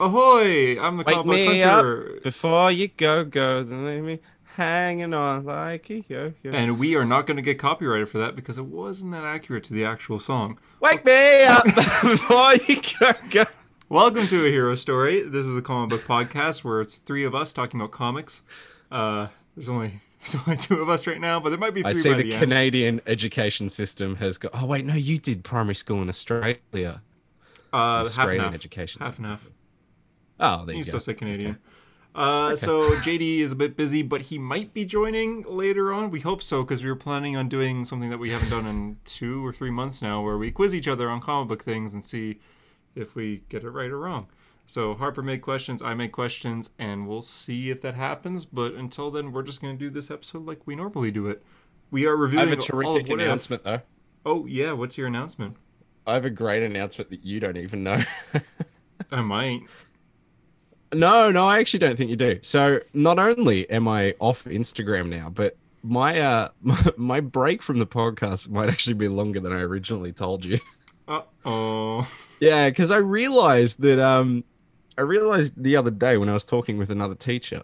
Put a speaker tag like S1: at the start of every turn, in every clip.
S1: Ahoy! I'm the
S2: Wake
S1: Cardboard
S2: me
S1: Hunter.
S2: up before you go, go, and leave me hanging on like a yo yo.
S1: And we are not going to get copyrighted for that because it wasn't that accurate to the actual song.
S2: Wake me up before you go, go.
S1: Welcome to a hero story. This is the comic book podcast where it's three of us talking about comics. Uh, there's only there's only two of us right now, but there might be three
S2: I see
S1: by
S2: the,
S1: the end.
S2: Canadian education system has got. Oh wait, no, you did primary school in Australia.
S1: Uh, half and
S2: Australian
S1: half.
S2: education.
S1: Half and
S2: system.
S1: half.
S2: Oh, there
S1: You
S2: you,
S1: can
S2: go.
S1: still say Canadian. Uh, So JD is a bit busy, but he might be joining later on. We hope so because we were planning on doing something that we haven't done in two or three months now, where we quiz each other on comic book things and see if we get it right or wrong. So Harper made questions, I made questions, and we'll see if that happens. But until then, we're just going to do this episode like we normally do it. We are
S2: I
S1: reviewing
S2: have a
S1: all of
S2: terrific
S1: what If.
S2: announcement though.
S1: Oh yeah, what's your announcement?
S2: I have a great announcement that you don't even know.
S1: I might.
S2: no, no, I actually don't think you do. So not only am I off Instagram now, but my uh my, my break from the podcast might actually be longer than I originally told you.
S1: Uh oh.
S2: Yeah, because I realized that um, I realized the other day when I was talking with another teacher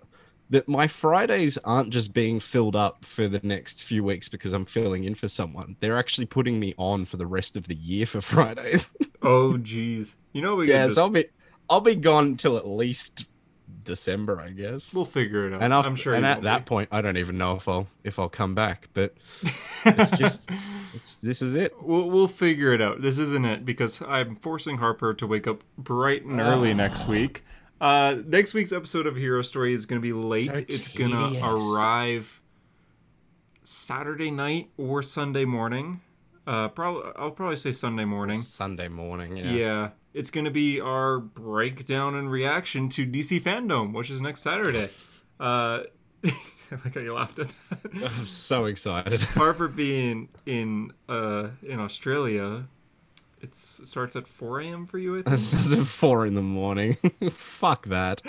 S2: that my Fridays aren't just being filled up for the next few weeks because I'm filling in for someone. They're actually putting me on for the rest of the year for Fridays.
S1: Oh geez. You know we
S2: yeah,
S1: could
S2: so I'll be I'll be gone till at least December, I guess.
S1: We'll figure it out.
S2: And I'll,
S1: I'm sure.
S2: And
S1: you
S2: at
S1: won't
S2: that
S1: be.
S2: point, I don't even know if I'll if I'll come back. But it's just it's, this is it.
S1: we'll we'll figure it out. This isn't it because I'm forcing Harper to wake up bright and
S2: Ah.
S1: early next week. Uh, next week's episode of Hero Story is going to be late.
S2: So
S1: it's going to
S2: tedious.
S1: arrive Saturday night or Sunday morning. Uh, probably I'll probably say Sunday morning.
S2: Sunday morning.
S1: Yeah. It's going to be our breakdown and reaction to DC Fandom, which is next Saturday. Uh, I like how you laughed at that.
S2: I'm so excited.
S1: Harper being in uh in Australia, it's it starts at four a.m. for you. I think.
S2: That's at four in the morning. Fuck that.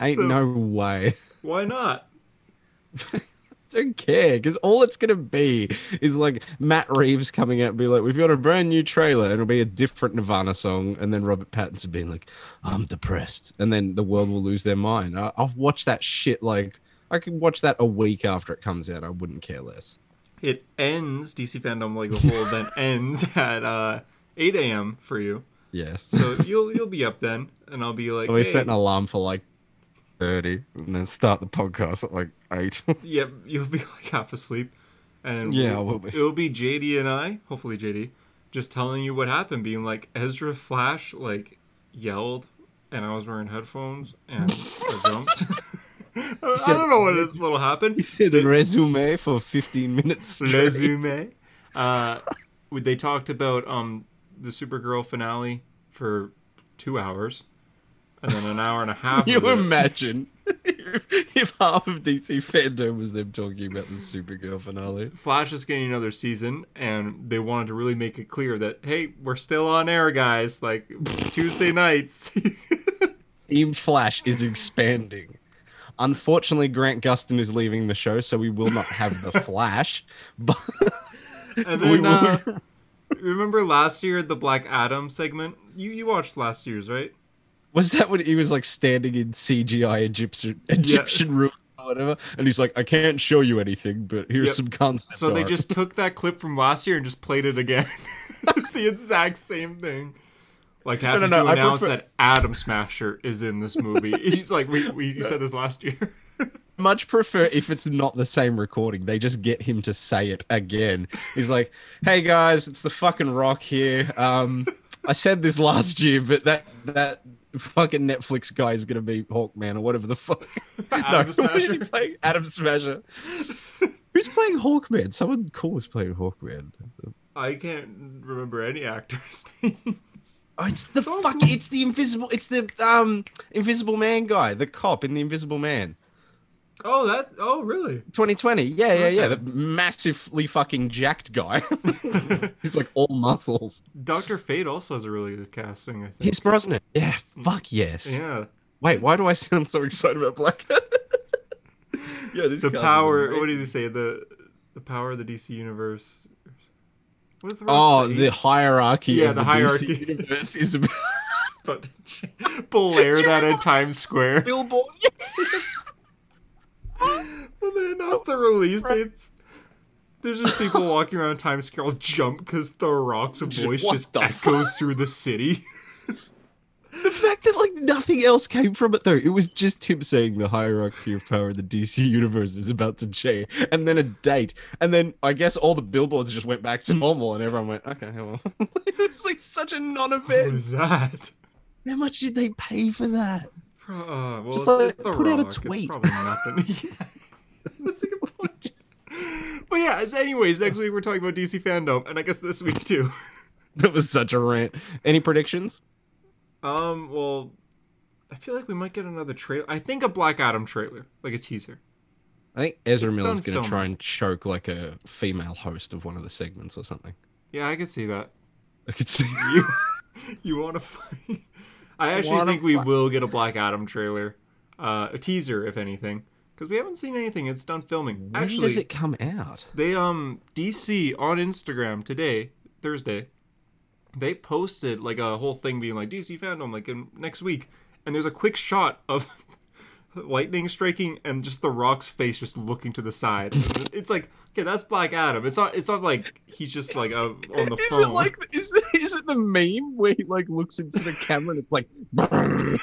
S2: Ain't
S1: So-
S2: no way.
S1: Why not?
S2: Don't care, because all it's gonna be is like Matt Reeves coming out and be like, "We've got a brand new trailer," and it'll be a different Nirvana song, and then Robert Pattinson being like, "I'm depressed," and then the world will lose their mind. I- I'll watch that shit like I could watch that a week after it comes out. I wouldn't care less.
S1: It ends DC fandom like the whole event ends at uh eight a.m. for you.
S2: Yes,
S1: So you'll you'll be up then, and I'll be like,
S2: we
S1: hey,
S2: set an alarm for like thirty, and then start the podcast at like eight.
S1: yeah, you'll be like half asleep, and
S2: Yeah, I
S1: we'll-
S2: will be.
S1: it'll be JD and I, hopefully JD, just telling you what happened, being like Ezra Flash like yelled, and I was wearing headphones and I jumped. I
S2: said-
S1: don't know what is- what'll happen.
S2: He said a resume for 15 minutes. straight.
S1: resume. Uh, they talked about um the Supergirl finale for two hours, and then an hour and a half.
S2: you
S1: of it.
S2: imagine if half of DC fandom was them talking about the Supergirl finale?
S1: Flash is getting another season, and they wanted to really make it clear that hey, we're still on air, guys. Like Tuesday nights.
S2: Team Flash is expanding. Unfortunately, Grant Gustin is leaving the show, so we will not have the Flash. But
S1: and
S2: we
S1: then,
S2: will.
S1: uh, remember last year the Black Adam segment? You you watched last year's right?
S2: was that when he was like standing in CGI Egyptian Egyptian room or whatever? And he's like, "I can't show you anything, but here's
S1: Yep.
S2: some concept."
S1: So they
S2: art."
S1: just took that clip from last year and just played it again. it's the exact same thing. Like happy
S2: no, no,
S1: to
S2: I
S1: announce
S2: prefer-
S1: that Adam Smasher is in this movie. He's like, we, we you said this last year.
S2: much prefer if it's not the same recording. They just get him to say it again. He's like, "Hey guys, it's the fucking Rock here. Um, I said this last year, but that that fucking Netflix guy is gonna be Hawkman or whatever the fuck.
S1: Adam
S2: no, who is he
S1: Smasher.
S2: playing? Adam Smasher. Who's playing Hawkman? Someone cool is playing Hawkman.
S1: I can't remember any actors' names.
S2: Oh, it's the fuck! It's the invisible. It's the um Invisible Man guy, the cop in the Invisible Man.
S1: Oh, that. Oh, really?
S2: 2020. Yeah, yeah, yeah.
S1: Okay.
S2: The massively fucking jacked guy. He's like all muscles.
S1: Doctor Fate also has a really good casting. I think.
S2: Pierce Brosnan. Yeah, fuck yes.
S1: Yeah.
S2: Wait, why do I sound so excited about Black? yeah, this
S1: The
S2: guy's
S1: power.
S2: amazing.
S1: What did he say? The the power of the DC universe. What was the word?
S2: Oh,
S1: say?
S2: the hierarchy.
S1: Yeah,
S2: of
S1: the
S2: the, DC
S1: hierarchy.
S2: universe is.
S1: But blare
S2: you
S1: that
S2: remember-
S1: at Times Square.
S2: Billboard.
S1: when they announced the release dates, there's just people walking around Times Square all jump because The Rock's voice
S2: what
S1: just
S2: the
S1: echoes through the city.
S2: The fact that like nothing else came from it though, it was just him saying the hierarchy of power in the DC universe is about to change, and then a date, and then I guess all the billboards just went back to normal, and everyone went, okay, well, it was like such a
S1: What
S2: non-event.
S1: was that?
S2: How much did they pay for that?
S1: Pro- Uh, well, it's,
S2: Just, like,
S1: it's The Rock.
S2: put out a
S1: It's
S2: tweet.
S1: probably nothing. Yeah. That's a good point. But yeah, as anyways, next week we're talking about DC fandom, and I guess this week too.
S2: That was such a rant. Any predictions?
S1: Um, well, I feel like we might get another trailer. I think a Black Adam trailer, like a teaser.
S2: I think Ezra
S1: It's
S2: Miller's
S1: done
S2: going to
S1: filming.
S2: try and choke like a female host of one of the segments or something.
S1: Yeah, I could see that.
S2: I could see.
S1: You, you want to fight? I actually
S2: wanna
S1: think we
S2: fight.
S1: will get a Black Adam trailer, uh, a teaser, if anything, because we haven't seen anything. It's done filming.
S2: When
S1: actually,
S2: does it come out?
S1: They um DC on Instagram today, Thursday, they posted like a whole thing being like DC fandom like in next week, and there's a quick shot of lightning striking and just the Rock's face just looking to the side. it's like okay, that's Black Adam. It's not. It's not like he's just like uh, on the
S2: is
S1: phone.
S2: it like is it, is it the meme where he like looks into the camera and it's like "Brrr."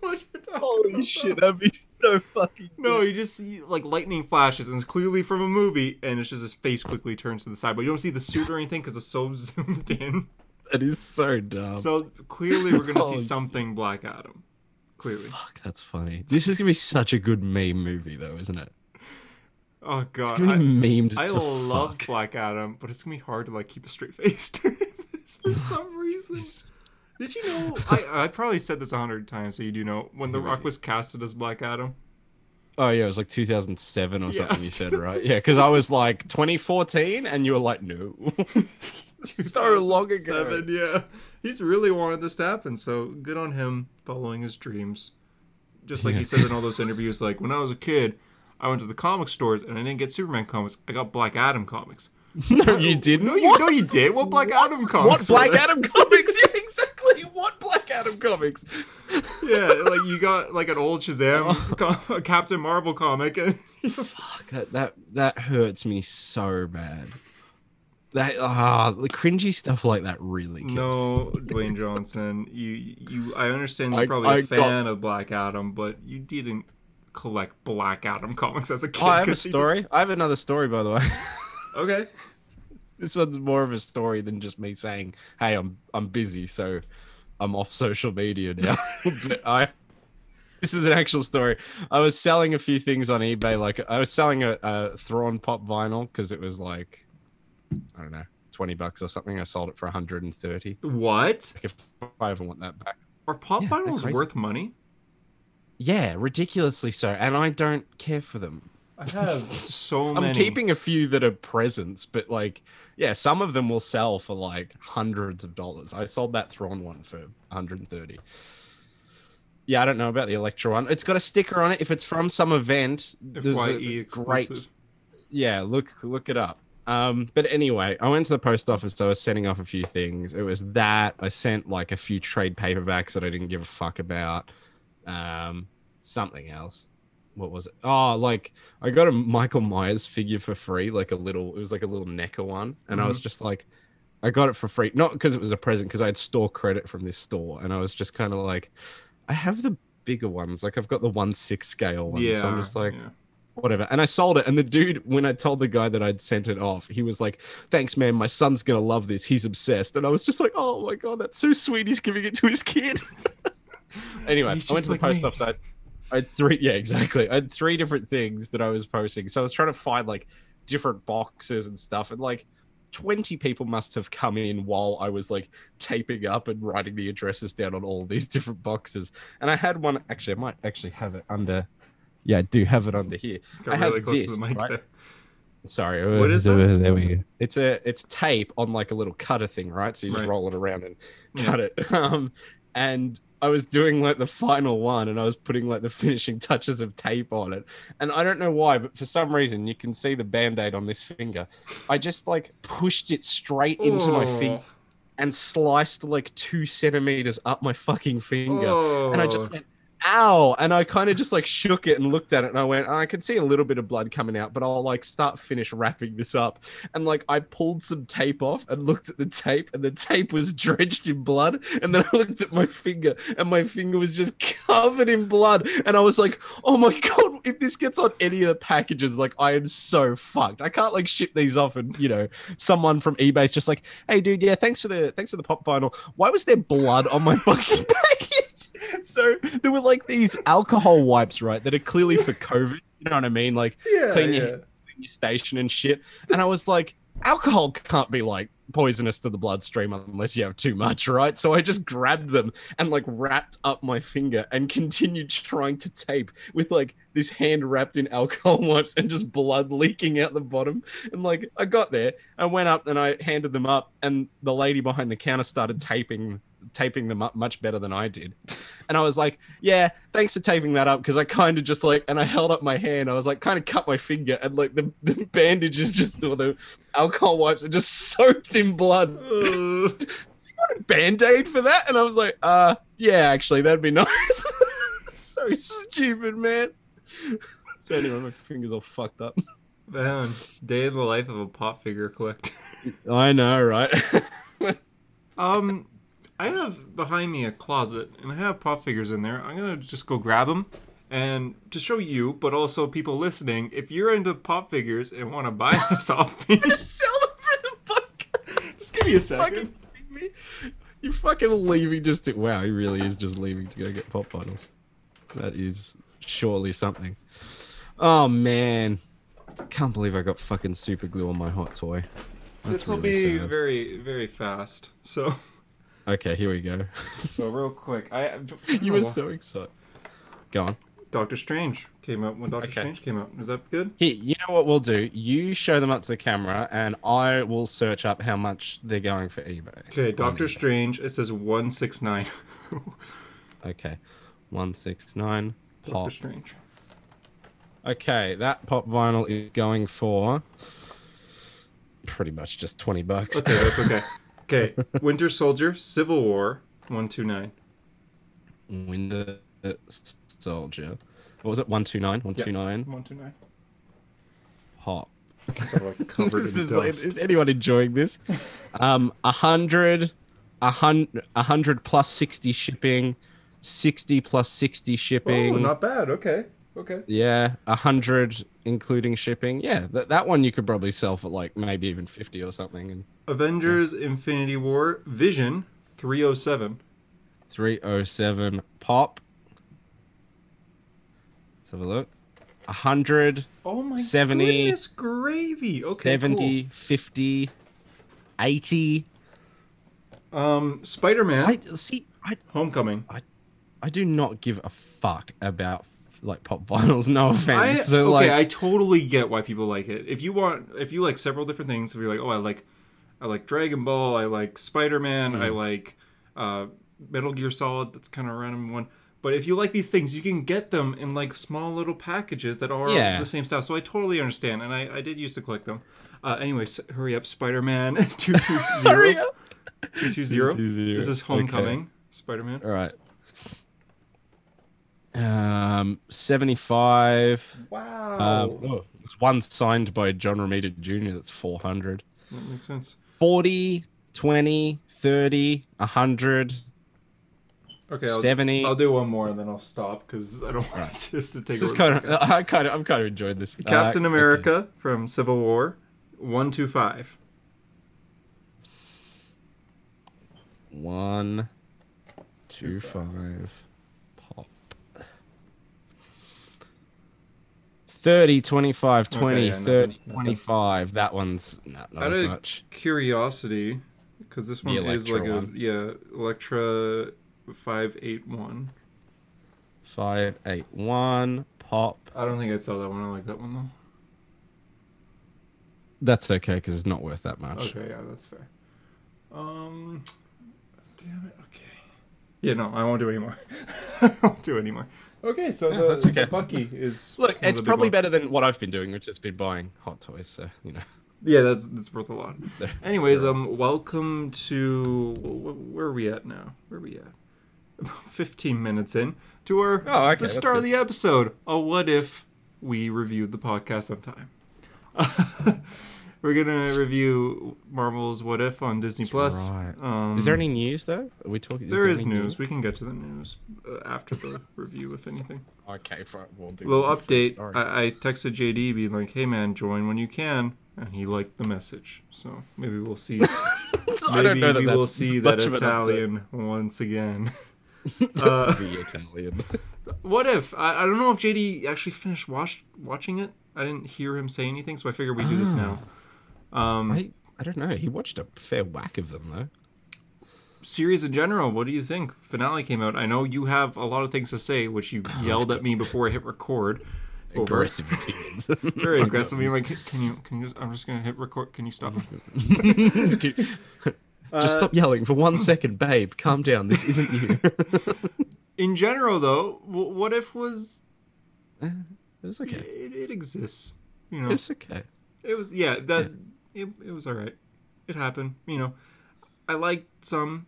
S1: What you're talking
S2: holy
S1: about.
S2: shit that'd be so fucking
S1: No, you just see like lightning flashes, and it's clearly from a movie, and it's just his face quickly turns to the side, but you don't see the suit or anything because it's so zoomed in.
S2: that is so dumb
S1: So clearly, we're gonna see
S2: Oh,
S1: something Black Adam. Clearly.
S2: fuck that's funny this is gonna be such a good meme movie though isn't it
S1: Oh
S2: it's
S1: god,
S2: gonna
S1: I,
S2: be memed
S1: I
S2: to
S1: love
S2: fuck.
S1: Black Adam, but it's gonna be hard to like keep a straight face during this for some reason. Did you know? I I probably said this a hundred times, so you do know when The Rock
S2: Right.
S1: was casted as Black Adam.
S2: oh yeah it was like 2007 or
S1: Yeah,
S2: something you said right yeah because i was like 2014 and you were like no So long ago.
S1: 2007, Yeah, he's really wanted this to happen, so good on him following his dreams. Just like
S2: Yeah.
S1: he says in all those interviews, like when I was a kid, I went to the comic stores and I didn't get Superman comics. I got Black Adam comics.
S2: no you didn't
S1: No, you
S2: What?
S1: no, you did. What Black Adam
S2: what
S1: comics? were
S2: black
S1: there?
S2: adam comics yeah exactly what black adam comics
S1: Yeah, like you got like an old Shazam, com- a Captain Marvel comic. And
S2: Fuck, that that that hurts me so bad. That ah, the cringy stuff like that really. Kills.
S1: no, Dwayne Johnson, you you. I understand you're
S2: I-
S1: probably a
S2: I got-
S1: fan of Black Adam, but you didn't collect Black Adam comics as a kid.
S2: Oh, I have a
S1: 'cause he just-
S2: story. I have another story, by the way.
S1: Okay.
S2: this one's more of a story than just me saying, "Hey, I'm I'm busy, so I'm off social media now." but I this is an actual story. I was selling a few things on eBay. Like I was selling a, a Thrawn pop vinyl because it was like, I don't know, twenty bucks or something. I sold it for hundred and thirty.
S1: What?
S2: Like if I ever want that back.
S1: Are pop
S2: Yeah, they're
S1: vinyls
S2: crazy.
S1: worth money?
S2: Yeah, ridiculously so. And I don't care for them.
S1: I have so many.
S2: I'm keeping a few that are presents, but like, yeah, some of them will sell for like hundreds of dollars. I sold that Thrawn one for 130. Yeah, I don't know about the Electra one. It's got a sticker on it. If it's from some event, there's
S1: FYE
S2: a great
S1: E exclusive.
S2: yeah look look it up um but anyway i went to the post office i was sending off a few things it was that i sent like a few trade paperbacks that i didn't give a fuck about um something else what was it oh like i got a michael myers figure for free like a little it was like a little necker one and i was just like i got it for free not because it was a present because i had store credit from this store and i was just kind of like i have the bigger ones like i've got the one six scale one
S1: Yeah.
S2: so i'm just like
S1: yeah.
S2: whatever. And I sold it. And the dude, when I told the guy that I'd sent it off, he was like, Thanks, man. My son's going to love this. He's obsessed. And I was just like, Oh my God, that's so sweet. He's giving it to his kid. anyway,
S1: He's
S2: I went
S1: just
S2: to the
S1: like
S2: post
S1: me.
S2: office. I, I had three, yeah, exactly. I had three different things that I was posting. So I was trying to find like different boxes and stuff. And like 20 people must have come in while I was like taping up and writing the addresses down on all these different boxes. And I had one, actually, I might actually have it under. Yeah, I do have it under here.
S1: Got
S2: I had
S1: really close to
S2: this,
S1: the mic
S2: right?
S1: there.
S2: Sorry.
S1: What
S2: uh,
S1: is
S2: there,
S1: that?
S2: there we go. It's a it's tape on like a little cutter thing, right? So you just
S1: Right.
S2: roll it around and cut it. Um, and I was doing like the final one, and I was putting like the finishing touches of tape on it. And I don't know why, but for some reason, you can see the band aid on this finger. I just like pushed it straight into my
S1: Oh,
S2: finger and sliced like two centimeters up my fucking finger.
S1: Oh.
S2: And I just went, ow. And I kind of just like shook it and looked at it and I went, I can see a little bit of blood coming out, but I'll like start finish wrapping this up. And like I pulled some tape off and looked at the tape and the tape was drenched in blood. And then I looked at my finger and my finger was just covered in blood. And I was like, oh my God, if this gets on any of the packages, like I am so fucked. I can't like ship these off and, you know, someone from eBay's just like, hey dude, yeah, thanks for the, thanks for the pop vinyl. Why was there blood on my fucking package? so there were like these alcohol wipes, right? That are clearly for COVID. You know what I mean? Like
S1: Yeah,
S2: clean, your,
S1: yeah.
S2: clean your station and shit. And I was like, alcohol can't be like poisonous to the bloodstream unless you have too much, right? So I just grabbed them and like wrapped up my finger and continued trying to tape with like this hand wrapped in alcohol wipes and just blood leaking out the bottom. And like I got there, I went up and I handed them up, and the lady behind the counter started taping taping them up much better than I did. And I was like, yeah, thanks for taping that up because I kind of just like, and I held up my hand. I was like, kind of cut my finger and like the, the bandage is just, or the alcohol wipes are just soaked in blood.
S1: Ugh.
S2: Band aid for that? And I was like, uh, yeah, actually, that'd be nice. so stupid, man. So anyway, my finger's all fucked up.
S1: Man, day in the life of a pop figure collector.
S2: I know, right?
S1: Um, I have behind me a closet, and I have pop figures in there. I'm gonna just go grab them, and to show you, but also people listening, if you're into pop figures and want to buy this off me,
S2: Sell them for the fuck.
S1: just give me a
S2: fucking
S1: second.
S2: kidding me? You're fucking leaving just to wow, he really is just leaving to go get pop bottles. That is surely something. Oh man. Can't believe I got fucking super glue on my hot toy. That's
S1: This will
S2: really
S1: be
S2: sad.
S1: very, very fast. So,
S2: Okay, here we go.
S1: so real quick, I, I don't
S2: you
S1: know.
S2: were so excited. Go on.
S1: Doctor Strange came out when Doctor
S2: Okay.
S1: Strange came out. Is that good?
S2: Here, you know what we'll do? You show them up to the camera and I will search up how much they're going for eBay.
S1: Okay,
S2: on
S1: Doctor
S2: eBay.
S1: Strange. It says one six nine.
S2: Okay. One six nine pop
S1: Doctor Strange.
S2: Okay, that pop vinyl is going for pretty much just 20 bucks.
S1: Okay, that's okay. Okay, Winter Soldier, Civil War, one two nine.
S2: Winter Soldier. What was it? 129? 129
S1: One two nine.
S2: pop.
S1: It's all like covered
S2: This
S1: in
S2: is like-
S1: dust.
S2: is anyone enjoying this? Um, 100, 100, 100 plus 60 shipping, 60 plus 60 shipping.
S1: oh, not bad. Okay, okay.
S2: Yeah, a hundred including shipping. Yeah, that that one you could probably sell for like maybe even fifty or something. And
S1: Avengers: Infinity War, Vision, three oh seven.
S2: Three oh seven pop. Let's have a look. A hundred,
S1: Oh my
S2: 70,
S1: goodness, gravy. Okay,
S2: seventy, fifty, eighty.
S1: cool. Um, Spider Man,
S2: I see. I
S1: Homecoming.
S2: I do not give a fuck about like pop vinyls. No offense.
S1: I,
S2: so
S1: okay,
S2: like,
S1: I totally get why people like it. If you want, if you like several different things, if you're like, oh, I like, I like Dragon Ball, I like Spider Man,
S2: Mm.
S1: I like uh, Metal Gear Solid. That's kind of a random one. But if you like these things, you can get them in like small little packages that are
S2: Yeah.
S1: the same style. So I totally understand, and I, I did used to collect them. Uh, anyway, s hurry up, Spider Man two two
S2: Hurry
S1: zero
S2: up.
S1: two two zero.
S2: 220,
S1: This is
S2: okay. Uh,
S1: Homecoming, Spider Man.
S2: All right. Um, seventy-five.
S1: Wow,
S2: Um, oh, there's one signed by John Romita Jr. That's 400.
S1: that makes sense.
S2: 40, 20, 30, 100,
S1: Okay, I'll,
S2: 70.
S1: I'll do one more and then I'll stop because I don't want this to take.
S2: this is
S1: over the
S2: kind of,
S1: podcast.
S2: I kind of, I'm kind of enjoyed this. Uh,
S1: Captain
S2: okay.
S1: America from Civil War, one two five.
S2: One, two, five, pop. 30, 25, 20,
S1: yeah, no,
S2: 30,
S1: no.
S2: 25. That one's not, not
S1: Out
S2: as
S1: of
S2: much.
S1: curiosity, because this one
S2: The
S1: is
S2: Elektra
S1: like a
S2: one.
S1: yeah Electra five eight one.
S2: Five, eight, one, pop.
S1: I don't think I'd sell that one. I like that one
S2: That's okay because it's not worth that
S1: though.
S2: much.
S1: Okay, yeah, that's fair. Um, damn it. Okay. Yeah, no, I won't do anymore. I won't do anymore. Okay, so
S2: Yeah,
S1: the,
S2: that's
S1: the
S2: okay.
S1: Bucky is one
S2: Look,
S1: of
S2: it's
S1: the big
S2: probably
S1: ones.
S2: better than what I've been doing, which has been buying hot toys. So you know,
S1: Yeah, that's that's worth a lot. Anyways, um, welcome to wh- where are we at now? Where are we at? About Fifteen minutes in to our
S2: Oh, okay,
S1: the
S2: that's
S1: start of
S2: good.
S1: the episode. Oh, what if we reviewed the podcast on time? We're gonna review Marvel's What If on Disney Plus.
S2: right.
S1: Um,
S2: Is there any news though? Are we talking?
S1: There is
S2: any
S1: news. We can get to the news uh, after the review, if anything.
S2: Okay, fine, we'll do.
S1: Little update.
S2: Sorry.
S1: I, I texted JD being like, "Hey man, join when you can," and he liked the message. So maybe we'll see.
S2: I don't
S1: Maybe
S2: know that
S1: we
S2: that's
S1: will see that
S2: much of an
S1: Italian once again. uh,
S2: update. The Italian.
S1: what if I, I don't know if JD actually finished watch, watching it. I didn't hear him say anything, so I figured we do this
S2: Ah.
S1: now. Um,
S2: I I don't know. He watched a fair whack of them though.
S1: series in general, what do you think? Finale came out. I know you have a lot of things to say, which you yelled at me before I hit record. Over.
S2: Oh, Aggressive opinions.
S1: Very aggressive. You're like, can you? Can you? I'm just gonna hit record. Can you stop?
S2: Mm-hmm. Just keep- Just stop yelling for one second, babe. Calm down. This isn't you.
S1: In general, though, wh- what if was
S2: it was okay.
S1: it, it exists? You
S2: It
S1: know,
S2: was okay.
S1: It was yeah that It, it was all right. It happened, you know. I liked some.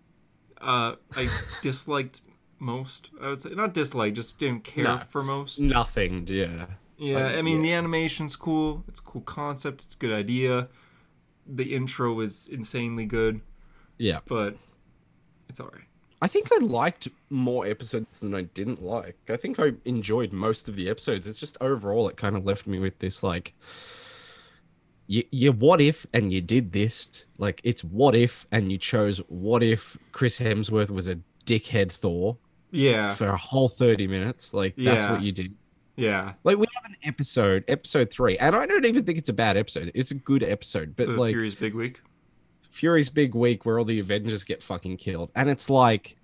S1: Uh, I disliked most. I would say not dislike, just didn't care
S2: No.
S1: for most.
S2: Nothing. Yeah.
S1: Yeah, I mean the animation's cool. It's a cool concept. It's a good idea. The intro is insanely good,
S2: Yeah.
S1: but it's all right.
S2: I think I liked more episodes than I didn't like. I think I enjoyed most of the episodes. It's just overall, it kind of left me with this like, you, you what if and you did this. Like, it's what if and you chose what if Chris Hemsworth was a dickhead Thor
S1: Yeah,
S2: for a whole 30 minutes. Like, that's
S1: Yeah.
S2: what you did.
S1: yeah.
S2: Like, we have an episode, episode three, and I don't even think it's a bad episode. It's a good episode, but
S1: The
S2: like,
S1: Fury's big week.
S2: Fury's big week where all the Avengers get fucking killed. And it's like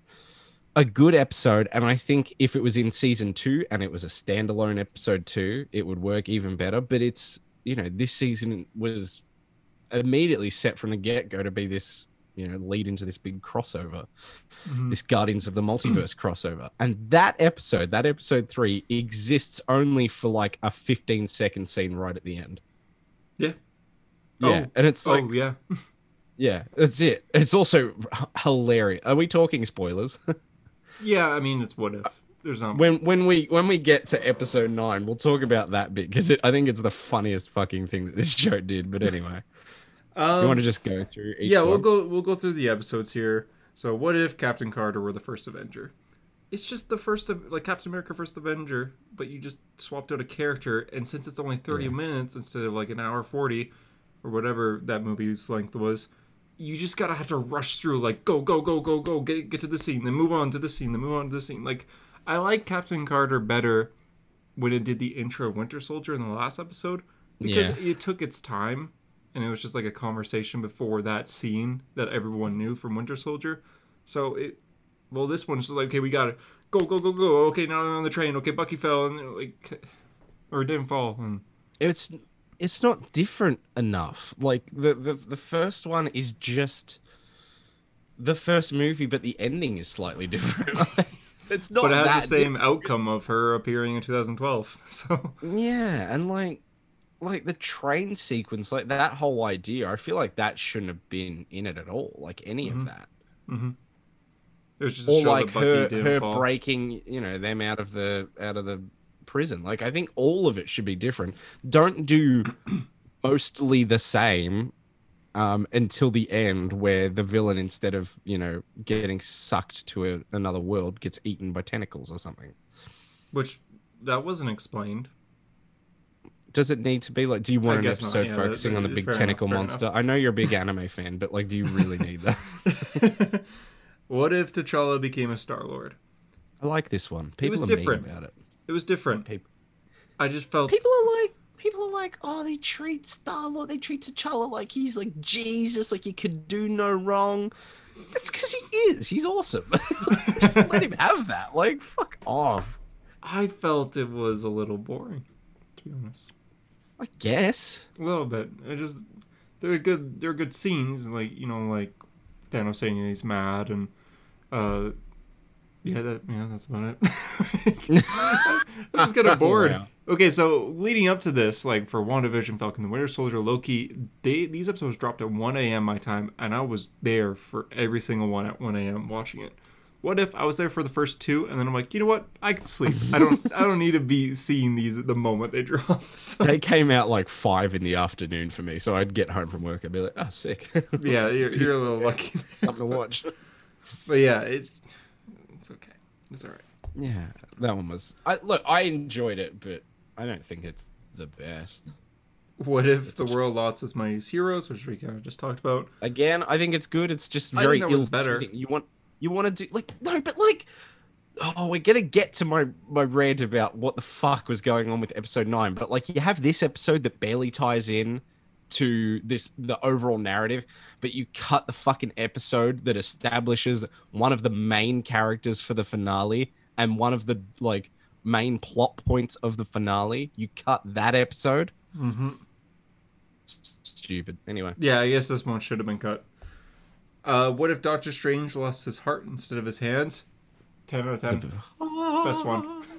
S2: a good episode. And I think if it was in season two and it was a standalone episode two, it would work even better. But it's, you know, this season was immediately set from the get go to be this, you know, lead into this big crossover,
S1: Mhm.
S2: this Guardians of the Multiverse crossover. And that episode, that episode three, exists only for like a 15 second scene right at the end.
S1: Yeah.
S2: Yeah.
S1: Oh.
S2: And it's like,
S1: oh yeah.
S2: yeah, that's it. It's also h- hilarious. Are we talking spoilers?
S1: Yeah, I mean it's what if. There's not
S2: when when we when we get to episode nine, we'll talk about that bit because I think it's the funniest fucking thing that this show did. But anyway, you want to just go through? Each
S1: yeah, we'll
S2: one?
S1: go we'll go through the episodes here. So what if Captain Carter were the first Avenger? It's just the first of like Captain America first Avenger, but you just swapped out a character and since it's only 30 minutes instead of like an hour 40 or whatever that movie's length was, you just got to have to rush through like go go go go go get get to the scene, then move on to the scene, then move on to the scene. Like I like Captain Carter better when it did the intro of Winter Soldier in the last episode because
S2: Yeah.
S1: it took its time and it was just like a conversation before that scene that everyone knew from Winter Soldier. So it, well, this one's just like, okay, we gotta go, go, go, go. Okay, now they're on the train. Okay, Bucky fell and like, or didn't fall. And
S2: It's it's not different enough. Like the the the first one is just the first movie, but the ending is slightly different. it's not.
S1: but it
S2: that
S1: has the
S2: di-
S1: same outcome of her appearing in 2012. So
S2: Yeah, and like like the train sequence, like that whole idea, I feel like that shouldn't have been in it at all. Like any
S1: Mhm.
S2: of that.
S1: it was just a
S2: Or
S1: show
S2: like
S1: that Bucky
S2: her
S1: didn't
S2: her
S1: fall.
S2: breaking, you know, them out of the out of the prison. Like I think all of it should be different. Don't do mostly the same um, until the end where the villain instead of, you know, getting sucked to a, another world gets eaten by tentacles or something.
S1: which that wasn't explained.
S2: does it need to be like do you
S1: I
S2: want an
S1: guess not,
S2: episode
S1: yeah,
S2: focusing
S1: that-
S2: on the
S1: that-
S2: big
S1: fair enough,
S2: tentacle
S1: fair
S2: monster i know you're a big anime fan but like do you really need that
S1: what if T'Challa became a Star Lord?
S2: i like this one people
S1: was
S2: are
S1: different.
S2: mean about it
S1: It was different.
S2: Peop-
S1: I just felt
S2: people are like people are like oh they treat star lord they treat t'challa like he's like jesus like he could do no wrong that's because he is he's awesome just let him have that like fuck off
S1: I felt it was a little boring, to be honest.
S2: i guess
S1: A little bit. I just they're good. They're good scenes. Like you know, like Thanos saying he's mad, and uh, Yeah, that, yeah, that's about it. I just got bored.
S2: Wow.
S1: Okay, so leading up to this, like for WandaVision, Falcon, the Winter Soldier, Loki, they these episodes dropped at 1 a.m. my time, and I was there for every single one at 1 a.m. watching it. What if I was there for the first two, and then I'm like, you know what? I can sleep. I don't. I don't need to be seeing these at the moment they drop. So
S2: They came out like five in the afternoon for me, so I'd get home from work and be like, "Oh, sick, something
S1: yeah, you're, you're a little lucky.
S2: to watch."
S1: But yeah, it's it's okay. It's all right.
S2: Yeah, that one was. I look, I enjoyed it, but I don't think it's the best.
S1: What if the world lost its mightiest heroes, which we kind of just talked about?
S2: Again, I think it's good. It's just
S1: I think
S2: very
S1: that
S2: ill.
S1: one's better.
S2: You want you want to do like no, but like oh, we're gonna get to my my rant about what the fuck was going on with episode nine. But like, you have this episode that barely ties in to this the overall narrative, but you cut the fucking episode that establishes one of the main characters for the finale and one of the like main plot points of the finale. You cut that episode.
S1: Mm-hmm.
S2: Stupid. Anyway.
S1: Yeah, I guess this one should have been cut. Uh, what if Doctor Strange lost his heart instead of his hands? 10 out of 10. Best one.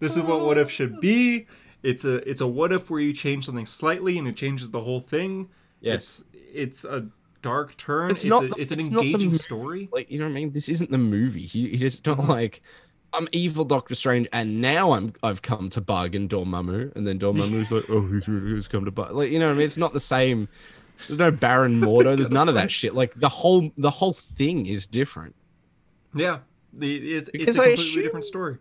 S1: This is what what if should be. It's a it's a what if where you change something slightly and it changes the whole thing.
S2: Yes.
S1: It's it's a dark turn. It's,
S2: It's not
S1: a,
S2: the-
S1: it's an
S2: it's not the
S1: engaging
S2: movie.
S1: story.
S2: like you know what I mean. This isn't the movie. He he just not like I'm evil Doctor Strange, and now I'm I've come to bargain Dormammu, and then Dormammu's like, oh, who's, who's come to bargain? Like you know what I mean? It's not the same. There's no Baron Mordo. There's none of that shit. Like the whole the whole thing is different.
S1: Yeah. The, it's it's
S2: Because
S1: a
S2: I
S1: completely
S2: assume-
S1: different story.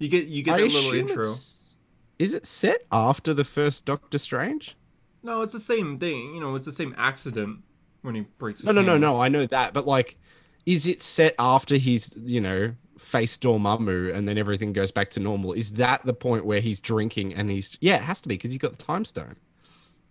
S1: You get you get
S2: I
S1: that little
S2: assume
S1: intro.
S2: it's- Is it set after the first Doctor Strange?
S1: No, it's the same thing. You know, it's the same accident when he breaks his
S2: No, no, no,
S1: hands.
S2: no. I know that, but like, is it set after he's you know faced Dormammu and then everything goes back to normal? Is that the point where he's drinking and he's yeah, it has to be because he's got the time stone.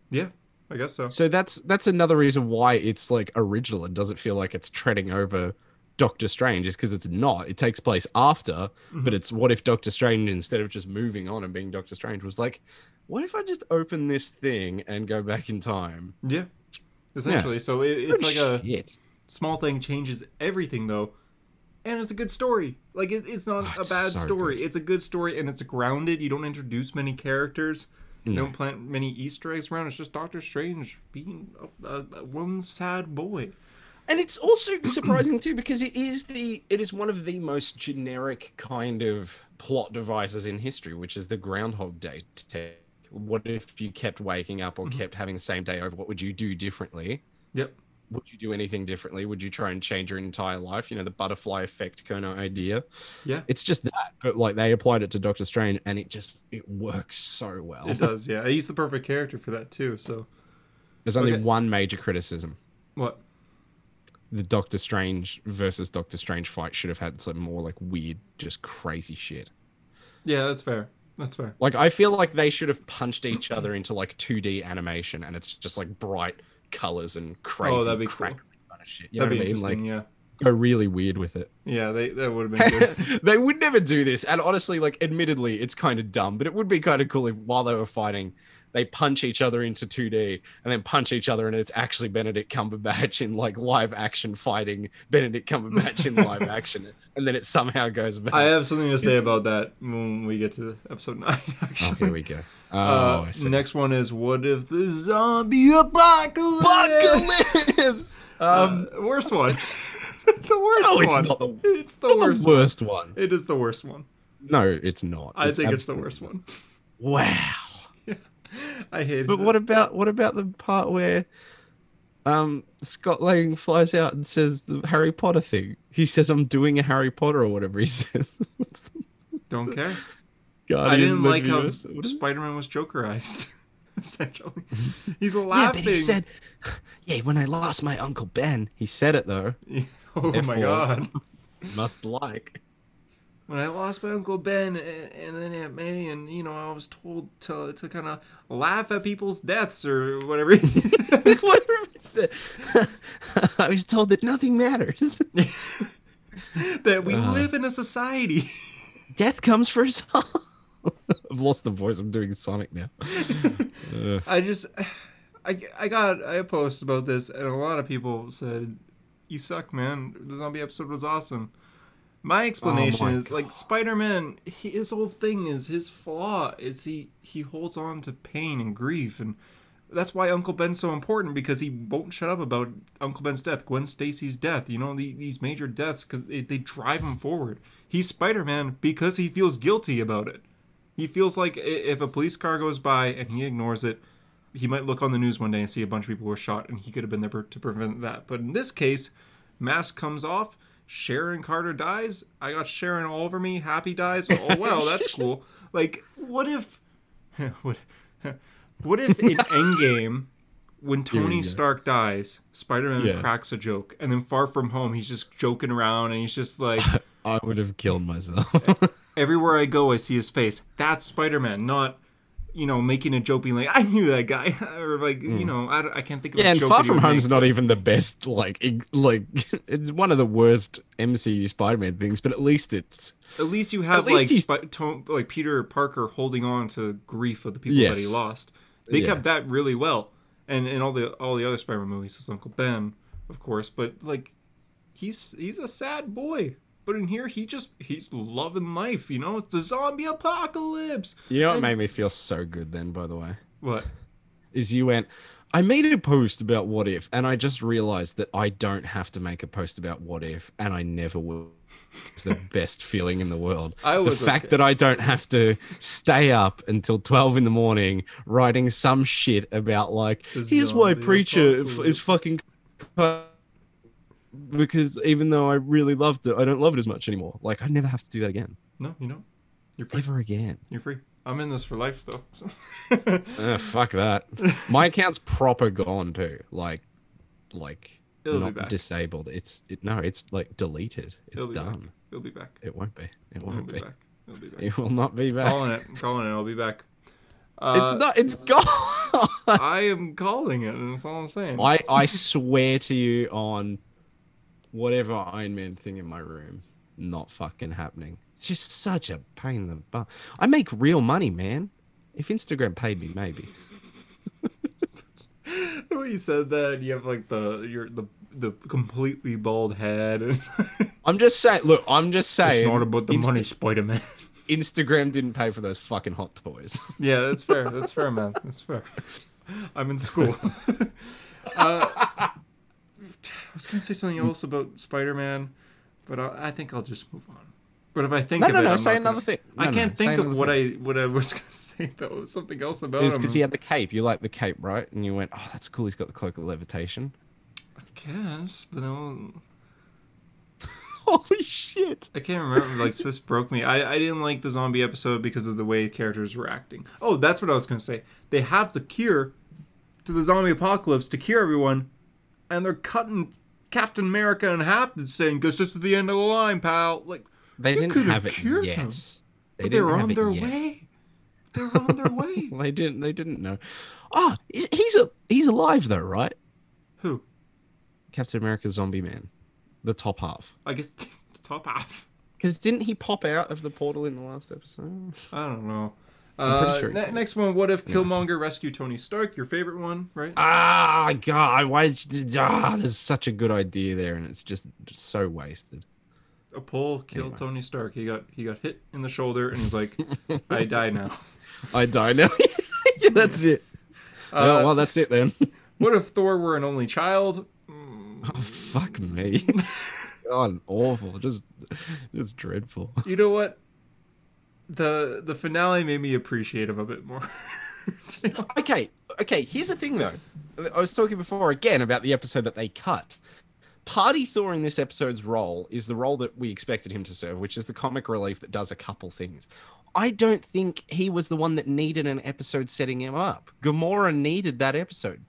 S1: Yeah, I guess so.
S2: So that's that's another reason why it's like original and doesn't feel like it's treading over Doctor Strange is because it's not. It takes place after,
S1: Mm-hmm.
S2: but it's what if Doctor Strange instead of just moving on and being Doctor Strange was like, what if I just open this thing and go back in time?
S1: Yeah, essentially. So it, it's like a
S2: shit.
S1: small thing changes everything though, and it's a good story. Like it, it's not
S2: Oh, it's
S1: a bad
S2: so
S1: story. It's a good story, and it's grounded. You don't introduce many characters. You
S2: No.
S1: don't plant many Easter eggs around. It's just Doctor Strange being a, a, a one sad boy.
S2: and it's also surprising too because it is the it is one of the most generic kind of plot devices in history which is the groundhog day tech what if you kept waking up or
S1: Mm-hmm.
S2: kept having the same day over what would you do differently
S1: Yep.
S2: would you do anything differently would you try and change your entire life you know the butterfly effect kind of idea
S1: Yeah.
S2: it's just that but like they applied it to doctor strange and it just it works so well
S1: It does. Yeah, he's the perfect character for that too. So
S2: there's only
S1: Okay.
S2: one major criticism
S1: what?
S2: the Doctor Strange versus Doctor Strange fight should have had some more like weird, just crazy shit.
S1: Yeah, that's fair. That's fair.
S2: Like I feel like they should have punched each other into like 2D animation, and it's just like bright colors and crazy
S1: Oh, that'd be
S2: crackling
S1: cool.
S2: kind of shit. You
S1: That'd be
S2: know what I mean?
S1: interesting.
S2: Like
S1: yeah.
S2: go really weird with it.
S1: Yeah, they, that would have been good.
S2: they would never do this, and honestly, like admittedly, it's kind of dumb, but it would be kind of cool if while they were fighting. They punch each other into 2D and then punch each other, and it's actually Benedict Cumberbatch in like live action fighting Benedict Cumberbatch in live action, and then it somehow goes back.
S1: I uh, have something to say about that when we get to episode nine. Actually.
S2: Oh, here we go. Oh,
S1: Uh,
S2: I see.
S1: next one is what if the zombie apocalypse?
S2: Apocalypse!
S1: Uh,
S2: Um,
S1: worst one. the worst
S2: No, it's
S1: one.
S2: not the-
S1: It's the
S2: not
S1: worst.
S2: the worst one.
S1: It is the worst one.
S2: No, it's not.
S1: I think it's the
S2: absolute-
S1: worst one.
S2: Wow.
S1: I hate it.
S2: But what about what about the part where, um, Scott Lang flies out and says the Harry Potter thing? He says, "I'm doing a Harry Potter" or whatever he says. What's the
S1: Don't care. I,
S2: Guardian
S1: didn't
S2: of
S1: like
S2: the
S1: how
S2: Universe? What is it?
S1: Spider Man was Jokerized. Essentially, he's
S2: Yeah,
S1: laughing.
S2: but he said, "Yeah, when I lost my uncle Ben, he said it though.
S1: oh my
S2: F4.
S1: god.
S2: Must like."
S1: when I lost my uncle Ben and, and then Aunt May, and you know, I was told to to kind of laugh at people's deaths or whatever.
S2: Whatever he said. I was told that nothing matters.
S1: that we
S2: Uh.
S1: live in a society.
S2: Death comes for us all. I've lost the voice. I'm doing Sonic now. Uh,
S1: I just, I, I got I post about this, and a lot of people said, "You suck, man. The zombie episode was awesome." My explanation
S2: my
S1: is like Spider-Man. He, his whole thing is his flaw is he he holds on to pain and grief, and that's why Uncle Ben's so important because he won't shut up about Uncle Ben's death, Gwen Stacy's death. You know the, these major deaths because they, they drive him forward. He's Spider-Man because he feels guilty about it. He feels like i- if a police car goes by and he ignores it, he might look on the news one day and see a bunch of people were shot, and he could have been there per- to prevent that. But in this case, mask comes off. Sharon Carter dies. I got Sharon all over me. Happy dies. Oh well, that's cool. Like, what if, what, what if in Endgame, when Tony
S2: go.
S1: Stark dies, Spider-Man
S2: Yeah.
S1: cracks a joke, and then Far From Home, he's just joking around, and he's just like,
S2: I would have killed myself.
S1: everywhere I go, I see his face. That's Spider Man, not you know making a joke, being like, I knew that guy, or like you know, I, don't- I can't think of
S2: Hmm. yeah,
S1: a
S2: and
S1: joke.
S2: Far
S1: that he
S2: From
S1: would
S2: Home's
S1: make.
S2: not even the best. Like, ig- like it's one of the worst MCU Spider-Man things, but at least it's
S1: At least you have
S2: least
S1: like
S2: he's-
S1: Spi- Tom, like Peter Parker holding on to grief of the people that he
S2: Yes.
S1: lost. They
S2: Yeah.
S1: kept that really well, and in all the all the other Spider Man movies, his Uncle Ben, of course, but like he's he's a sad boy. But in here, he just he's loving life. You know, it's the zombie apocalypse.
S2: you know what
S1: And-
S2: made me feel so good. Then, by the way,
S1: What?
S2: is you went. I made a post about what if, and I just realized that I don't have to make a post about what if, and I never will. It's the best feeling in the world.
S1: I
S2: the
S1: was
S2: fact
S1: okay.
S2: that I don't have to stay up until 12 in the morning writing some shit about, like,
S1: The
S2: here's why
S1: zombie
S2: Preacher f-
S1: apocalypse.
S2: is fucking. c- Because even though I really loved it, I don't love it as much anymore. Like, I never have to do that again.
S1: No, you know, you're free.
S2: Ever again.
S1: You're free. I'm in this for life, though. so.
S2: Ugh, fuck that. My account's proper gone too. Like, like
S1: It'll be
S2: not
S1: back.
S2: disabled. It's it, no, it's like deleted. It's
S1: It'll be back.
S2: done.
S1: It'll be back.
S2: It won't be. It
S1: It'll
S2: won't
S1: be
S2: be.
S1: back. It'll be back.
S2: It will not be back.
S1: calling it. I'm calling it. I'll be back. Uh,
S2: it's not. It's gone.
S1: I am calling it, and that's all I'm saying.
S2: I I swear to you on whatever Iron Man thing in my room, not fucking happening. It's just such a pain in the butt. I make real money, man. If Instagram paid me, maybe.
S1: When you said that, you have like the your the the completely bald head. it's
S2: I'm just saying. Look, I'm just saying.
S1: not about the
S2: Insta-
S1: money, Spider Man.
S2: Instagram didn't pay for those fucking hot toys.
S1: yeah, that's fair. That's fair, man. That's fair. I'm in school. uh, I was gonna say something else about Spider Man, but I, I think I'll just move on. But if I think
S2: No,
S1: of
S2: no,
S1: it,
S2: no.
S1: I'm
S2: say
S1: not gonna-
S2: another thing.
S1: I can't think of what I what I was gonna say though. Something else about
S2: It was
S1: him.
S2: because he had the cape. You like the cape, right? And you went, "Oh, that's cool. He's got the cloak of levitation."
S1: I guess, but then
S2: Holy shit!
S1: I can't remember. Like this broke me. I I didn't like the zombie episode because of the way characters were acting. Oh, that's what I was gonna say. They have the cure to the zombie apocalypse to cure everyone, and they're cutting Captain America in half and saying, "This is the end of the line, pal." Like
S2: They
S1: You
S2: didn't
S1: could've
S2: have it
S1: cured
S2: yet.
S1: him.
S2: They
S1: but
S2: didn't
S1: they're
S2: have
S1: on
S2: it
S1: their
S2: yet.
S1: way. They're on their way.
S2: They didn't. They didn't know. Ah, he's he's, a, he's alive though, right?
S1: Who?
S2: Captain America, Zombie Man, the top half.
S1: I guess top half.
S2: Because didn't he pop out of the portal in the last episode?
S1: I don't know.
S2: I'm pretty
S1: Uh,
S2: sure he
S1: ne-
S2: did.
S1: next one, what if Killmonger rescued Tony Stark? Your favorite one, right?
S2: Ah, God! Why? Did you, ah, there's such a good idea there, and it's just, just so wasted.
S1: a pole killed
S2: Anyway.
S1: Tony Stark. He got he got hit in the shoulder and he's like, I die now.
S2: I die now. yeah, that's it.
S1: Uh,
S2: oh, well, that's it then.
S1: What if Thor were an only child? Mm,
S2: oh, fuck me. God, awful. Just, just dreadful.
S1: You know what? The the finale made me appreciate him a bit more.
S2: Okay, okay. Here's the thing, though. I was talking before again about the episode that they cut. Party Thor in this episode's role is the role that we expected him to serve, which is the comic relief that does a couple things. I don't think he was the one that needed an episode setting him up. Gamora needed that episode.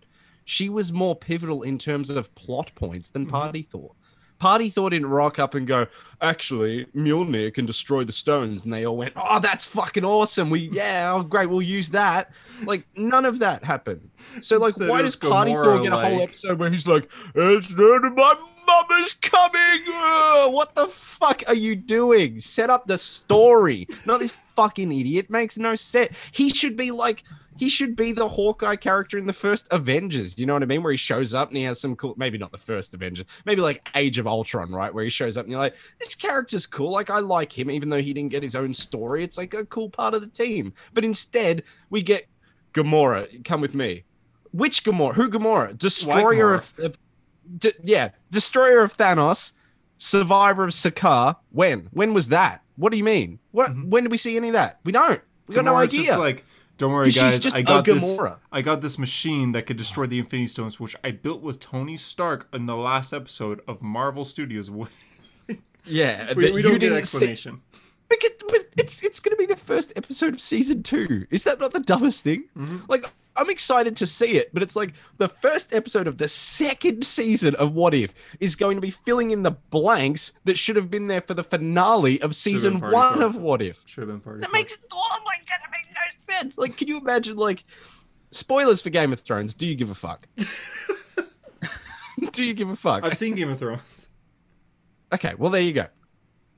S2: She was more pivotal in terms of plot points
S1: Mm-hmm.
S2: than Party Thor. Party Thor didn't rock up and go, actually, Mjolnir can destroy the stones. And they all went, oh, that's fucking awesome. We, yeah, oh, great, we'll use that. Like, none of that happened. So, like,
S1: Instead,
S2: why
S1: it
S2: does
S1: was
S2: Party Thor
S1: Gamora,
S2: get a whole
S1: like-
S2: episode where he's like, it's not my mama's coming. uh, what the fuck are you doing? Set up the story. Not this fucking idiot. Makes no sense. He should be like, He should be the Hawkeye character in the first Avengers. You know what I mean? Where he shows up and he has some cool, maybe not the first Avengers, maybe like Age of Ultron, right? Where he shows up and you're like, this character's cool. Like, I like him, even though he didn't get his own story. It's like a cool part of the team. But instead, we get Gamora, come with me. Which Gamora? Who Gamora? Destroyer of, of d- yeah, destroyer of Thanos, survivor of Sakaar. When? When was that? What do you mean? What? When did we see any of that? We don't. We got no
S1: Mm-hmm. Gamora's
S2: idea.
S1: Just like, don't worry,
S2: She's
S1: guys.
S2: just
S1: I got
S2: a
S1: this.
S2: Gamora.
S1: I got this machine that could destroy the Infinity Stones, which I built with Tony Stark in the last episode of Marvel Studios. We,
S2: yeah,
S1: we
S2: that
S1: don't
S2: you
S1: get an
S2: didn't see-
S1: explanation.
S2: Because, but it's it's going to be the first episode of season two. Is that not the dumbest thing?
S1: Mm-hmm.
S2: Like, I'm excited to see it, but it's like the first episode of the second season of What If is going to be filling in the blanks that should have been there for the finale of season
S1: part of
S2: one
S1: it.
S2: of What If.
S1: Should have been part of
S2: That
S1: it.
S2: makes oh my god, it makes no sense. Like, can you imagine? Like, spoilers for Game of Thrones. Do you give a fuck? do you give a fuck?
S1: I've seen Game of Thrones.
S2: Okay, well there you go.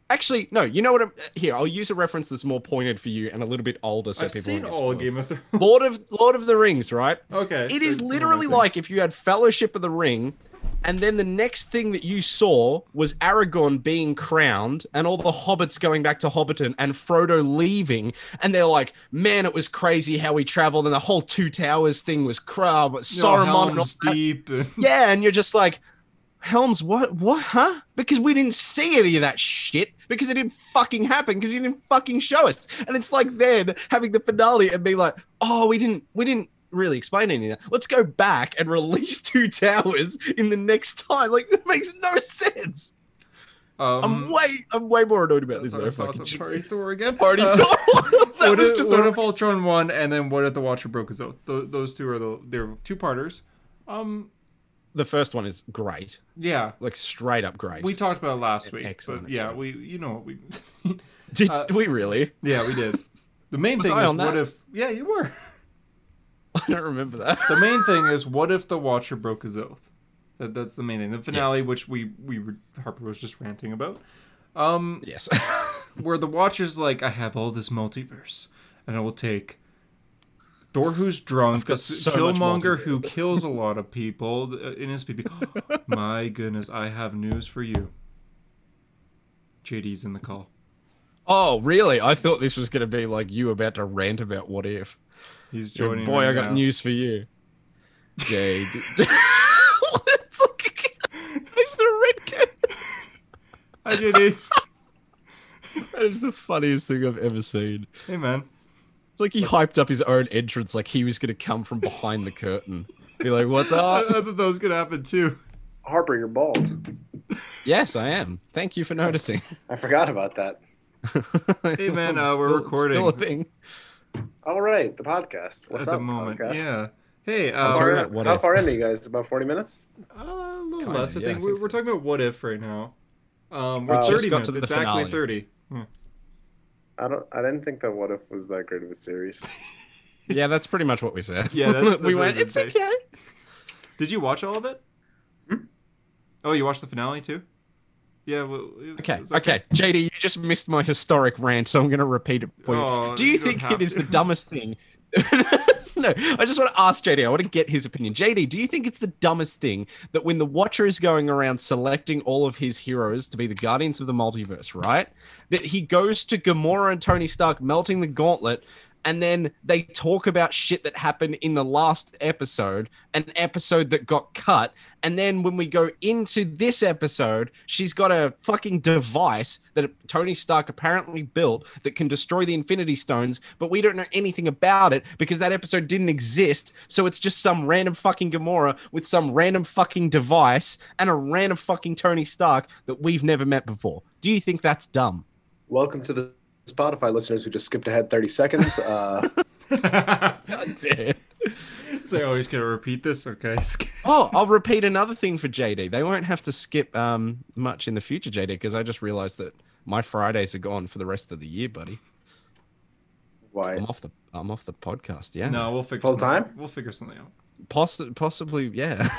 S2: Actually, no. You know what? I'm, here, I'll use a reference that's more pointed for you and a little bit older, so
S1: I've
S2: people.
S1: seen
S2: won't get
S1: all Oh, of
S2: spoiled.
S1: Game of Thrones.
S2: Lord of Lord of the Rings, right?
S1: okay,
S2: It is
S1: that's one of my
S2: literally
S1: things.
S2: like if you had Fellowship of the Ring, and then the next thing that you saw was Aragorn being crowned, and all the hobbits going back to Hobbiton, and Frodo leaving, and they're like, "Man, it was crazy how we traveled, and the whole Two Towers thing was crap." But
S1: You know,
S2: Saruman, and all
S1: Helm's
S2: that."
S1: Deep. and-
S2: yeah," and you're just like. Helms, what, what, huh? Because we didn't see any of that shit because it didn't fucking happen because you didn't fucking show us. And it's like then having the finale and being like, oh, we didn't, we didn't really explain any of that. Let's go back and release Two Towers in the next time. Like, it makes no sense. I'm
S1: Um,
S2: way, I'm way more annoyed about this
S1: that's
S2: than
S1: our
S2: I
S1: thoughts
S2: fucking
S1: on
S2: should.
S1: Party Thor again.
S2: Party
S1: Uh,
S2: Thor. that
S1: what
S2: was
S1: if,
S2: just
S1: what
S2: a-
S1: if Ultron won, and then what if the Watcher broke his oath? Tho- those two are the they're two parters. Um,
S2: the first one is great,
S1: yeah,
S2: like straight up great.
S1: we talked about it last week.
S2: E-, Excellent,
S1: but yeah,
S2: excellent.
S1: we you know what we
S2: Did
S1: uh,
S2: we really?
S1: yeah we did. The main
S2: Was
S1: thing
S2: I
S1: is
S2: on
S1: what
S2: that?
S1: if yeah you were.
S2: I don't remember that.
S1: The main thing is what if the Watcher broke his oath? That that's the main thing. The finale, which we we were, Harper was just ranting about. Um,
S2: yes.
S1: where the Watcher's like, I have all this multiverse, and I will take Thor who's drunk, the
S2: got so much
S1: Killmonger who
S2: multiverse.
S1: kills a lot of people, the- uh, innocent people. My goodness, I have news for you. JD's in the call.
S2: oh, really? I thought this was going to be like you about to rant about what if.
S1: He's
S2: Yeah,
S1: joining.
S2: boy,
S1: right
S2: I got
S1: now.
S2: news for you. Jade. It's like- it's the red cat.
S1: Hi, JD.
S2: That is the funniest thing I've ever seen.
S1: hey, man.
S2: It's like he hyped up his own entrance like he was going to come from behind the curtain. Be like, what's
S1: I,
S2: up?
S1: I thought that was gonna happen too.
S3: Harper, you're bald.
S2: yes, I am. Thank you for noticing.
S3: I forgot about that.
S1: Hey, man,
S2: It's
S1: uh, we're
S2: still- it's
S1: recording
S2: Still a thing.
S3: All right, the podcast. What's
S1: at the
S3: up,
S1: moment,
S3: podcast?
S1: yeah. Hey,
S3: How
S1: uh,
S2: talking
S3: far,
S1: we're,
S2: about what
S3: how
S2: if.
S3: far in are you guys? About 40 minutes?
S1: uh, a little
S2: Kinda,
S1: less. I
S2: yeah,
S1: think
S2: I
S1: we're,
S2: think Uh,
S1: we're talking about what if right now. Um, we're
S3: Wow.
S1: thirty
S2: Just got
S1: minutes
S2: to the
S1: exactly
S2: finale.
S1: thirty. Yeah.
S3: I don't. I didn't think that What If was that great of a series.
S2: Yeah, that's pretty much what we said.
S1: Yeah, that's- that's
S2: we
S1: what
S2: went,
S1: I've
S2: it's
S1: been
S2: okay.
S1: Did you watch all of it?
S3: Hmm?
S1: Oh, you watched the finale too? Yeah. Well, it-
S2: Okay,
S1: it's
S2: okay. JD, you just missed my historic rant, so I'm going to repeat it for you.
S1: Oh,
S2: Do
S1: you
S2: you
S1: don't
S2: think
S1: have
S2: it is
S1: to.
S2: the dumbest thing? no, I just want to ask JD. I want to get his opinion. JD, do you think it's the dumbest thing that when the Watcher is going around selecting all of his heroes to be the Guardians of the Multiverse, right? That he goes to Gamora and Tony Stark melting the gauntlet, and then they talk about shit that happened in the last episode, an episode that got cut, and then when we go into this episode, she's got a fucking device that Tony Stark apparently built that can destroy the Infinity Stones, but we don't know anything about it because that episode didn't exist. So it's just some random fucking Gamora with some random fucking device and a random fucking Tony Stark that we've never met before. Do you think that's dumb?
S3: Welcome to the Spotify listeners who just skipped ahead 30 seconds. Uh,
S1: okay.
S2: Damn.
S1: so, oh, he's gonna repeat this. Okay.
S2: oh, I'll repeat another thing for JD. They won't have to skip um, much in the future, JD, because I just realized that my Fridays are gone for the rest of the year, buddy.
S3: why?
S2: I'm off the I'm off the podcast. Yeah,
S1: No, we'll figure
S3: Full
S1: something
S3: time?
S1: Out. We'll figure something out.
S2: Poss- possibly. Yeah.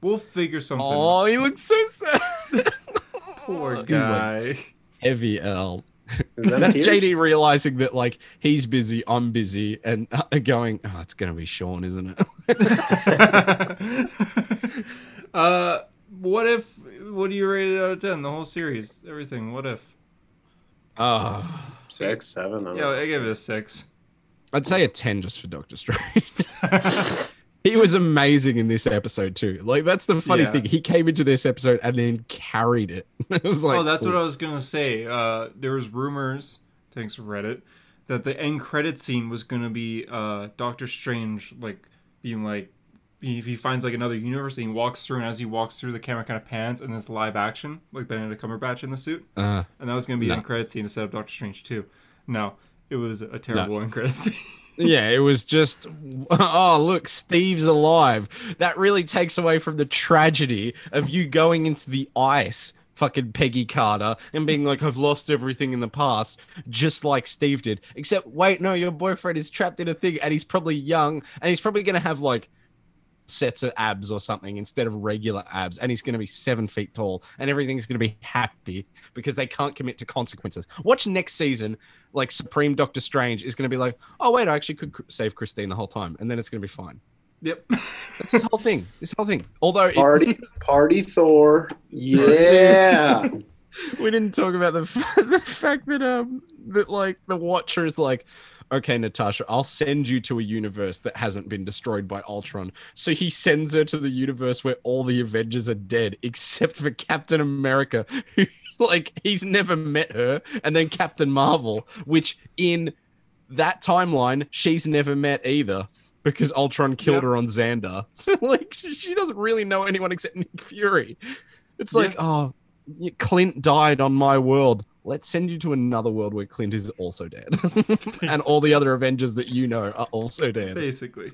S1: We'll figure something. out.
S2: oh, he looks so sad.
S1: poor
S2: He's like,
S1: guy.
S2: heavy L.
S3: Is that
S2: That's
S3: Pierce?
S2: JD realizing that like he's busy, I'm busy, and uh, going, oh, it's gonna be Sean, isn't it?
S1: uh, what if? What do you rate it out of ten? The whole series, everything. What if?
S2: Oh,
S1: Ah.
S3: Six, seven. I don't
S1: Yeah,
S3: know.
S1: I give it a six.
S2: I'd say a ten just for Doctor Strange. He was amazing in this episode too. Like that's the funny
S1: Yeah.
S2: thing. He came into this episode and then carried it. it was like,
S1: oh, that's what
S2: "Ooh."
S1: I was gonna say. Uh, there was rumors, thanks Reddit, that the end credit scene was gonna be uh, Doctor Strange like being like, if he finds like another universe and he walks through, and as he walks through, the camera kind of pans, and it's live action, like Benedict Cumberbatch in the suit,
S2: Uh,
S1: and that was gonna be
S2: No.
S1: the end credit scene instead of Doctor Strange two. No, it was a terrible end credit scene.
S2: yeah, it was just, oh look, Steve's alive. That really takes away from the tragedy of you going into the ice. Fucking Peggy Carter and being like, I've lost everything in the past, just like Steve did. Except, wait, no, your boyfriend is trapped in a thing and he's probably young and he's probably going to have like sets of abs or something instead of regular abs, and he's going to be seven feet tall, and everything's going to be happy because they can't commit to consequences. Watch next season, like Supreme Doctor Strange is going to be like, oh wait, I actually could cr- save Christine the whole time, and then it's going to be fine.
S1: yep.
S2: That's this whole thing. This whole thing. Although it-
S3: Party, party, Thor. Yeah.
S2: we didn't talk about the f- the fact that um that like the Watcher is like, okay, Natasha, I'll send you to a universe that hasn't been destroyed by Ultron. So he sends her to the universe where all the Avengers are dead except for Captain America, who like he's never met her, and then Captain Marvel, which in that timeline she's never met either. Because Ultron killed
S1: Yep.
S2: her on Xander, so like she doesn't really know anyone except Nick Fury. It's like, oh, y- Clint died on my world. Let's send you to another world where Clint is also dead. and all the other Avengers that you know are also dead.
S1: basically.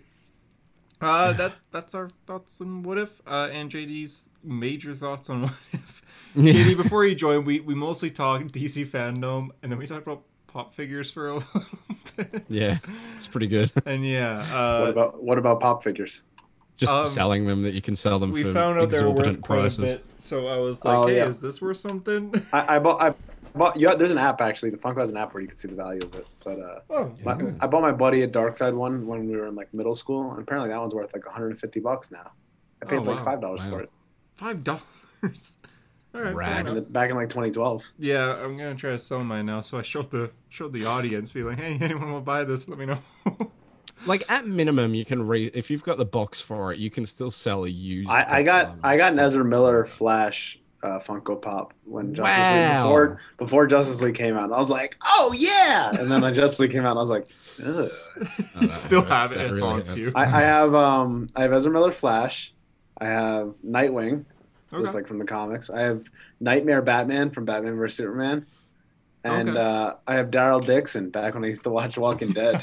S1: Uh, that that's our thoughts on what if, uh, and JD's major thoughts on what if.
S2: Yeah.
S1: JD, before you joined, we we mostly talked DC fandom, and then we talked about pop figures for a little bit.
S2: Yeah, it's pretty good.
S1: And yeah,
S3: what
S1: uh,
S3: about what about pop figures?
S2: Just
S1: Um,
S2: selling them that you can sell them
S1: we
S2: for
S1: found out they were worth
S2: exorbitant
S1: quite
S2: prices.
S1: a bit, so I was like,
S3: Oh,
S1: hey,
S3: yeah.
S1: is this worth something?
S3: I, I bought. I bought. Yeah, there's an app actually. The Funko has an app where you can see the value of it. But uh,
S1: oh,
S3: my,
S2: Yeah.
S3: I bought my buddy a Dark Side one when we were in like middle school, and apparently that one's worth like 150 bucks now. I paid
S1: Oh,
S3: like
S1: wow.
S3: five dollars
S2: Wow.
S3: for it
S1: five dollars. All right, fair
S2: Rad.
S1: enough.
S3: back in, the, back in like 2012.
S1: yeah, I'm gonna try to sell mine now. So I showed the showed the audience, be like, hey, anyone will buy this? Let me know.
S2: Like at minimum, you can re if you've got the box for it, you can still sell a used.
S3: I, I got
S2: one.
S3: I got an Ezra Miller Flash uh, Funko Pop when Justice League
S2: Wow.
S3: before before Justice League came out. And I was like, oh yeah! And then when Justice League came out, and I was like, Ugh.
S2: Oh,
S1: you
S2: that
S1: still
S2: hurts.
S1: have it.
S2: That
S1: It
S2: really
S1: haunts
S2: hurts.
S1: you.
S3: I, I have um I have Ezra Miller Flash, I have Nightwing,
S1: Okay.
S3: just like from the comics. I have Nightmare Batman from Batman vs Superman, and
S1: Okay.
S3: uh, I have Daryl Dixon back when I used to watch Walking Dead.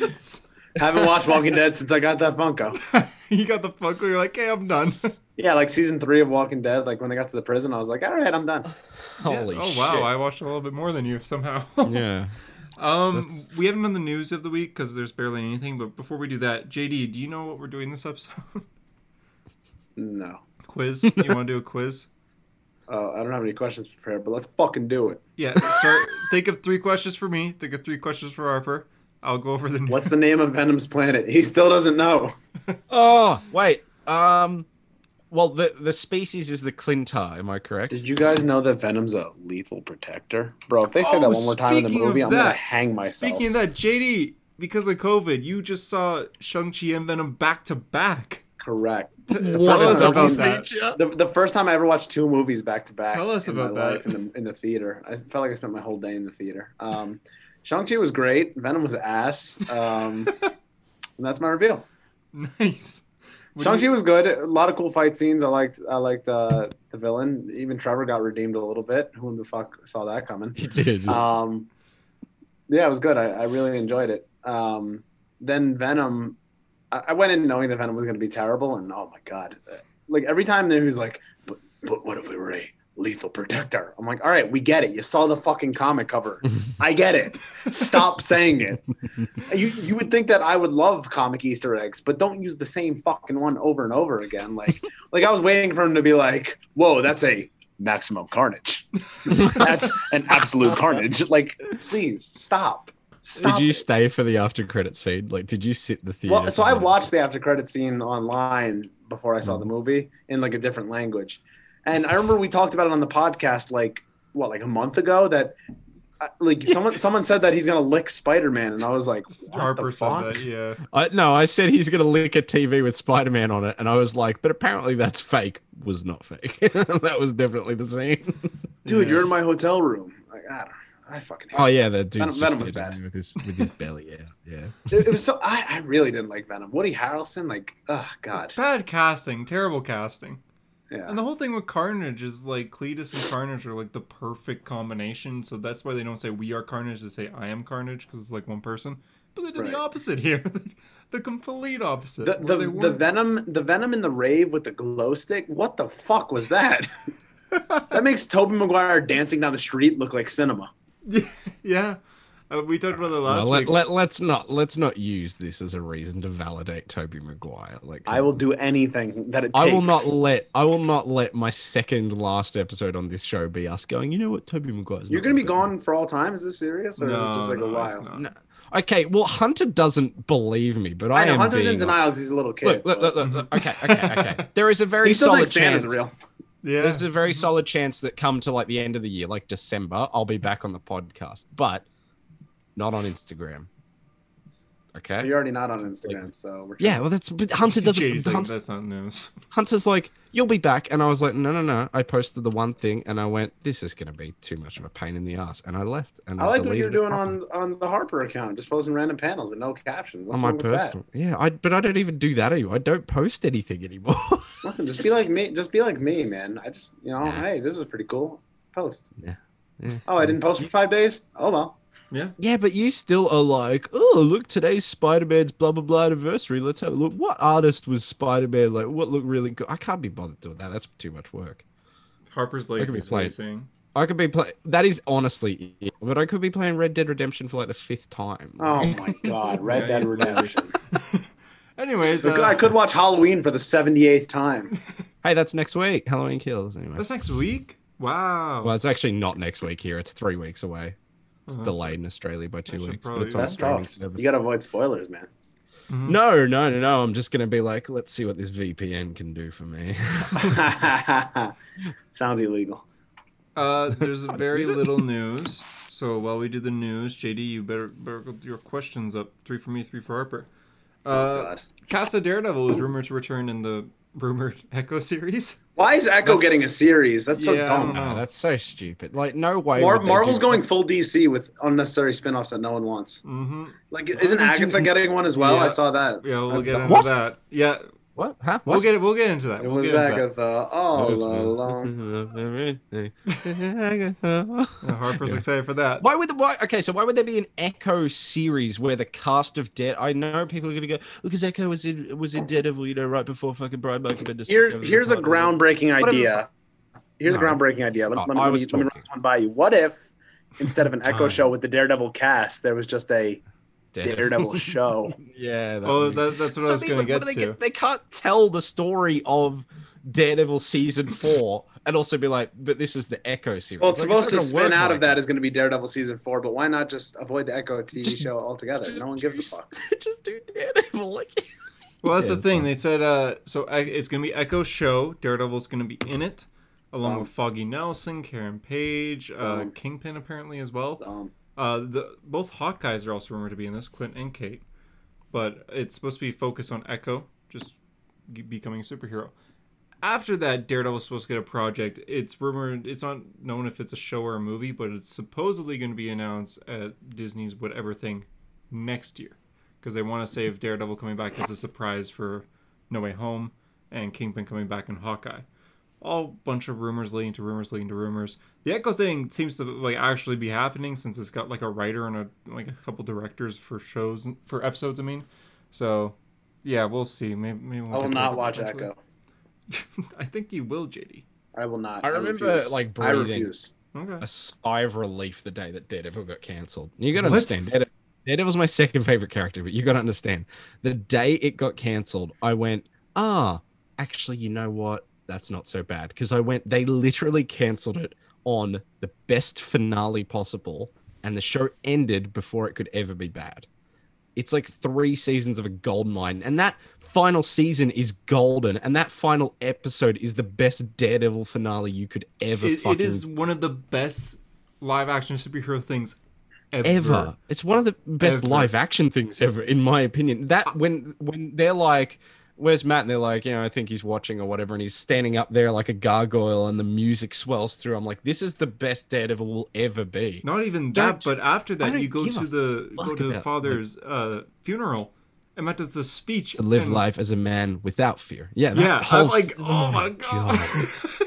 S1: It's-
S3: Haven't watched Walking Dead since I got that Funko.
S1: you got the fuck where you're like, hey, I'm done.
S3: Yeah, like season three of Walking Dead. Like when I got to the prison, I was like, all right, I'm done.
S2: Holy
S1: Yeah. Oh
S2: shit.
S1: wow, I watched a little bit more than you somehow.
S2: yeah.
S1: um,
S2: that's-
S1: we haven't done the news of the week because there's barely anything. But before we do that, JD, do you know what we're doing this episode?
S3: No.
S1: quiz? You want to do a quiz?
S3: Oh, I don't have any questions prepared, but let's fucking do it.
S1: Yeah. Start. think of three questions for me. Think of three questions for Harper. I'll go over the. News.
S3: What's the name of Venom's planet? He still doesn't know.
S2: Oh wait. Um. Well, the the species is the Clintar. Am I correct?
S3: Did you guys know that Venom's a lethal protector? Bro, if they say
S1: Oh,
S3: that one more time in the
S1: speaking of
S3: movie, I'm gonna
S1: that-
S3: hang myself.
S1: Speaking of that, JD, because of COVID, you just saw Shang Chi and Venom back to back.
S3: Correct.
S1: Tell us
S3: Double
S1: about that.
S3: The, the first time I ever watched two movies back to back.
S1: Tell us
S3: in
S1: about
S3: my
S1: that.
S3: life in the, in the theater. I felt like I spent my whole day in the theater. Um, Shang-Chi was great. Venom was ass. Um, and that's my reveal.
S1: Nice. What do you-
S3: Shang Chi was good. A lot of cool fight scenes. I liked. I liked uh, the villain. Even Trevor got redeemed a little bit. Who in the fuck saw that coming?
S2: He did.
S3: Um, yeah, it was good. I, I really enjoyed it. Um, then Venom. I, I went in knowing that Venom was going to be terrible, and oh my god, like every time there he was like, but, but what if we were a lethal protector? I'm like, all right, we get it. You saw the fucking comic cover. I get it. Stop saying it. You you would think that I would love comic Easter eggs, but don't use the same fucking one over and over again. Like like I was waiting for him to be like, whoa, that's a maximum carnage. That's an absolute carnage. Like, please stop. Stop.
S2: did you
S3: it.
S2: stay for the after credit scene? Like, did you sit in the theater?
S3: Well, so
S2: for
S3: I
S2: that?
S3: watched the after credit scene online before I
S2: Mm-hmm.
S3: saw the movie in like a different language, and I remember we talked about it on the podcast like what like a month ago that uh, like someone someone said that he's gonna lick Spider Man, and I was like, what
S1: Harper
S3: the
S1: said
S3: fuck?
S1: that, yeah.
S2: I, no, I said he's gonna lick a TV with Spider Man on it, and I was like, but apparently that's fake. Was not fake. that was definitely the scene.
S3: dude,
S1: Yeah.
S3: you're in my hotel room. Like I don't, I fucking hate
S2: Oh yeah, that dude.
S3: Venom- Venom was bad.
S2: with his with his belly. Yeah, yeah.
S3: It, it was so I, I really didn't like Venom. Woody Harrelson, like, oh god,
S1: Bad casting, terrible casting.
S3: yeah.
S1: And the whole thing with Carnage is like Cletus and Carnage are like the perfect combination, so that's why they don't say we are Carnage, they say I am Carnage because it's like one person. But they did
S3: Right.
S1: the opposite here. the complete opposite.
S3: The,
S1: where
S3: the,
S1: they
S3: the
S1: weren't-
S3: venom the venom in the rave with the glow stick what the fuck was that that makes toby maguire dancing down the street look like cinema
S1: yeah. Uh, we talked about that
S2: Well,
S1: last
S2: let,
S1: week.
S2: let, let's not let's not use this as a reason to validate Toby Maguire. Like
S3: i will do anything that it
S2: I
S3: takes
S2: will not let I will not let my second last episode on this show be us going. You know what, Toby Maguire's.
S3: you're
S2: not
S3: gonna be
S2: gonna
S3: gone for all time is this serious or is it just like a
S1: no, it's
S3: while
S1: not.
S2: No. do it." Okay, well Hunter doesn't believe me, but I,
S3: i know
S2: am
S3: hunter's
S2: being
S3: in denial because he's a little kid
S2: Look, look,
S3: but
S2: look, look, look. Okay, okay, okay. There is a very
S3: he still
S2: solid
S3: thinks
S2: chance.
S3: santa's real
S1: Yeah.
S2: There's a
S3: Mm-hmm.
S2: very solid chance that come to like the end of the year, like December, I'll be back on the podcast, but not on Instagram. Okay.
S3: you're already not on instagram so we're
S2: Yeah, well, that's but Hunter doesn't.
S1: Jeez, like,
S2: Hunter,
S1: that's not news.
S2: Hunter's like, you'll be back, and I was like, no, no, no. I posted the one thing, and I went, this is gonna be too much of a pain in the ass, and I left. And
S3: I liked what you were
S2: deleted it
S3: doing
S2: properly.
S3: on on the Harper account, just posting random panels with no captions. What's
S2: on
S3: wrong
S2: my
S3: with
S2: personal. Yeah, I but I don't even do that anymore. I don't post anything anymore.
S3: that? Listen, just be like me. Just be like me, man. I just, you know,
S2: Yeah.
S3: hey, this was pretty cool. Post.
S2: Yeah.
S3: Oh, I didn't post for five days. Oh well.
S1: Yeah.
S2: Yeah, but you still are like, oh, look, today's Spider Man's blah blah blah anniversary. Let's have a look. What artist was Spider Man? Like, what looked really good? I can't be bothered doing that. That's too much work.
S1: Harper's
S2: I
S1: Lake
S2: can
S1: is what
S2: explain.
S1: he's saying.
S2: I could be playing. That is honestly, it. but I could be playing Red Dead Redemption for like the fifth time.
S3: Oh my God, Red
S1: Yeah,
S3: Dead
S1: he's
S3: Redemption.
S1: Anyways, uh,
S3: I could watch Halloween for the seventy eighth time.
S2: Hey, that's next week. Halloween Kills. Anyway,
S1: that's next week. Wow.
S2: well, it's actually not next week here. It's three weeks away.
S1: Oh,
S2: It's
S1: that's-
S2: delayed in Australia by two
S1: should
S2: weeks.
S1: probably-
S2: But it's on
S3: That's
S2: streaming
S3: tough.
S2: service.
S3: You gotta avoid spoilers, man.
S1: Mhm.
S2: No, no, no, no. I'm just gonna be like, let's see what this VPN can do for me.
S3: Sounds illegal.
S1: Uh, there's very
S2: Is it?
S1: little news. So while we do the news, JD, you better burgle your questions up. Three for me, three for Harper. Uh,
S3: Oh, God.
S1: Casa Daredevil is rumored to return in the rumored Echo series.
S3: Why is Echo
S2: That's-
S3: getting a series? That's so
S1: Yeah, I don't
S3: dumb.
S2: No,
S1: No.
S2: that's so stupid. Like, no way.
S3: Oh, Mar-
S2: would they
S3: Marvel's
S2: do-
S3: going full DC with unnecessary spin-offs that no one wants.
S1: Mm-hmm.
S3: Like, isn't
S2: did you-
S3: Agatha getting one as well?
S1: Yeah.
S3: I saw that.
S1: Yeah, we'll
S3: That's
S1: get
S3: dumb.
S1: into
S2: What?
S1: that. Yeah,
S2: What? Huh?
S1: we'll
S2: What?
S1: get we'll get into that.
S3: It
S1: We'll
S3: was
S1: get into that.
S3: Agatha Oh, all along.
S1: Uh, Harper's
S2: Yeah.
S1: excited for that.
S2: Why would the why? Okay, so why would there be an Echo series where the cast of Dead? I know people are gonna go because Echo was in was in Daredevil, you know, right before fucking Brian Michael Bendis. took
S3: Here,
S2: over the
S3: here's a
S2: title.
S3: groundbreaking
S2: Whatever the
S3: idea.
S2: fuck.
S3: Here's a
S2: No.
S3: groundbreaking idea. Let,
S2: Oh,
S3: let me,
S2: I
S3: let, me,
S2: was
S3: let me run
S2: joking.
S3: this one by you. What if instead of an Echo
S2: Time.
S3: show with the Daredevil cast, there was just a Daredevil show?
S2: Yeah. that
S1: Oh,
S2: would be-
S1: that, that's what I was
S2: mean,
S1: going to
S2: like, what
S1: get
S2: do they
S1: to.
S2: They can't tell the story of Daredevil season four and also be like, but this is the Echo series.
S3: Well, it's
S2: Like,
S3: supposed
S2: not
S3: to
S2: gonna
S3: spin
S2: work
S3: out
S2: like
S3: of that is going to be Daredevil season four, but why not just avoid the Echo TV
S2: Just-
S3: show altogether?
S2: just
S3: No one gives a
S2: do
S3: fuck.
S2: s- just do Daredevil. Like,
S1: Well, that's
S2: Yeah,
S1: the
S2: that's
S1: thing.
S2: fine.
S1: They said uh, so. I, it's gonna be Echo Show. Daredevil's gonna be in it, along
S3: Um,
S1: with Foggy Nelson, Karen Page, uh,
S3: um,
S1: Kingpin apparently as well.
S3: Um,
S1: Uh, the both Hawkeyes are also rumored to be in this, Clint and Kate. But it's supposed to be focused on Echo, just g- becoming a superhero. After that, Daredevil's supposed to get a project. It's rumored. It's not known if it's a show or a movie, but it's supposedly going to be announced at Disney's whatever thing next year, because they want to save Daredevil coming back as a surprise for No Way Home and Kingpin coming back in Hawkeye all bunch of rumors leading to rumors leading to rumors. The Echo thing seems to like actually be happening since it's got like a writer and a like a couple directors for shows for episodes. I mean, so yeah, we'll see. Maybe, maybe we'll
S3: I will
S1: talk
S3: not
S1: about
S3: watch
S1: it eventually.
S3: Echo.
S1: I think you will, JD.
S3: I will not.
S2: I remember,
S3: refuse.
S2: like,
S3: I
S2: breathing.
S3: refuse.
S2: a
S1: Okay.
S2: sigh of relief the day that Daredevil got cancelled. You got to
S1: What?
S2: understand, Daredevil, Daredevil's my second favorite character, but you got to understand, the day it got cancelled, I went, ah, actually, you know what? that's not so bad because I went. They literally cancelled it on the best finale possible, and the show ended before it could ever be bad. It's like three seasons of a gold mine, and that final season is golden, and that final episode is the best Daredevil finale you could ever.
S1: It, it
S2: fucking
S1: is one of the best live action superhero things ever.
S2: ever. It's one of the best
S1: Ever. Ah.
S2: live action things ever, in my opinion. That when when they're like, "Where's Matt?" and they're like, "You know, I think he's watching or whatever," and he's standing up there like a gargoyle, and the music swells through. I'm like, "This is the best Daredevil will ever be."
S1: Not even that,
S2: Don't-
S1: but after that,
S2: don't
S1: you go
S2: give
S1: to
S2: a
S1: the
S2: fuck
S1: go to
S2: about-
S1: father's uh, funeral, and Matt does the speech.
S2: To live
S1: and-
S2: life as a man without fear. Yeah, that
S1: Yeah,
S2: whole
S1: I'm like,
S2: s-
S1: oh my god,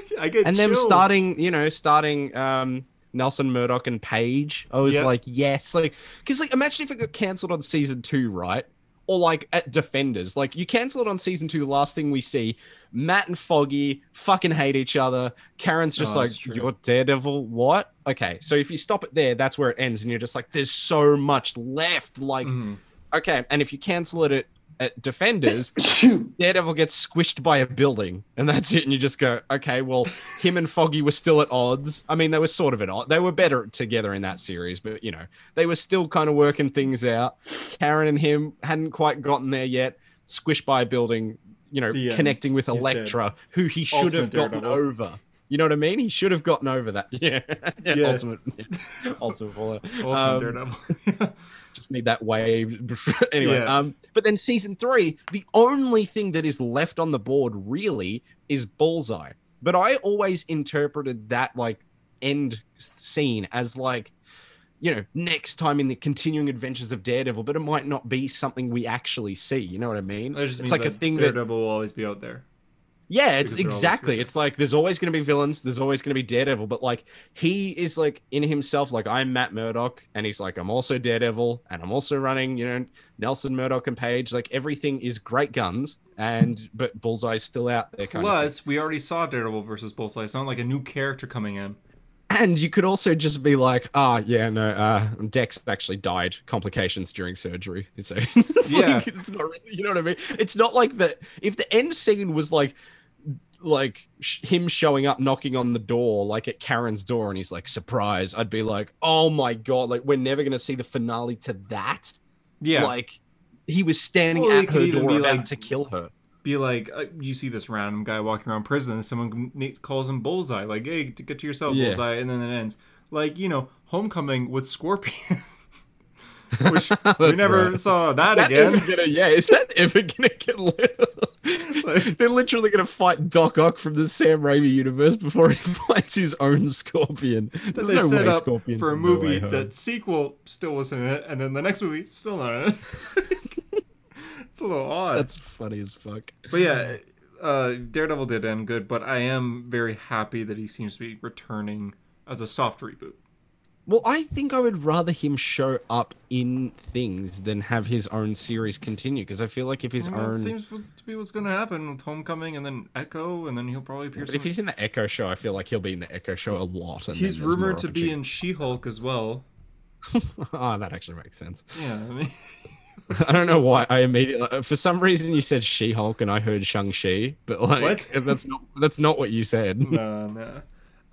S1: I get
S2: and them
S1: chills.
S2: starting, you know, starting um Nelson Murdoch and Paige. I was
S1: Yeah.
S2: like, yes, like because like imagine if it got cancelled on season two, right? Or like at Defenders, like you cancel it on season two. The last thing we see, Matt and Foggy fucking hate each other. Karen's just
S1: Oh,
S2: like,
S1: that's true.
S2: "You're Daredevil, what?" Okay, so if you stop it there, that's where it ends, and you're just like, "There's so much left." Like,
S1: Mhm.
S2: okay, and if you cancel it at, at Defenders, Daredevil gets squished by a building, and that's it. And you just go, okay, well, him and Foggy were still at odds. I mean, they were sort of at odds. They were better together in that series, but you know, they were still kind of working things out. Karen and him hadn't quite gotten there yet. Squished by a building, you know,
S1: The end.
S2: connecting with
S1: He's dead.
S2: Elektra, who he should
S1: Ultimate
S2: have gotten
S1: Daredevil.
S2: over. You know what I mean? He should have gotten over that. Yeah, yeah.
S1: Yeah.
S2: Ultimate, yeah. ultimate. Fallout.
S1: Ultimate
S2: Um,
S1: Daredevil.
S2: just need that wave. anyway,
S1: Yeah.
S2: um, but then season three, the only thing that is left on the board really is Bullseye. But I always interpreted that like end scene as like, you know, next time in the continuing adventures of Daredevil, but it might not be something we actually see. You know what I mean?
S1: that just means
S2: it's like
S1: that
S2: a thing that
S1: Daredevil will always be out there.
S2: yeah, it's
S1: Because they're all
S2: exactly.
S1: different.
S2: It's like there's always going to be villains. There's always going to be Daredevil, but like he is like in himself. Like I'm Matt Murdock, and he's like I'm also Daredevil, and I'm also running. You know, Nelson Murdock and Page. Like everything is great guns, and but Bullseye's still out there. Kind of thing.
S1: Plus, we already saw Daredevil versus Bullseye. It's not like a new character coming in.
S2: and you could also just be like, ah, yeah, no, uh, Dex actually died complications during surgery. So it's
S1: Yeah.
S2: like, it's not really, you know what I mean. It's not like that. If the end scene was like, like sh- him showing up knocking on the door, like at Karen's door, and he's like, surprise, I'd be like, oh my god, like we're never gonna see the finale to that.
S1: Yeah,
S2: Like he was standing
S1: Well, it
S2: at
S1: could
S2: her
S1: even
S2: door
S1: be
S2: about
S1: like-
S2: to kill her.
S1: be like uh, you see this random guy walking around prison, and someone n- calls him Bullseye. Like, hey, t- get to yourself,
S2: Yeah.
S1: Bullseye, and then it ends. Like you know, Homecoming with Scorpion, which we
S2: That's
S1: never
S2: right.
S1: saw that,
S2: that
S1: again.
S2: ever gonna yeah is that ever gonna get lit
S1: Like-
S2: they're literally gonna fight doc ock from the sam raimi universe before he fights his own scorpion
S1: that
S2: there's
S1: they
S2: no
S1: set
S2: way
S1: up
S2: Scorpion's
S1: for a
S2: in No Way
S1: movie
S2: Home.
S1: that sequel still wasn't in it, and then the next movie still not in it. it's a little odd.
S2: that's funny as fuck
S1: But yeah, uh, Daredevil did end good, but I am very happy that he seems to be returning as a soft reboot.
S2: well i think i would rather him show up in things than have his own series continue because i feel like if his
S1: I mean,
S2: own
S1: It seems to be what's going to happen with Homecoming and then Echo, and then he'll probably appear.
S2: but if
S1: some-
S2: he's in the echo show i feel like he'll be in the echo show a lot and
S1: he's
S2: then there's more
S1: rumored to be in She Hulk as well.
S2: opportunity. oh that actually makes sense
S1: Yeah, I mean,
S2: I don't know why I immediately uh, for some reason you said She Hulk and I heard Shang Chi, but like
S1: What? Hmm.
S2: that's not that's not what you said.
S1: no, no.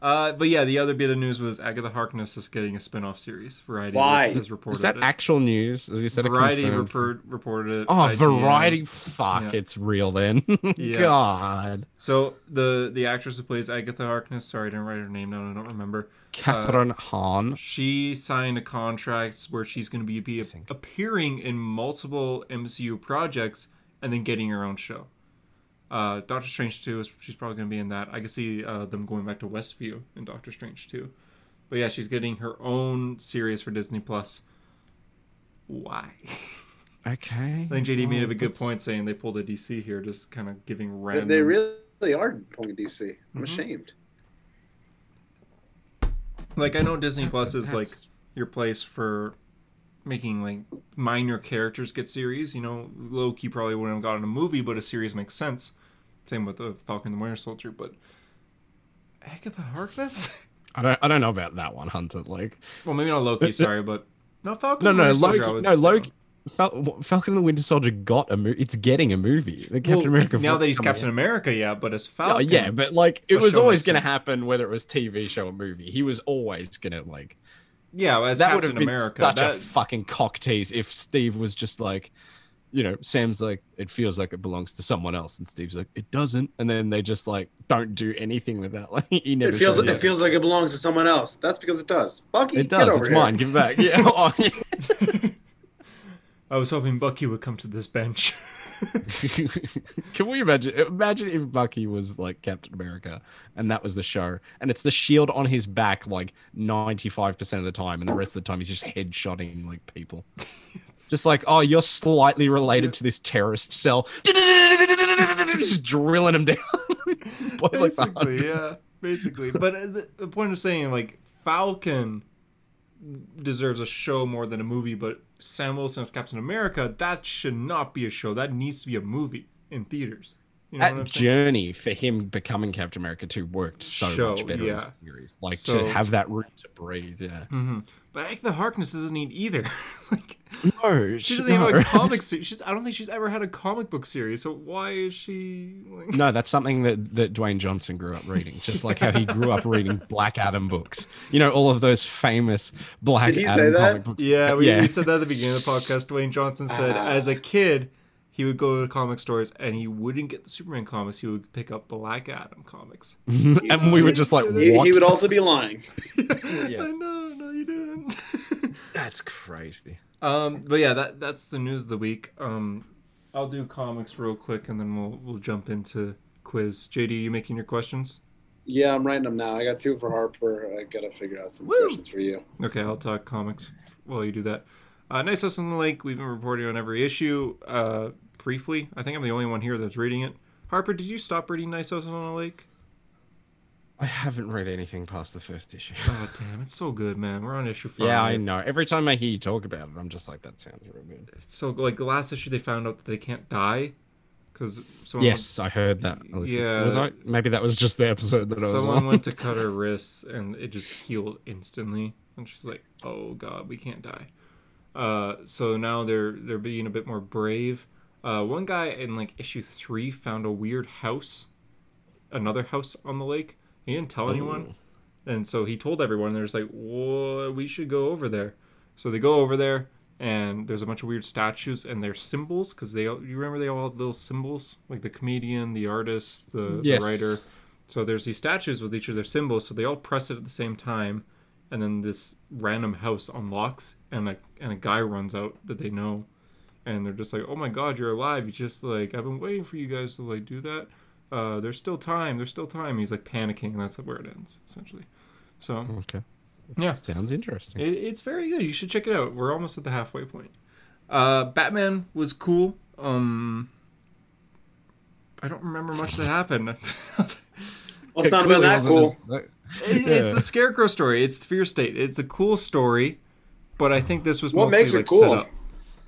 S1: Uh, but yeah, the other bit of news was Agatha Harkness is getting a spin-off series. Variety
S3: Why?
S1: has reported
S2: Is that
S1: it.
S2: actual news? As you said, a
S1: Variety
S2: confirmed-
S1: report, reported it.
S2: Oh,
S1: IGN.
S2: Variety! Fuck,
S1: Yeah.
S2: it's real then.
S1: Yeah.
S2: God,
S1: So the the actress who plays Agatha Harkness, sorry, I didn't write her name down. I don't remember.
S2: Catherine
S1: Uh,
S2: Hahn.
S1: She signed a contract where she's going to be, be
S2: think.
S1: appearing in multiple MCU projects and then getting her own show. Uh, Doctor Strange 2 is she's probably going to be in that. I can see uh, them going back to Westview in Doctor Strange 2. But yeah, she's getting her own series for Disney Plus. Why?
S2: Okay.
S1: I think JD made
S2: Oh,
S1: a good
S2: that's-
S1: point saying they pulled a DC here, just kind of giving
S3: They-
S1: random.
S3: They really are pulling DC. I'm
S2: Mm-hmm.
S1: Mhm.
S3: ashamed.
S1: like I know Disney
S2: That's-
S1: Plus is like
S2: that's-
S1: your place for making like minor characters get series. You know, Loki probably wouldn't have gotten a movie, but a series makes sense. Same with the Falcon and the Winter Soldier, but Agatha Harkness.
S2: I don't. I don't know about that one, Hunter. Like,
S1: well, maybe not Loki. Sorry, but no Falcon.
S2: no,
S1: and the
S2: no,
S1: Winter Soldier, I
S2: Loki.
S1: would
S2: No,
S1: still-
S2: Loki. Fal- Falcon and the Winter Soldier got a movie. It's getting a movie. The Captain America.
S1: now that he's
S2: film-
S1: Captain America, yeah, but as
S2: Oh,
S1: Falcon,
S2: yeah, but like it
S1: Oh,
S2: was
S1: sure,
S2: always
S1: makes
S2: going to
S1: sense.
S2: happen, whether it was TV show or movie. He was always going to like
S1: yeah, as
S2: that would have
S1: Captain
S2: been
S1: America,
S2: such
S1: that,
S2: a fucking cock tease if Steve was just like, you know, Sam's like, it feels like it belongs to someone else, and Steve's like, it doesn't, and then they just like don't do anything with that. Like he never
S3: It feels
S2: shows
S3: like,
S2: up.
S3: it feels like it belongs to someone else. That's because it does. Bucky,
S2: It
S3: Get
S2: does.
S3: over
S2: It's
S3: here.
S2: mine. Give it back. Yeah. Oh, yeah.
S1: I was hoping Bucky would come to this bench.
S2: Can we imagine? Imagine if Bucky was like Captain America, and that was the show, and it's the shield on his back like ninety five percent of the time, and the rest of the time he's just headshotting like people. just like, oh, you're slightly related to this terrorist cell, just drilling him down. Boy, like,
S1: basically, yeah, basically. But uh, the, the point of saying like Falcon deserves a show more than a movie, but Sam Wilson as Captain America that should not be a show. That needs to be a movie in theaters. You know what
S2: that
S1: I'm saying?
S2: journey for him becoming Captain America too worked so
S1: Show,
S2: much better as
S1: yeah.
S2: a series. Like
S1: So-
S2: to have that room to breathe. Yeah.
S1: hmm But Agatha Harkness doesn't need either. like
S2: No,
S1: she doesn't even have a comic series. She's I don't think she's ever had a comic book series. So why is she? Like...
S2: No, that's something that, that Dwayne Johnson grew up reading, just like how he grew up reading Black Adam books. You know, all of those famous Black
S3: Did he
S2: Adam
S3: say that?
S2: comic books.
S1: Yeah, we,
S2: yeah.
S1: we said that at the beginning of the podcast. Dwayne Johnson said,
S3: Ah.
S1: as a kid, he would go to comic stores and he wouldn't get the Superman comics. He would pick up Black Adam comics.
S2: and we were just like,
S3: He,
S2: what?
S3: he would also be lying.
S1: I know, no, you didn't.
S2: That's crazy.
S1: um, but yeah, that that's the news of the week. Um, I'll do comics real quick, and then we'll we'll jump into quiz. JD, you making your questions?
S3: Yeah, I'm writing them now. I got two for Harper. I gotta figure out some
S1: Woo.
S3: questions for you.
S1: Okay, I'll talk comics while you do that. Uh, nice House on the Lake. We've been reporting on every issue uh, briefly. I think I'm the only one here that's reading it. Harper, did you stop reading Nice House on the Lake?
S2: I haven't read anything past the first issue.
S1: Oh damn, it's so good, man. We're on issue five.
S2: Yeah, I know. Every time I hear you talk about it, I'm just like, that sounds real good.
S1: It's so like the last issue, they found out that they can't die because someone
S2: Yes, I heard that. I was-
S1: Yeah.
S2: Was I? Maybe that was just the episode that I was
S1: someone
S2: on.
S1: went to cut her wrists and it just healed instantly, and she's like, "Oh god, we can't die." Uh, so now they're they're being a bit more brave. Uh, one guy in like issue three found a weird house, another house on the lake. He didn't
S2: Oh.
S1: tell anyone. And so he told everyone, and they're just like, "Whoa, we should go over there." So they go over there, and there's a bunch of weird statues and their symbols, because they all, you remember they all had little symbols, like the comedian, the artist, the,
S2: Yes.
S1: the writer. So there's these statues with each of their symbols, so they all press it at the same time, and then this random house unlocks, and a and a guy runs out that they know, and they're just like, "Oh my God, you're alive!" He's just like, "I've been waiting for you guys to like do that." Uh, there's still time. There's still time. He's like panicking, and that's where it ends essentially. So
S2: Okay.
S1: Yeah.
S2: Sounds interesting.
S1: it, it's very good. You should check it out. We're almost at the halfway point. Uh, Batman was cool. Um, I don't remember much that happened.
S3: What's not about that cool?
S1: It-
S2: Yeah.
S1: It's the Scarecrow story. It's Fear State. It's a cool story, but I think this was
S3: What
S1: mostly
S3: makes it
S1: like
S3: cool?
S1: set up.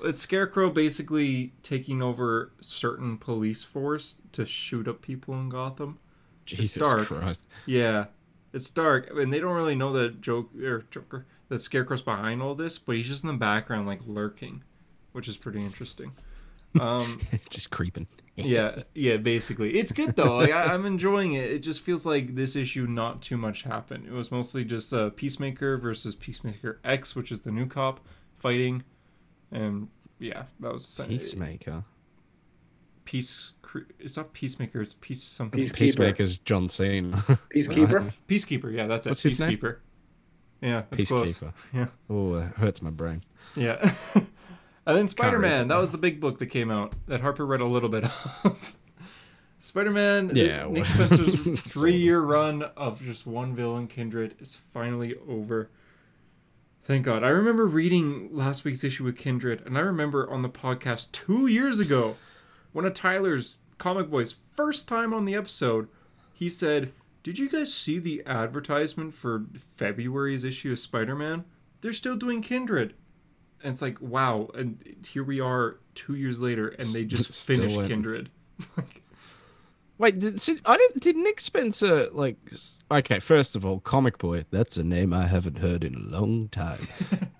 S1: It's Scarecrow basically taking over certain police force to shoot up people in Gotham.
S2: Jesus
S1: dark.
S2: Christ.
S1: Yeah, it's dark, and they don't really know that joke or Joker, that Scarecrow's behind all this, but he's just in the background, like lurking, which is pretty interesting. Um,
S2: just creeping.
S1: yeah, yeah, basically, it's good though. Like, I, I'm enjoying it. It just feels like this issue not too much happened. It was mostly just uh, Peacemaker versus Peacemaker X, which is the new cop fighting, and yeah, that was essentially
S2: Peacemaker.
S1: peace. Cre- It's not Peacemaker. It's peace something.
S3: Peace-
S2: Peacemaker's John Cena.
S3: Peacekeeper.
S1: Peacekeeper. Yeah, that's it.
S2: What's his name?
S1: Peacekeeper. Yeah, that's close.
S2: Peacekeeper.
S1: Yeah.
S2: Oh, it hurts my brain.
S1: Yeah. and then Spider Man,
S2: it
S1: that was the big book that came out that Harper read a little bit of. Spider Man,
S2: Yeah,
S1: Nick
S2: well,
S1: Spencer's
S2: it's
S1: three year run of just one villain, Kindred, is finally over. Thank God. I remember reading last week's issue with Kindred, and I remember on the podcast two years ago, one of Tyler's comic boys, first time on the episode, he said, Did you guys see the advertisement for February's issue of Spider Man? They're still doing Kindred. And it's like, wow. And here we are two years later, and they just
S2: Still
S1: finished
S2: in.
S1: Kindred. like,
S2: Wait, did, so I didn't. Did Nick Spencer like? s- Okay, first of all, Comic Boy. That's a name I haven't heard in a long time.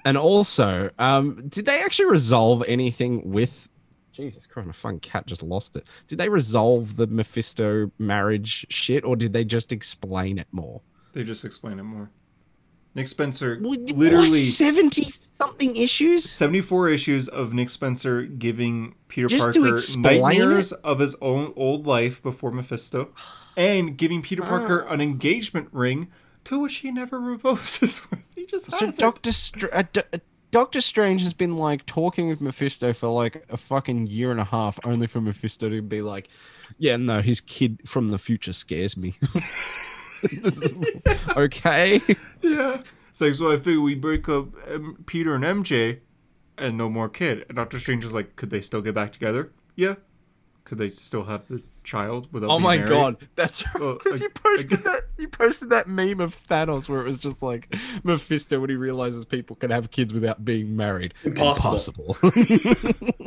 S2: and also, um, did they actually resolve anything with? Jesus Christ, my fun cat just lost it. Did they resolve the Mephisto marriage shit, or did they just explain it more?
S1: They just explain it more. Nick Spencer
S2: Well, it was
S1: literally
S2: seventy something issues.
S1: 74 issues of Nick Spencer giving Peter
S2: Just to
S1: Parker
S2: explain
S1: nightmares of his own old life before Mephisto and giving Peter Parker an engagement ring to which he never reposes with. He just
S2: So
S1: has it.
S2: Doctor Str- uh, D- uh, Doctor Strange has been like talking with Mephisto for like a fucking year and a half, only for Mephisto to be like, "Yeah, no, his kid from the future scares me." okay,
S1: Yeah. It's like, so I figure we break up um, Peter and MJ and no more kid. And Doctor Strange is like, could they still get back together? Yeah. Could they still have the child without
S2: oh
S1: being
S2: my
S1: married?
S2: god, that's
S1: Well,
S2: because
S1: I-
S2: you
S1: I
S2: posted
S1: guess-
S2: that you posted that meme of Thanos where it was just like Mephisto when he realizes people can have kids without being married.
S3: Impossible.
S2: Impossible.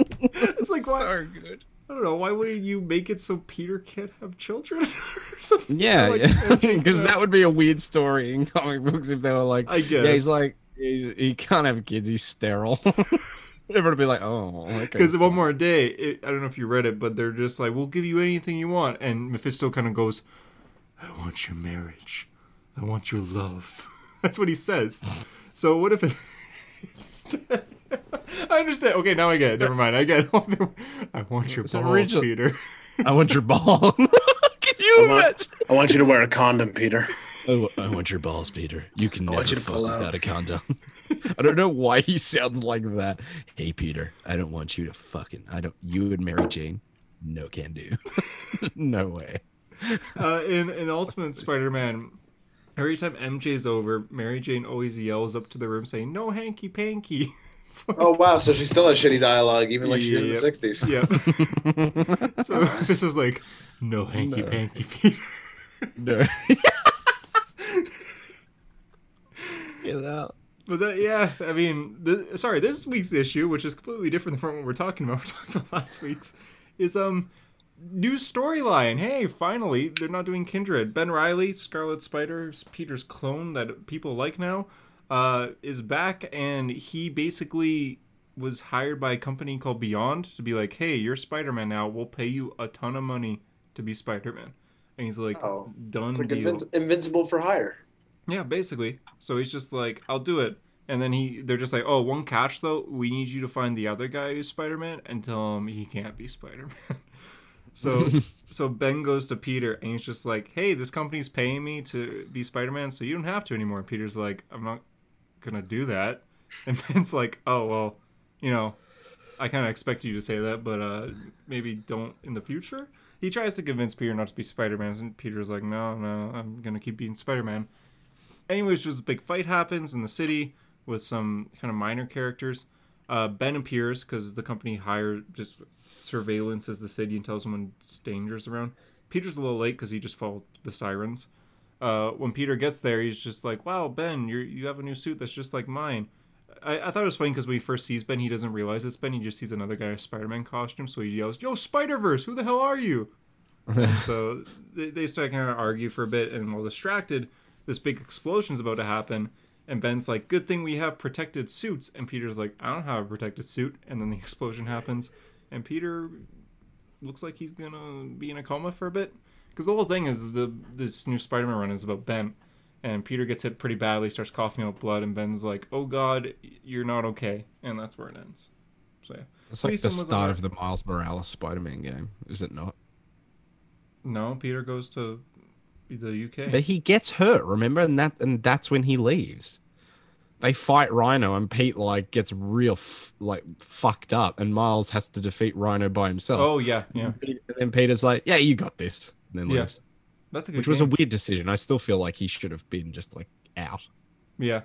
S1: It's like, why?
S2: so good.
S1: I don't know. Why wouldn't you make it so Peter can't have children or something?
S2: Yeah,
S1: Like, MJ
S2: because
S1: can't
S2: that would be a weird story in comic books if they were like,
S1: I guess.
S2: yeah, he's like, he's, he can't have kids, he's sterile. Everyone would be like, oh, okay.
S1: Because one more day, it, I don't know if you read it, but they're just like, "We'll give you anything you want," and Mephisto kind of goes, "I want your marriage, I want your love." That's what he says. So what if it? I understand. Okay, now I get it. Never mind. I get. It. I want your
S2: So
S1: balls,
S2: original-
S1: Peter.
S2: I want your ball. Can you
S3: I want-
S2: imagine?
S3: I want you to wear a condom, Peter.
S2: I, wa- I want your balls, Peter. You can
S3: I want you to pull out.
S2: a condom. I don't know why he sounds like that. Hey, Peter, I don't want you to fucking. I don't. You and Mary Jane, no can do. no way.
S1: Uh, in in Ultimate Spider-Man, every time MJ's over, Mary Jane always yells up to the room saying, "No hanky panky." It's like,
S3: Oh wow, so she still has shitty dialogue, even like she did in the
S1: Yep.
S3: sixties.
S1: Yeah. so this is like no hanky panky Peter.
S2: No. Get out.
S1: But that, yeah, I mean, th sorry, this week's issue, which is completely different from what we're talking about, we're talking about last week's, is um new storyline. Hey, finally, they're not doing Kindred. Ben Riley, Scarlet Spider, Peter's clone that people like now, uh, is back, and he basically was hired by a company called Beyond to be like, hey, you're Spider Man now. We'll pay you a ton of money to be Spider Man. And he's like,
S3: Oh,
S1: done
S3: It's like
S1: deal.
S3: invinci- invincible for hire.
S1: Yeah, basically. So he's just like, I'll do it. And then he they're just like, Oh, one catch though, we need you to find the other guy who's Spider Man and tell him he can't be Spider Man. so so Ben goes to Peter and he's just like, Hey, this company's paying me to be Spider Man, so you don't have to anymore. And Peter's like, I'm not gonna do that. And Ben's like, Oh well, you know, I kinda expect you to say that, but uh maybe don't in the future. He tries to convince Peter not to be Spider Man, and Peter's like, No, no, I'm gonna keep being Spider Man anyways, just a big fight happens in the city with some kind of minor characters. Uh, ben appears because the company hired just surveillance as the city and tells them when it's danger's around. Peter's a little late because he just followed the sirens. Uh, when Peter gets there, he's just like, "Wow, Ben, you you have a new suit that's just like mine." I, I thought it was funny because when he first sees Ben, he doesn't realize it's Ben. He just sees another guy in a Spider-Man costume, so he yells, "Yo, Spider-Verse, who the hell are you?" And so they, they start kind of argue for a bit, and while distracted, this big explosion's about to happen. And Ben's like, "Good thing we have protected suits." And Peter's like, "I don't have a protected suit." And then the explosion happens, and Peter looks like he's gonna be in a coma for a bit because the whole thing is the this new Spider-Man run is about Ben, and Peter gets hit pretty badly, starts coughing out blood, and Ben's like, "Oh God, you're not okay," and that's where it ends. So yeah,
S2: It's
S1: like
S2: like
S1: the
S2: the
S1: Gleason was start
S2: start
S1: aware.
S2: of
S1: of
S2: the Miles Morales Spider-Man game, is it not?
S1: no, Peter goes to the UK.
S2: But he gets hurt, remember, and that and that's when he leaves. They fight Rhino, and Pete like gets real f- like fucked up, and Miles has to defeat Rhino by himself.
S1: oh yeah, yeah,
S2: And then Peter's like, "Yeah, you got this," and then
S1: Yeah.
S2: leaves,
S1: that's a good.
S2: which was a
S1: game.
S2: weird decision. I still feel like he should have been just like out.
S1: Yeah.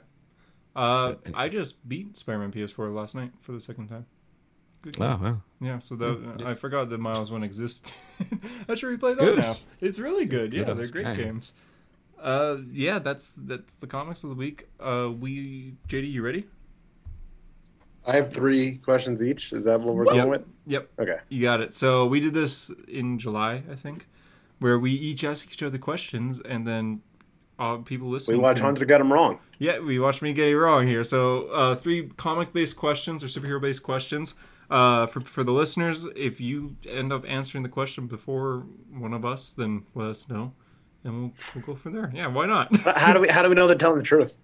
S1: Uh,
S2: But-
S1: I just beat Spider-Man PS4 last night for the second time. Good
S4: Oh,
S1: game.
S2: Wow, wow.
S1: Yeah, so that I forgot that Miles One exists. I should replay that
S2: good.
S1: now. It's really good. Yeah,
S2: Yeah,
S1: they're
S2: it's
S1: great
S2: kind.
S1: games. Uh, yeah, that's that's the comics of the week. Uh, we JD, you ready?
S3: I have three questions each. Is that what we're going
S1: Yep.
S3: with?
S1: Yep,
S3: Okay.
S1: you got it. So we did this in July, I think. where we each ask each other questions and then uh, people
S4: We
S1: listening.
S4: watch
S1: can-
S4: Hunter Got Him Wrong.
S1: Yeah, we watched me get it wrong here. So uh, three comic-based questions or superhero-based questions uh, for for the listeners. If you end up answering the question before one of us, then let us know, and we'll, we'll go from there. Yeah, why not?
S4: But How do we how do we know they're telling the truth?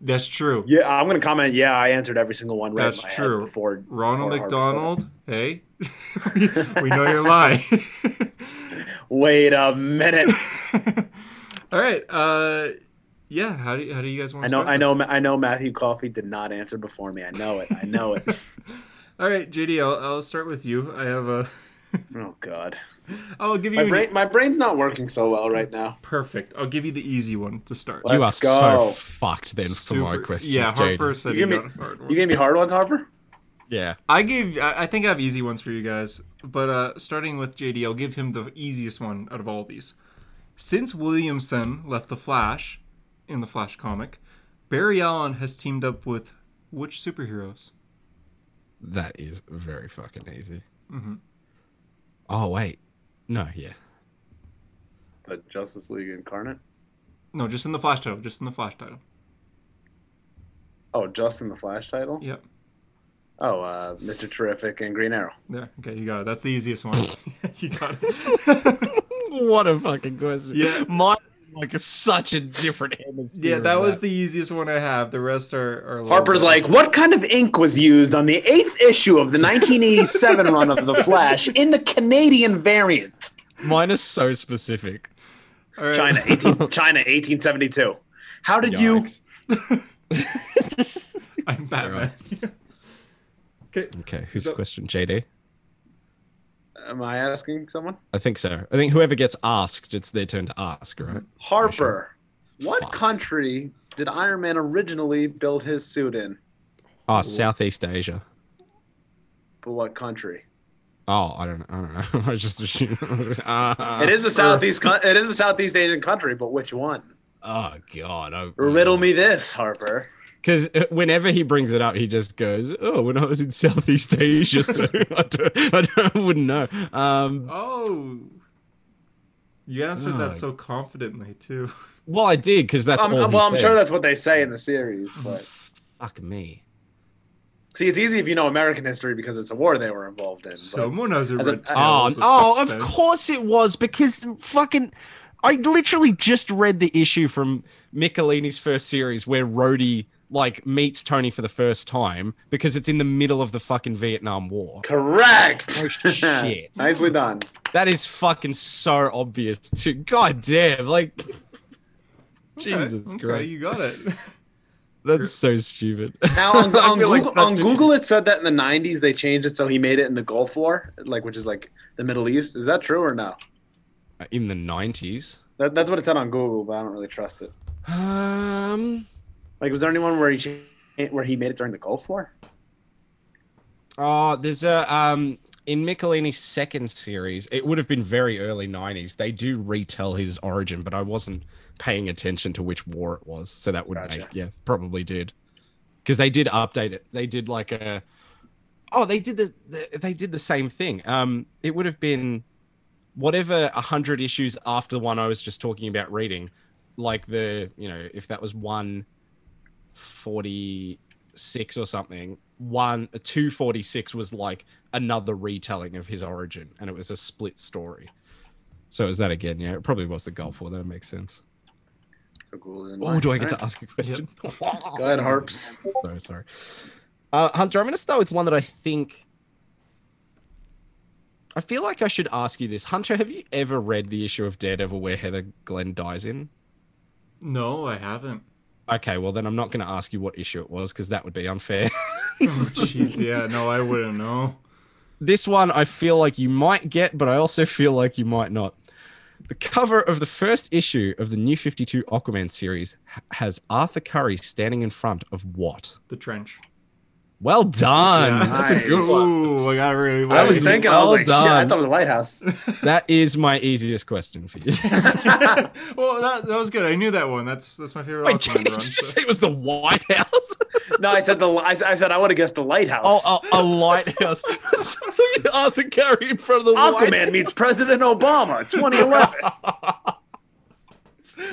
S1: That's true.
S4: Yeah, I'm gonna comment. Yeah, I answered every single one. Right in
S1: That's
S4: my head
S1: true.
S4: Before
S1: Ronald
S4: before Harvard
S1: McDonald, hey, we know you're lying.
S4: said it. Wait a minute.
S1: All right. Uh, yeah. How do you, how do you guys want
S4: I
S1: to?
S4: know.
S1: Start
S4: I know.
S1: this?
S4: Ma- I know. Matthew Coffey did not answer before me. I know it. I know it.
S1: All right, JD. I'll, I'll start with you. I have a.
S4: oh God.
S1: I'll give you
S3: My
S1: an-
S3: brain, my brain's not working so well right now.
S1: perfect. I'll give you the easy one to start.
S4: Let's
S2: you are so
S4: go.
S2: fucked then
S1: Super-
S2: for my questions.
S1: Yeah, Harper
S2: Jaden.
S1: said
S3: You
S1: he
S3: give
S1: got hard
S3: You gave
S1: ones.
S3: me hard ones, Harper.
S2: Yeah.
S1: I gave. I I think I have easy ones for you guys, but uh, starting with JD, I'll give him the easiest one out of all these. Since Williamson left the Flash, in the Flash comic, Barry Allen has teamed up with which superheroes?
S2: That is very fucking easy.
S1: Mm-hmm.
S2: Oh wait. No, yeah.
S3: The Justice League Incarnate.
S1: No, just in the Flash title. Just in the Flash title.
S3: Oh, Justin the Flash title.
S1: Yep.
S3: Oh, uh, Mr. Terrific and Green Arrow.
S1: There. Okay, you got it. That's the easiest one. you got it.
S2: What a fucking question.
S1: Yeah.
S2: Mine like is such a different hemisphere.
S1: yeah,
S2: of
S1: that was the easiest one I have. The rest are, are a little
S3: Harper's
S1: bit-
S3: like, what kind of ink was used on the eighth issue of the 1987 run of The Flash in the Canadian variant?
S2: mine is so specific.
S1: All right.
S4: China. 18, China. 1872.
S3: How did
S2: Yikes.
S1: I'm Batman. okay.
S2: Okay, who's
S1: So-
S2: the question? JD?
S3: you? Am I asking someone?
S2: I think so. I think whoever gets asked, it's their turn to ask, right?
S3: Harper, what
S2: Fuck.
S3: country did Iron Man originally build his suit in?
S2: Oh, Southeast Asia.
S3: But what country?
S2: Oh, I don't I don't know. I just assumed. Ah.
S3: it is a southeast. coun it is a Southeast Asian country, but which one?
S2: Oh god. I,
S3: Riddle me this, Harper.
S2: Because whenever he brings it up, he just goes, "Oh, when I was in Southeast Asia, so I, don't, I, don't, I wouldn't know." Um,
S1: Oh. You answered
S2: Oh.
S1: that so confidently, too.
S2: well, I did because that's
S3: Um,
S2: all.
S3: well,
S2: he
S3: I'm
S2: says.
S3: sure that's what they say in the series, but
S2: Fuck me.
S3: see, it's easy if you know American history because it's a war they were involved in. but-
S1: Someone has a
S3: As a-
S1: red
S2: Oh,
S1: tails with
S2: oh, of
S1: suspense.
S2: course it was because fucking. I literally just read the issue from Michelini's first series where Rhodey like meets Tony for the first time because it's in the middle of the fucking Vietnam War.
S3: Correct.
S2: Oh, shit.
S3: Nicely done.
S2: That is fucking so obvious too. God damn, like
S1: Okay,
S2: Jesus
S1: okay,
S2: Christ.
S1: you got it.
S2: That's so stupid.
S3: Now on,
S2: I
S3: on
S2: feel
S3: Google,
S2: like such
S3: on
S2: a-
S3: Google, it said that in the '90s they changed it so he made it in the Gulf War, like which is like the Middle East. Is that true or no?
S2: in the nineties.
S3: That, that's what it said on Google, but I don't really trust it.
S2: Um.
S3: Like, was there anyone where he cha- where he made it during the Gulf War?
S2: Oh, there's a um. In Michelini's second series, it would have been very early '90s. They do retell his origin, but I wasn't paying attention to which war it was, so that would
S3: Gotcha.
S2: make yeah, probably did, because they did update it. They did like a, oh, they did the, the they did the same thing. Um, it would have been whatever hundred issues after the one I was just talking about reading, like the you know if that was one forty six or something, one uh, two forty six was like another retelling of his origin, and it was a split story. So is that again? Yeah, it probably was the Gulf War. That makes sense.
S3: So Google didn't
S2: Oh,
S3: lie.
S2: do I get
S3: All
S2: to ask a question?
S3: right. Go ahead, Harps.
S2: Sorry, sorry. Uh, Hunter, I'm going to start with one that I think. I feel like I should ask you this. Hunter, have you ever read the issue of Daredevil where Heather Glenn dies in?
S1: No, I haven't.
S2: Okay, well, then I'm not going to ask you what issue it was because that would be unfair.
S1: Oh, jeez. Yeah, no, I wouldn't know.
S2: this one I feel like you might get, but I also feel like you might not. The cover of the first issue of the new 52 Aquaman series h- has Arthur Curry standing in front of what?
S1: The trench.
S2: Well done.
S1: Yeah.
S2: That's a good
S3: Nice.
S2: one.
S1: Ooh, I got really.
S3: I was
S1: wait.
S3: thinking, I was
S2: Well
S3: like, shit, I
S2: done.
S3: thought it was a lighthouse.
S2: That is my easiest question for you.
S1: well, that, that was good. I knew that one. That's that's my favorite
S2: Wait,
S1: Aquaman
S2: Jenny,
S1: run.
S2: did you
S1: so-
S2: say it was the White House?
S3: No, I said the. li- I, I said I would have guessed the lighthouse.
S2: Oh, a, a lighthouse. Arthur Curry in front of the
S3: Aquaman meets President Obama, 2011.
S2: white.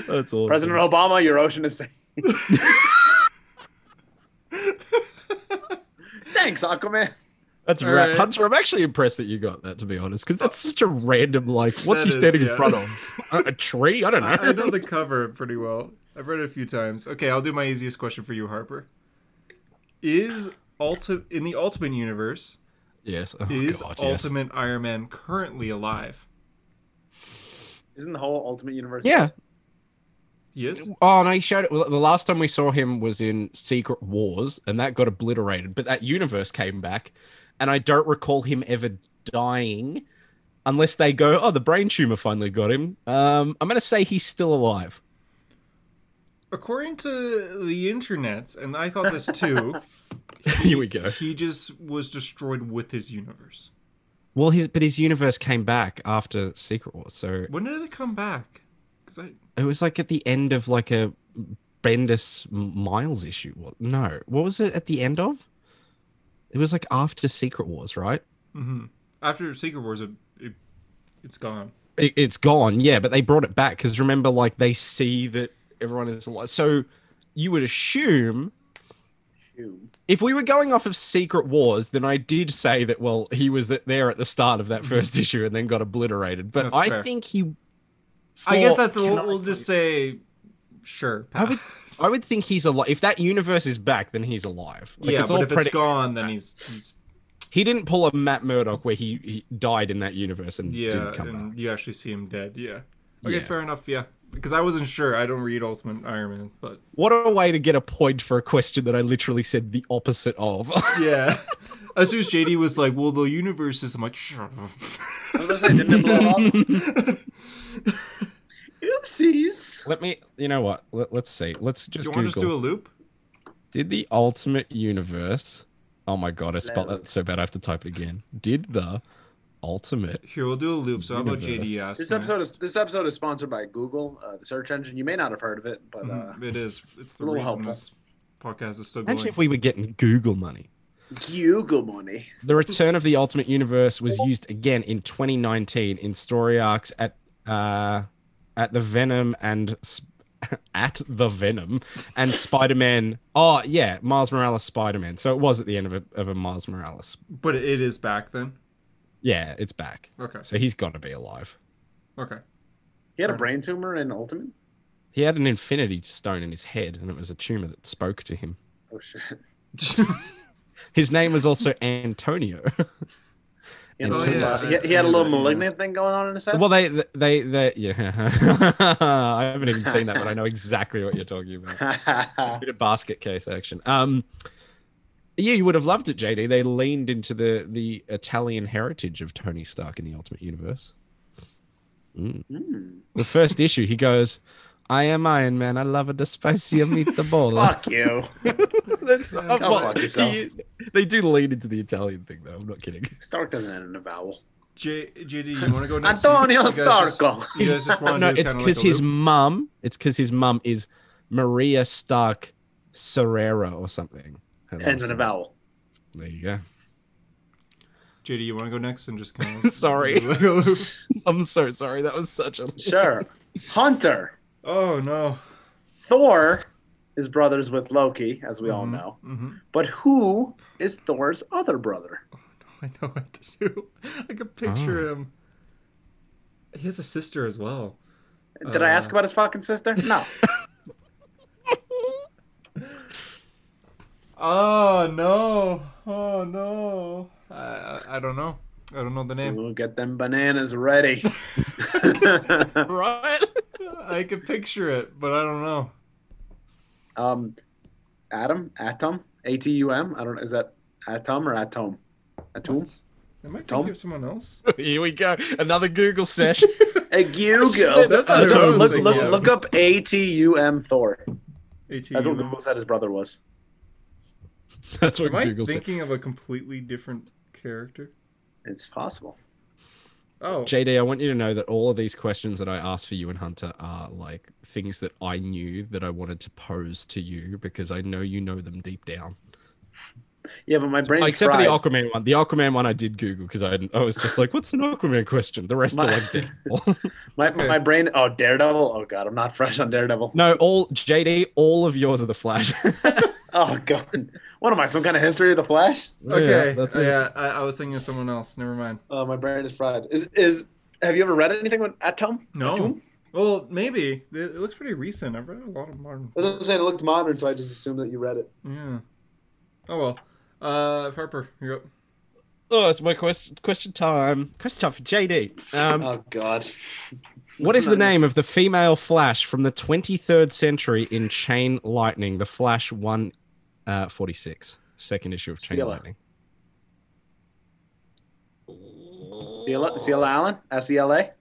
S2: That's awesome.
S3: President Obama, your ocean is safe. Thanks, Aquaman.
S2: That's
S1: All
S2: ra-
S1: right.
S2: Hunter. I'm actually impressed that you got that, to be honest, because that's such a random. Like, what's
S1: That
S2: he
S1: is,
S2: standing
S1: yeah.
S2: in front of? A, a tree? I don't know.
S1: I, I know the cover pretty well. I've read it a few times. Okay, I'll do my easiest question for you, Harper. Is ulti- in the Ultimate Universe
S2: Yes. Oh,
S1: is
S2: God, yes.
S1: Ultimate Iron Man currently alive?
S3: Isn't the whole Ultimate Universe?
S2: Yeah.
S1: Yes.
S2: Oh, no, he showed it. well, The last time we saw him was in Secret Wars, and that got obliterated. But that universe came back, and I don't recall him ever dying, unless they go, "Oh, the brain tumor finally got him." Um, I'm gonna say he's still alive.
S1: According to the internet, and I thought this too,
S2: Here we go.
S1: he just was destroyed with his universe.
S2: Well, his but his universe came back after Secret Wars, so
S1: When did it come back? 'Cause I
S2: it was like at the end of like a Bendis Miles issue. What? No, what was it at the end of? It was like after Secret Wars, right?
S1: hmm after Secret Wars, it, it it's gone.
S2: it, it's gone yeah but they brought it back because remember like they see that everyone is alive so you would assume
S3: Shoot.
S2: if we were going off of secret wars then i did say that well he was at- there at the start of that first issue and then got obliterated but
S1: Mm-hmm. That's
S2: i
S1: fair.
S2: think he
S1: I guess
S2: for-
S1: that's we'll, we'll just say, sure.
S2: I would-
S1: pass.
S2: i would think he's alive if that universe is back then he's alive Like,
S1: yeah,
S2: it's
S1: but
S2: all
S1: if it's
S2: predic-
S1: gone, then he's, he's
S2: he didn't pull a matt murdock where he, he died in that universe and
S1: yeah,
S2: didn't come
S1: and
S2: back
S1: you actually see him dead. Yeah. Okay,
S2: Yeah.
S1: fair enough. Yeah, because I wasn't sure. I don't read Ultimate Iron Man, but
S2: what a way to get a point for a question that i literally said the opposite of
S1: yeah. As soon as JD was like, "Well, the universe is," I'm like, "Shut
S3: I was gonna say, didn't it blow up?
S1: up."
S3: Oopsies.
S2: Let me. You know what? Let, let's see. Let's
S1: Do
S2: just
S1: you
S2: Google.
S1: want to just do a loop?
S2: Did the Ultimate Universe? Oh my god! I spelled
S3: No.
S2: that so bad. I have to type it again. Did the Ultimate?
S1: Here, we'll do a loop. So how about
S2: Universe.
S1: JD asks?
S3: This episode is
S1: next?
S3: this episode is sponsored by Google, uh, the search engine. You may not have heard of it, but uh,
S1: Mhm, it is. It's the
S3: a little
S1: reason
S3: helpful.
S1: this podcast is still going.
S2: Imagine Mm-hmm. if we were getting Google money.
S3: Google money.
S2: The Return of the Ultimate Universe was used again in 2019 in story arcs at uh, at the Venom and Sp- at the Venom and Spider-Man. Oh yeah, Miles Morales Spider-Man. So it was at the end of a, of a Miles Morales.
S1: But it is back then.
S2: Yeah, it's back.
S1: Okay.
S2: So he's got to be alive.
S1: Okay.
S3: He had a brain tumor in Ultimate.
S2: He had an infinity stone in his head, and it was a tumor that spoke to him.
S3: Oh shit!
S2: His name was also Antonio.
S3: He had, a
S2: Oh,
S3: little,
S2: yeah.
S3: uh, he, he had a little
S1: Yeah.
S3: malignant thing going on in his head.
S2: well, they, they, they, yeah. I haven't even seen that, but I know exactly what you're talking about. A bit of basket case action. Um, yeah, you would have loved it, JD. They leaned into the the Italian heritage of Tony Stark in the Ultimate Universe. Mm.
S3: Hmm.
S2: The first issue, he goes, "I am Iron Man. I love the spicy meatball."
S3: Fuck you.
S2: That's
S1: Don't
S2: uh, well,
S3: fuck yourself.
S2: you- they do lean into the Italian thing, though. I'm not kidding.
S3: Stark doesn't end in a vowel.
S1: J- JD, you want to go next?
S3: Antonio
S1: You guys just-
S3: Starco.
S1: You guys just want
S2: no,
S1: to do
S2: it's
S1: kinda
S2: because
S1: like a
S2: his
S1: loop?
S2: mum. It's because his mum is Maria Stark Serrera or something. Her
S3: Ends in
S2: last
S3: a
S2: name.
S3: vowel.
S2: There you go.
S1: JD, you want to go next and just kind of.
S2: Sorry. I'm so sorry. That was such a.
S3: Sure. Hunter.
S1: oh no.
S3: Thor is brothers with Loki, as we all
S1: Mhm,
S3: know.
S1: mhm.
S3: But who is Thor's other brother?
S1: I know what to do. I can
S2: Ah.
S1: picture him. He has a sister as well.
S3: Did I ask
S1: Uh.
S3: about his fucking sister? No.
S1: Oh no! Oh no! I I, I don't know. I don't know the name.
S3: we'll get them bananas ready.
S2: Right.
S1: I can picture it, but I don't know.
S3: um, Adam, Atom, A T U M. I don't know. Is that Atom or Atom? Atom.
S1: What? Am I
S3: Tom?
S1: thinking of someone else?
S2: Here we go. Another Google session.
S3: A Google.
S1: That's not
S3: look,
S1: who I was
S3: look,
S1: thinking
S3: look,
S1: of.
S3: look up A T U M Thor.
S1: AT.
S3: That's what Google said his brother was.
S2: That's what
S1: Am I
S2: Google said.
S1: thinking of a completely different character?
S3: It's possible.
S1: Oh,
S2: JD, I want you to know that all of these questions that I asked for you and Hunter are like things that I knew that I wanted to pose to you because I know you know them deep down.
S3: Yeah, but my brain.
S2: Except for the Aquaman one. The Aquaman one I did Google because I, I was just like, what's an Aquaman question? The rest
S3: My-
S2: are like Daredevil.
S3: my,
S1: Okay.
S3: my brain. Oh, Daredevil. Oh God, I'm not fresh on Daredevil.
S2: no, all JD, all of yours are the Flash.
S3: Oh God, what am I? Some kind of history of the Flash?
S1: okay.
S2: Yeah, that's
S1: Uh,
S2: it.
S1: yeah, I, I was thinking of someone else. Never mind.
S3: Oh, my brain is fried. Is is have you ever read anything with Atom?
S1: No. Well, maybe it, it looks pretty recent. I've read a lot of modern.
S3: That's what I'm saying. It looked modern, so I just assumed that you read it.
S1: Yeah. Oh well. Uh, Harper, you're up.
S2: Oh, it's my question. Question time. Question time for JD. Um,
S3: oh God.
S2: what is the name of the female Flash from the 23rd century in Chain Lightning? The Flash one uh, 46, second issue of Chain
S3: Stella.
S2: Lightning.
S3: Celia, Celia Allen, S E L A.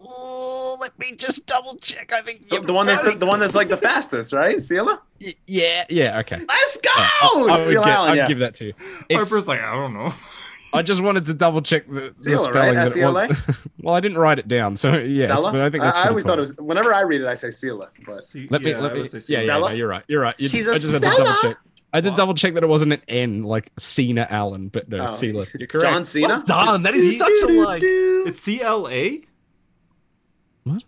S2: Oh, let me just double check. I think
S3: The one that's the, the one that's like the fastest, right? Celia.
S2: yeah, yeah, okay.
S3: Let's go.
S2: Oh, I would,
S3: Celia
S2: gi-
S3: Allen.
S2: I'd
S3: yeah.
S2: give that to you. It's-
S1: Harper's like, I don't know.
S2: I just wanted to double check the, the
S3: Stella, right?
S2: spelling. that it
S3: S-E-L-A?
S2: was. well, I didn't write it down, so yes,
S3: Stella?
S2: but I think that's
S3: I,
S2: pretty
S3: always
S2: close.
S3: thought it was. Whenever I read it, I say Celia. But
S1: See-
S2: Let me,
S1: yeah,
S2: let
S1: I
S2: me.
S1: would say
S2: Yeah,
S1: Celia.
S2: yeah, no,
S3: Stella?
S2: you're right. You're right. You-
S3: She's
S2: I
S3: a
S2: just had to double
S3: Stella.
S2: check. I did
S1: Wow.
S2: double check that it wasn't an N like Cena Allen, but no,
S3: Oh.
S2: Cena. You're correct.
S3: John Cena.
S2: Don, that is
S1: It's
S2: such a like.
S1: It's C L A.
S2: What?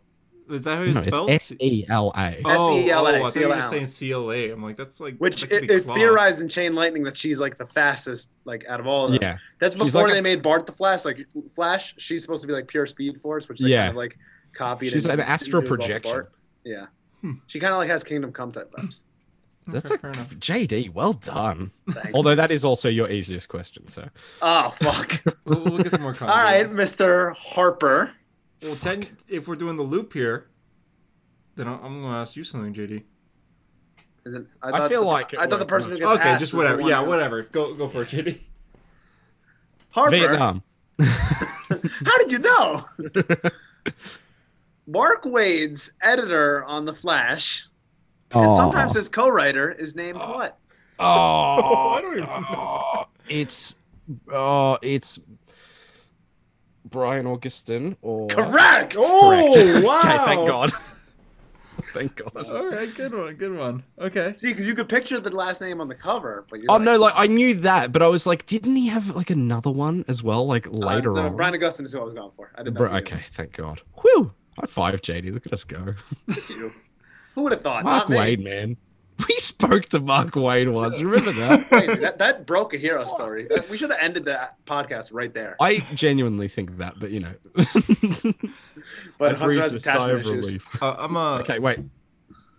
S1: Is that how
S2: No,
S1: it's
S2: it's
S1: spelled?
S2: S E L A.
S1: Oh, oh,
S3: S-E-L-A,
S1: I thought you were
S3: C-L-A.
S1: saying C L A. I'm like, that's like
S3: Which
S1: that could
S3: it,
S1: be
S3: it's
S1: claw.
S3: theorized in Chain Lightning that she's like the fastest, like out of all of them.
S2: Yeah,
S3: That's
S2: She's
S3: before
S2: like a-
S3: they made Bart the Flash. Like Flash, she's supposed to be like pure Speed Force, which they
S2: Yeah.
S3: kind of like copied.
S2: she's
S3: and
S2: an astral
S3: used off of
S2: projection.
S3: Bart. Yeah,
S1: Hmm.
S3: she kind of like has Kingdom Come type vibes.
S1: Okay,
S2: That's a
S1: fair enough.
S2: JD. Well done.
S3: Thanks.
S2: Although that is also your easiest question. So
S3: oh fuck!
S1: We'll, we'll get some more
S3: all
S1: comments.
S3: right, Mister Harper.
S1: Well, ten, if we're doing the loop here, then I- I'm gonna ask you something, JD.
S3: Is it-
S2: I
S3: thought
S2: feel
S3: the-
S2: like it
S3: I thought the
S2: worked
S3: person who
S2: much.
S3: gets
S1: okay,
S3: asked
S1: just
S3: is the
S1: whatever.
S3: one
S1: Yeah,
S3: who-
S1: whatever. Go go for it, JD.
S3: Harper,
S2: Vietnam.
S3: how did you know? Mark Wade's editor on The Flash, and sometimes his co-writer is named what?
S2: Oh,
S1: I don't even know.
S2: It's oh, it's Brian Augustin or
S3: Correct.
S1: Oh
S2: Correct.
S1: wow!
S2: okay, thank God. thank God.
S1: All right, good one, good one. Okay.
S3: See, because you could picture the last name on the cover, but you're
S2: Oh
S3: like,
S2: no, like I knew that, but I was like, didn't he have like another one as well, like later
S3: Uh, no,
S2: on?
S3: Brian Augustine is who I was going for. I didn't know.
S2: Bro,
S3: you.
S2: okay, thank God. Whew. High five, JD. Look at us go.
S3: You. Who would have thought?
S2: Mark
S3: Not me.
S2: Wade, man. We spoke to Mark Wade once. Remember that?
S1: Uh,
S3: Wait, that, that broke a hero story. That- we should have ended the podcast right there.
S2: I genuinely think that, but you know.
S3: But
S2: I
S3: Hunter
S2: breathed
S3: has
S2: a sigh of
S3: attachment issues.
S2: relief.
S1: Uh, I'm a
S2: Okay, wait.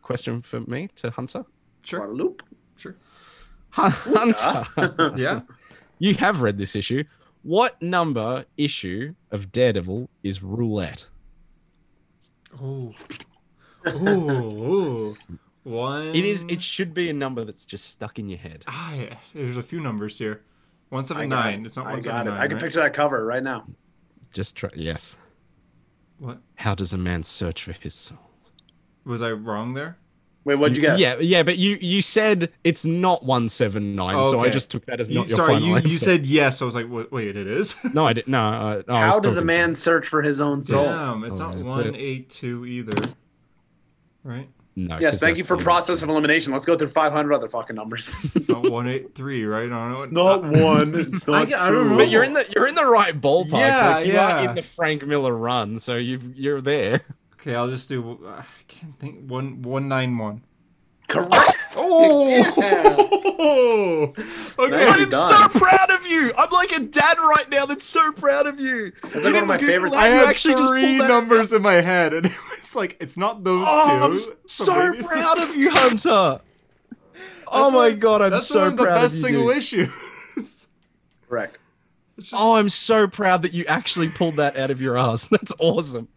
S2: Question for me to Hunter.
S1: sure,
S3: Loop.
S1: sure.
S2: Hun- Hunter,
S1: Yeah.
S2: you have read this issue. What number issue of Daredevil is roulette?
S1: Oh. Ooh. ooh. One.
S2: It is. It should be a number that's just stuck in your head.
S1: Ah, yeah. There's a few numbers here. One
S3: I
S1: seven
S3: got
S1: nine. It's not
S3: I
S1: one
S3: got
S1: seven
S3: it.
S1: nine.
S3: I can picture that cover right now.
S2: Just try. Yes.
S1: What
S2: How does a man search for his soul?
S1: was I wrong there?
S3: Wait, what'd you guess?
S2: Yeah, yeah, but you you said it's not one seven nine, so I
S1: Okay.
S2: just took that as
S1: You-
S2: not your
S1: sorry,
S2: final
S1: you, you
S2: answer.
S1: said yes. I was like, wa- wait, it is.
S2: no. I didn't. No. I, no, I was
S3: How does a
S2: talking-
S3: man search for his own soul?
S1: Damn, it's
S2: Oh,
S1: not
S2: that's
S1: one
S2: it.
S1: eight two either. Right?
S2: No.
S3: Yes,
S2: 'cause
S3: thank you
S2: that's
S3: for
S2: the-
S3: process of elimination. Let's go through 500 other fucking numbers.
S1: It's not one eight three, right? Uh, I don't know. what-
S3: one. It's
S1: I get- I don't
S3: two.
S1: know.
S2: But you're in the you're in the right ballpark.
S1: Yeah,
S2: like, you are
S1: yeah.
S2: in the Frank Miller run, so you you're there.
S1: Okay, I'll just do. uh, I can't think. One one nine one.
S3: Correct.
S1: Oh. okay.
S3: Nicely
S2: I am
S3: done.
S2: so proud of you. I'm like a dad right now that's so proud of you.
S3: That's like one of my favorite.
S1: I
S2: You
S1: had
S2: actually just
S1: three
S2: pulled that
S1: numbers in my head, and it was like, it's not those two.
S2: Oh, I'm
S1: So
S2: so
S1: maybe it's-
S2: proud of you, Hunter. oh
S1: That's
S2: my
S1: one-
S2: god, I'm
S1: That's
S2: so
S1: one of the
S2: proud
S1: best
S2: of you.
S1: single
S2: dude.
S1: issues.
S3: Correct.
S1: It's just-
S2: Oh, I'm so proud that you actually pulled that out of your ass. That's awesome.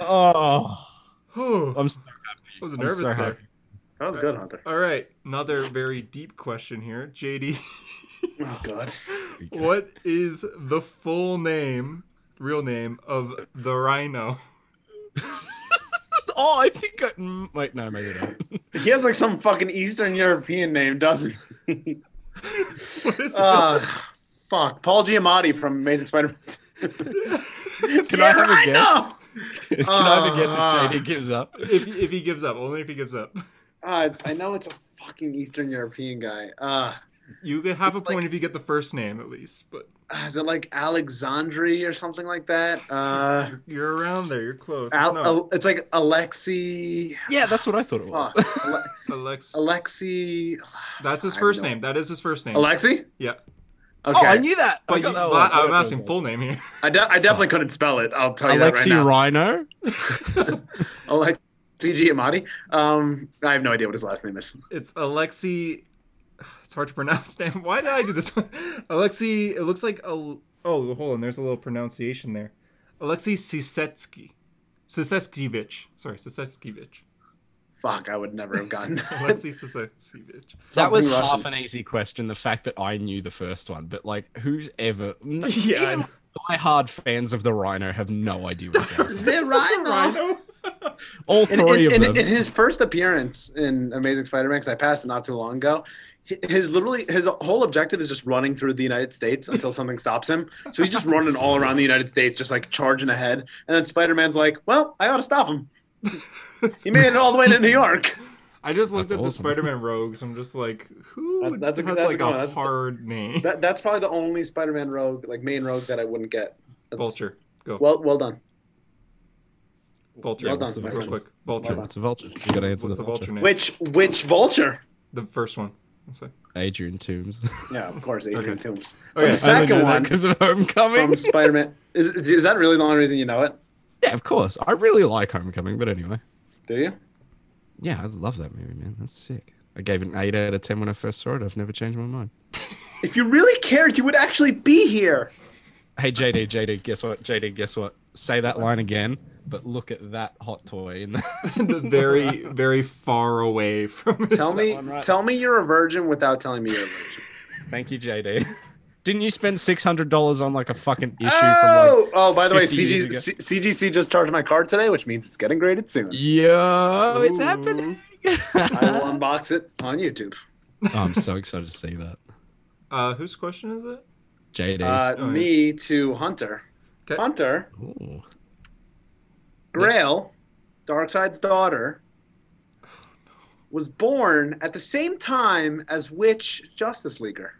S2: Oh,
S1: Oh,
S2: I'm so
S1: I was
S2: I'm
S1: nervous
S2: so
S1: there.
S2: happy.
S3: That was good, Hunter.
S1: All right, another very deep question here, JD.
S3: Oh god.
S1: What is the full name, real name of the rhino?
S2: Oh, I think I mm, wait. No, maybe not.
S3: He has like some fucking Eastern European name, doesn't he?
S1: What is it?
S3: Uh, fuck. Paul Giamatti from Amazing Spider-Man.
S2: Can I have a guess? Can I have a guess if JD gives up?
S1: Ah. If, if he gives up, only if he gives up.
S3: Uh, I know it's a fucking Eastern European guy. Uh,
S1: You get half a point if you get the first name at least, but
S3: is it like Alexandri or something like that? Uh,
S1: you're, you're around there. You're close. It's
S3: Al-
S1: not
S3: Al- it's like Alexi.
S2: Yeah, that's what I thought it was.
S3: Fuck. Ale-
S1: Alex.
S3: Alexi.
S1: That's his
S3: I
S1: first
S3: know.
S1: name. That is his first name.
S3: Alexi?
S1: Yeah.
S3: Okay.
S2: Oh, I
S3: I,
S2: knew that.
S1: But you,
S2: got that
S1: I,
S2: one.
S1: am asking full name here.
S3: de- I definitely couldn't spell it. I'll tell you
S2: Alexi
S3: that right
S2: Rhino.
S3: now. Alexi Giamatti. Um, I have no idea what his last name is.
S1: It's Alexi. It's hard to pronounce. Damn, why did I do this one? Alexi. It looks like a. Oh, hold on. There's a little pronunciation there. Alexi Sisetsky. Sisetskyvich. Sorry, Sisetskyvich.
S3: Fuck, I would never have gotten that.
S1: Alexi Sisetskyvich.
S2: That was
S3: Something
S2: half
S3: Russian.
S2: an easy question. The fact that I knew the first one, but like, who's ever? n-
S1: Yeah, I
S2: even
S1: know.
S2: my hard fans of the Rhino have no idea what that is.
S3: Is it Rhino?
S2: All
S3: In,
S2: three
S3: in-
S2: of
S3: in-
S2: them.
S3: in his first appearance in Amazing Spider-Man, because I passed it not too long ago, hi- his literally his whole objective is just running through the United States until something stops him. So he's just running all around the United States, just like charging ahead. And then Spider-Man's like, "Well, I ought to stop him. He made it all the way to New York."
S1: I just looked
S2: That's
S1: at the
S2: awesome.
S1: Spider-Man rogues. I'm just like, who
S3: That- that's a-
S1: has
S3: that's a
S1: like
S3: good
S1: a,
S3: one. That's the-
S1: hard name?
S3: That, that's probably the only Spider-Man rogue, like main rogue, that I wouldn't get. That's-
S1: Vulture. Go.
S3: Well, well done.
S1: vulture.
S3: well done, my
S1: real
S3: friend.
S1: quick. Vulture.
S3: Well done.
S2: It's a vulture. You gotta answer
S1: What's
S2: the
S1: the
S2: vulture.
S1: vulture name?
S3: Which which Vulture?
S1: The first one. I'll say.
S2: Adrian Toombs.
S3: Yeah, of course, Adrian
S1: Okay. Oh,
S3: Toombs
S1: Okay.
S3: The second one.
S2: because of Homecoming.
S3: from Spider-Man. Is is that really the only reason you know it?
S2: Yeah, of course. I really like Homecoming, but anyway.
S3: Do you?
S2: Yeah, I love that movie, man. That's sick. I gave it an 8 out of 10 when I first saw it. I've never changed my mind.
S3: If you really cared, you would actually be here.
S2: Hey, JD, JD, guess what? JD, guess what? Say that line again, but look at that hot toy. In the...
S1: the very, very far away from. his-
S3: Tell me,
S2: one right.
S3: tell me you're a virgin without telling me you're a virgin.
S2: Thank you, JD. Didn't you spend $600 on like a fucking issue from like...
S3: oh, oh! By the way,
S2: 50 years
S3: CG, C- CGC just charged my card today, which means it's getting graded soon.
S2: Yo, Oh, it's
S1: Ooh.
S2: happening.
S3: I will unbox it on YouTube.
S2: Oh, I'm so excited to see that.
S1: Uh, whose question is it?
S2: JD's.
S3: Uh,
S1: Oh, yeah.
S3: me to Hunter.
S1: 'Kay.
S3: Hunter
S2: Ooh.
S3: Grail, Darkseid's daughter, was born at the same time as which Justice Leaguer?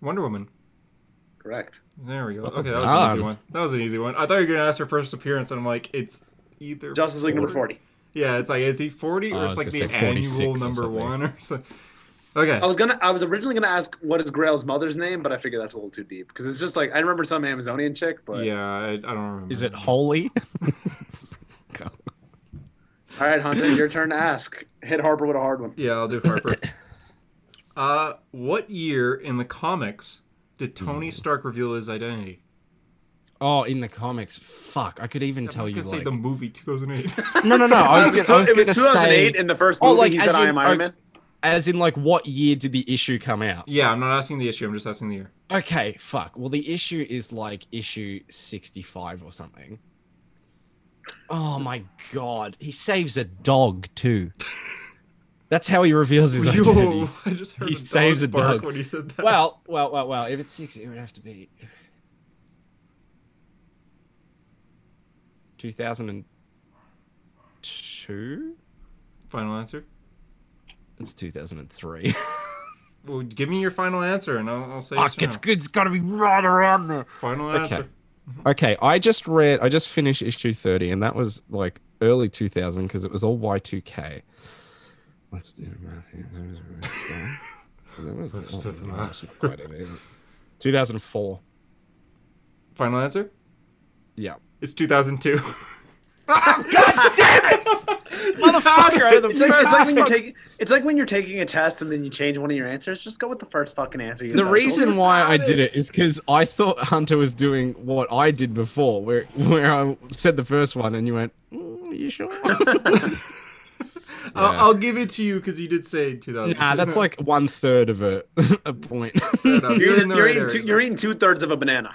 S1: Wonder Woman.
S3: Correct.
S1: There we go.
S2: Well
S1: Okay, that was an easy
S2: done.
S1: one. That was an easy one. I thought you were gonna ask her first appearance, and I'm like, it's either
S3: Justice League number forty.
S1: Yeah, it's like is he 40
S2: Oh,
S1: or
S2: I
S1: it's
S2: was
S1: like the
S2: gonna say 46
S1: annual
S2: or
S1: number
S2: something.
S1: one or something. Okay.
S3: I was gonna. I was originally gonna ask what is Grail's mother's name, but I figured that's a little too deep because it's just like I remember some Amazonian chick, but
S1: yeah, I, I don't remember.
S2: Is it holy? God.
S3: All right, Hunter, your turn to ask. Hit Harper with a hard one.
S1: Yeah, I'll do Harper. uh, what year in the comics did Tony
S2: Hmm.
S1: Stark reveal his identity?
S2: Oh, in the comics. Fuck, I could even tell
S1: I
S2: you
S1: can say
S2: like
S1: the movie 2008.
S2: No, no, no. I was
S3: It was,
S2: gonna, I was
S3: it was
S2: gonna
S3: 2008
S2: say
S3: in the first
S2: Oh,
S3: movie.
S2: like,
S3: he
S2: as
S3: said, "I
S2: in-
S3: am Iron
S2: oh,
S3: Man."
S2: as in like what year did the issue come out?
S1: yeah, I'm not asking the issue. I'm just asking the year.
S2: Okay, fuck. Well, the issue is like issue 65 or something. Oh my god. He saves a dog too. That's how he reveals his
S1: Yo,
S2: identity.
S1: I just heard
S2: He
S1: a dog
S2: saves a
S1: bark
S2: dog.
S1: when he said that.
S2: Well, well, well, well. If it's 60, it would have to be 2002.
S1: Final answer.
S2: It's 2003.
S1: Well, give me your final answer, and I'll, I'll say yes
S2: Fuck,
S1: or
S2: it's
S1: no.
S2: good. It's got to be right around there.
S1: Final
S2: Okay.
S1: answer.
S2: Okay, I just read, I just finished issue 30, and that was like early 2000 because it was all Y2K. Let's do the math here.
S1: Let's do the math.
S2: Quite a bit. 2004.
S1: Final answer.
S2: Yeah.
S1: It's 2002.
S2: Motherfucker, out of the
S3: It's like, it's like when you're taking. It's like when you're taking a test and then you change one of your answers. Just go with the first fucking answer. You
S2: The
S3: said.
S2: reason why I did it is because I thought Hunter was doing what I did before, where where I said the first one and you went, mm, "Are you sure?"
S1: I'll,
S2: Yeah.
S1: I'll give it to you because you did say 2000.
S2: nah, that's like one third of a a point.
S1: enough.
S3: You're,
S1: You're in the
S3: you're
S1: right
S3: eating
S1: area.
S3: two, you're eating two thirds of a banana.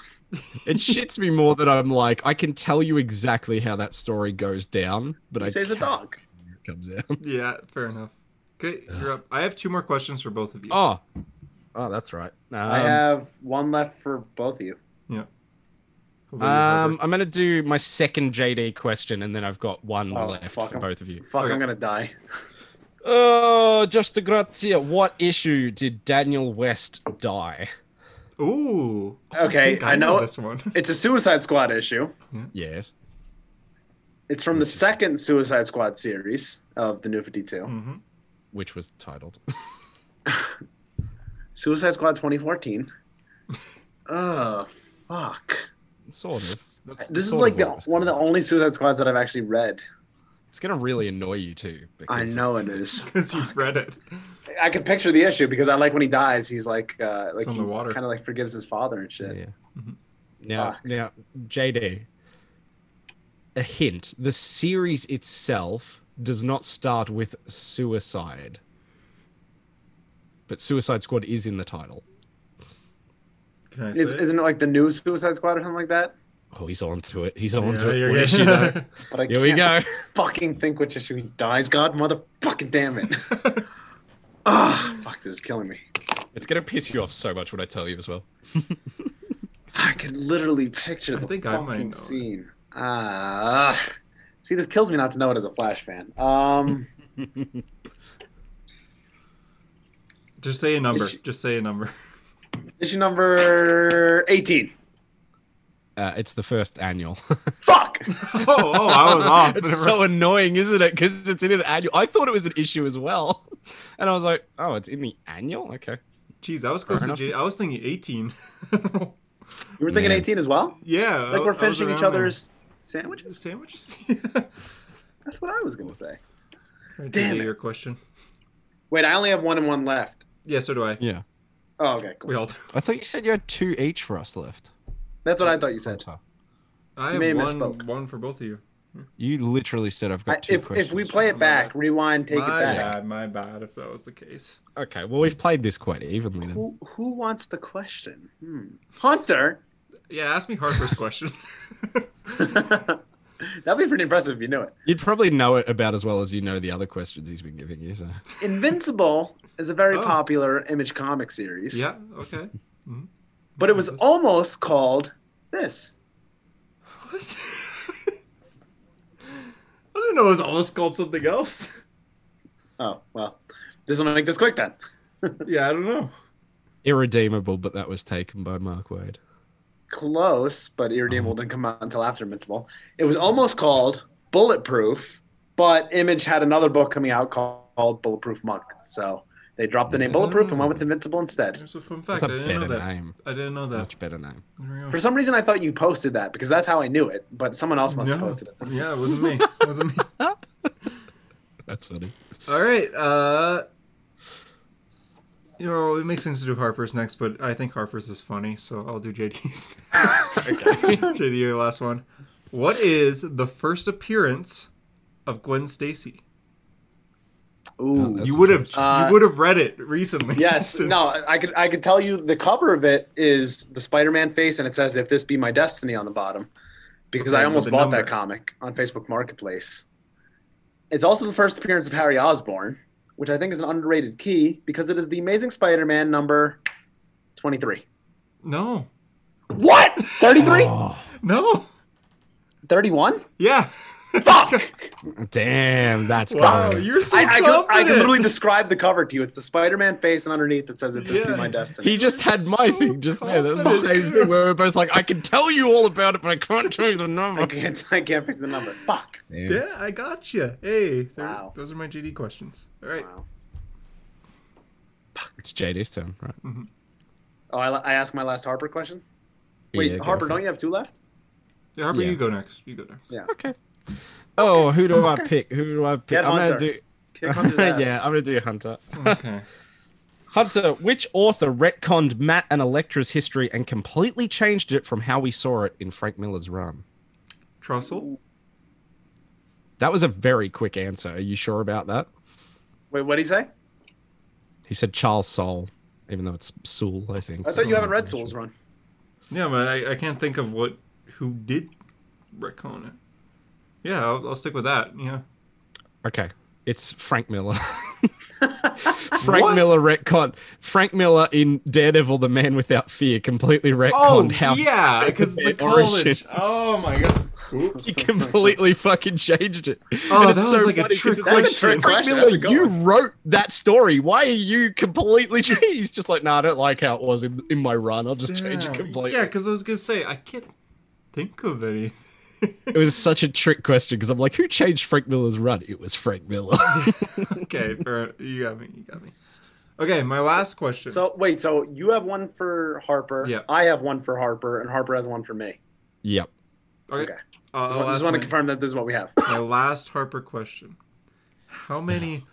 S2: It shits me more that I'm like, I can tell you exactly how that story goes down, but I
S3: He saves a
S2: can't
S3: dog.
S2: when it comes out.
S1: Yeah, fair enough. Okay, you're up. I have two more questions for both of you.
S2: Oh, oh, that's right. Um,
S3: I have one left for both of you.
S1: Yeah. What about you,
S2: Um,
S1: Herbert?
S2: I'm gonna do my second JD question, and then I've got one
S3: Oh,
S2: left
S3: fuck
S2: for
S3: 'em.
S2: both of you.
S3: Fuck,
S1: Okay.
S3: I'm gonna die.
S2: Oh, just the grazia. What issue did Daniel West die?
S1: Ooh. I
S3: Okay,
S1: think
S3: I know-
S1: this one.
S3: It's a Suicide Squad issue.
S2: Yes.
S3: It's from the second Suicide Squad series of the New 52.
S1: hmm
S2: Which was titled.
S3: Suicide Squad 2014. oh, fuck.
S2: sort of.
S1: That's,
S3: This is
S2: Sort
S3: like
S2: of
S3: the,
S2: almost
S3: one of the only Suicide Squads that I've actually read.
S2: It's gonna really annoy you too.
S3: I
S2: because
S3: know
S2: it's-
S3: it is.
S1: because you've read it.
S3: I can picture the issue because I like when he dies. He's like, uh, like
S1: on
S3: he
S1: the water.
S3: kind of like forgives his father and shit.
S2: Yeah. Ah.
S1: Mhm.
S2: Now,
S3: Fuck.
S2: now, JD. A hint: the series itself does not start with suicide, but Suicide Squad is in the title.
S1: Can I say
S3: Is,
S1: it?
S3: isn't it like the new Suicide Squad or something like that?
S2: Oh, he's on to it. He's
S1: Yeah,
S2: on to
S1: you're
S2: it. What issue
S1: good.
S2: though?
S3: But I
S2: Here we
S3: can't
S2: go.
S3: fucking think which issue he dies. God, motherfucking damn it. Ah, fuck, this is killing me.
S2: It's gonna piss you off so much when I tell you as well.
S3: I can literally picture
S1: I
S3: the
S1: think I
S3: fucking
S1: might know it.
S3: scene. Ah, see, this kills me not to know it as a Flash fan. Um,
S1: Just say a number.
S3: Issue-
S1: Just say a number.
S3: issue number eighteen.
S2: Uh, it's the first annual.
S3: Fuck.
S1: oh, oh, I was off.
S2: it's so annoying, isn't it? Because it's in an annual. I thought it was an issue as well, and I was like, "Oh, it's in the annual." Okay.
S1: Jeez, I was close
S2: Fair
S1: to
S2: enough.
S1: J- I was thinking 18.
S3: You were thinking
S2: Man.
S3: eighteen as well.
S1: yeah.
S3: It's like we're finishing each other's sandwiches.
S1: sandwiches.
S3: That's what I was gonna say.
S1: Damn
S3: it.
S1: your question.
S3: Wait, I only have one and one left.
S1: Yeah, so do I.
S2: Yeah.
S3: Oh, okay, cool.
S1: We all do.
S2: I thought you said you had two each for us left.
S3: That's what I thought you said.
S1: I
S3: may
S1: have
S3: have
S1: one,
S3: misspoke.
S1: one for both of you.
S2: You literally said I've
S3: I,
S2: got two
S3: if
S2: questions.
S3: if we play it
S1: My
S3: back,
S1: bad.
S3: rewind, take
S1: my
S3: it back.
S1: bad, my bad if that was the case.
S2: Okay, well we've played this quite evenly then.
S3: Who who wants the question? Hmm. Hunter.
S1: Yeah, ask me Harper's question.
S3: That'd be pretty impressive if you knew it.
S2: You'd probably know it about as well as you know the other questions he's been giving you. So
S3: Invincible is a very
S1: Oh.
S3: popular image comic series.
S1: yeah, okay. Hmm.
S3: But it was almost called this.
S1: What? I didn't know it was almost called something else.
S3: Oh, well. This will make this quick then.
S1: Yeah, I don't know.
S2: irredeemable, but that was taken by Mark Wade.
S3: Close, but
S1: Oh.
S3: Irredeemable didn't come out until after Invincible. It was almost called Bulletproof, but Image had another book coming out called Bulletproof Monk. So they dropped the name Bulletproof and went with Invincible instead.
S1: There's a fun
S2: That's
S1: fact.
S2: a
S1: I didn't know
S2: better
S1: that.
S2: name.
S1: I didn't know that.
S2: Much better name.
S1: There we go.
S3: For some reason, I thought you posted that because that's how I knew it, but someone else must have
S1: No.
S3: posted it.
S1: Yeah, it wasn't me. It wasn't me.
S2: That's funny.
S1: All right. Uh, you know, it makes sense to do Harper's next, but I think Harper's is funny, so I'll do JD's. JD, your last one. What is the first appearance of Gwen Stacy?
S3: Ooh.
S2: that's-
S1: You would have
S3: Uh,
S1: you would have read it recently.
S3: Yes.
S1: Since-
S3: No, I could I could tell you the cover of it is the Spider-Man face and it says if this be my destiny on the bottom because
S1: Okay,
S3: I
S1: with
S3: almost
S1: the
S3: bought that
S1: number.
S3: comic on Facebook Marketplace. It's also the first appearance of Harry Osborn, which I think is an underrated key because it is the Amazing Spider-Man number 23.
S1: No.
S3: What? 33?
S2: Oh,
S1: No.
S3: 31?
S1: Yeah.
S3: Fuck.
S2: damn, that's
S1: Wow,
S2: good.
S1: you're so
S3: I, I, could,
S1: confident.
S3: I could literally describe the cover to you. It's the Spider-Man face and underneath it says if this
S1: Yeah.
S3: be my destiny.
S2: He just had my
S1: so
S2: thing just there. That was the
S1: confident,
S2: same
S1: too.
S2: thing where we're both like, I can tell you all about it, but I can't tell you the
S3: I
S2: number.
S3: can't I can't pick the number. Fuck.
S1: Yeah, I got you. Hey, there-
S3: Wow.
S1: those are my JD questions. All right.
S3: Wow.
S2: It's JD's turn, right?
S3: Oh, I, I asked my last Harper question. Wait,
S2: Yeah, go
S3: Harper,
S2: for
S3: don't you have two left?
S1: Yeah, Harper,
S2: Yeah.
S1: you go next. You go next.
S3: Yeah.
S2: Okay. Oh, who do I pick? Who do I pick?
S3: Get
S2: I'm
S3: Hunter. Kick
S2: gonna
S3: Hunter's
S2: do.
S3: ass.
S2: yeah, I'm gonna do Hunter.
S1: Okay.
S2: Hunter, which author retconned Matt and Electra's history and completely changed it from how we saw it in Frank Miller's run?
S1: Trussell?
S2: That was a very quick answer. Are you sure about that?
S3: Wait, what did he say?
S2: He said Charles Soule, even though it's Sewell, I think.
S3: I thought you haven't read
S2: Sewell.
S3: Soul's Run.
S1: Yeah, but I, I can't think of what who did retcon it. Yeah, I'll, I'll stick with that. Yeah.
S2: Okay, it's Frank Miller. Frank Miller retcon. Frank Miller in Daredevil, The Man Without Fear, completely retconned
S1: Oh
S2: how
S1: yeah, because the
S2: their
S1: college. Oh my god. Oops.
S2: He completely fucking changed it.
S1: Oh,
S2: it's
S1: that was
S2: so
S1: like a
S2: funny 'cause
S1: trick
S2: it's
S3: That's a
S1: question.
S3: trick
S2: Frank
S3: question.
S2: Miller,
S3: That's a good
S2: you
S3: one.
S2: wrote that story. Why are you completely changed? He's just like, nah, I don't like how it was in, in my run. I'll just change it
S1: Damn.
S2: completely.
S1: Yeah, because I was gonna say I can't think of any.
S2: It was such a trick question because I'm like, who changed Frank Miller's run? It was Frank Miller.
S1: okay, fair. You got me. You got me. Okay, my last question.
S3: So wait, so you have one for Harper.
S1: Yeah.
S3: I have one for Harper, and Harper has one for me.
S2: yep.
S1: okay.
S3: okay.
S1: Uh,
S3: I just,
S2: Oh,
S1: I'll
S3: want- just
S1: ask
S3: want to
S1: my-
S3: confirm that this is what we have.
S1: my last Harper question. How many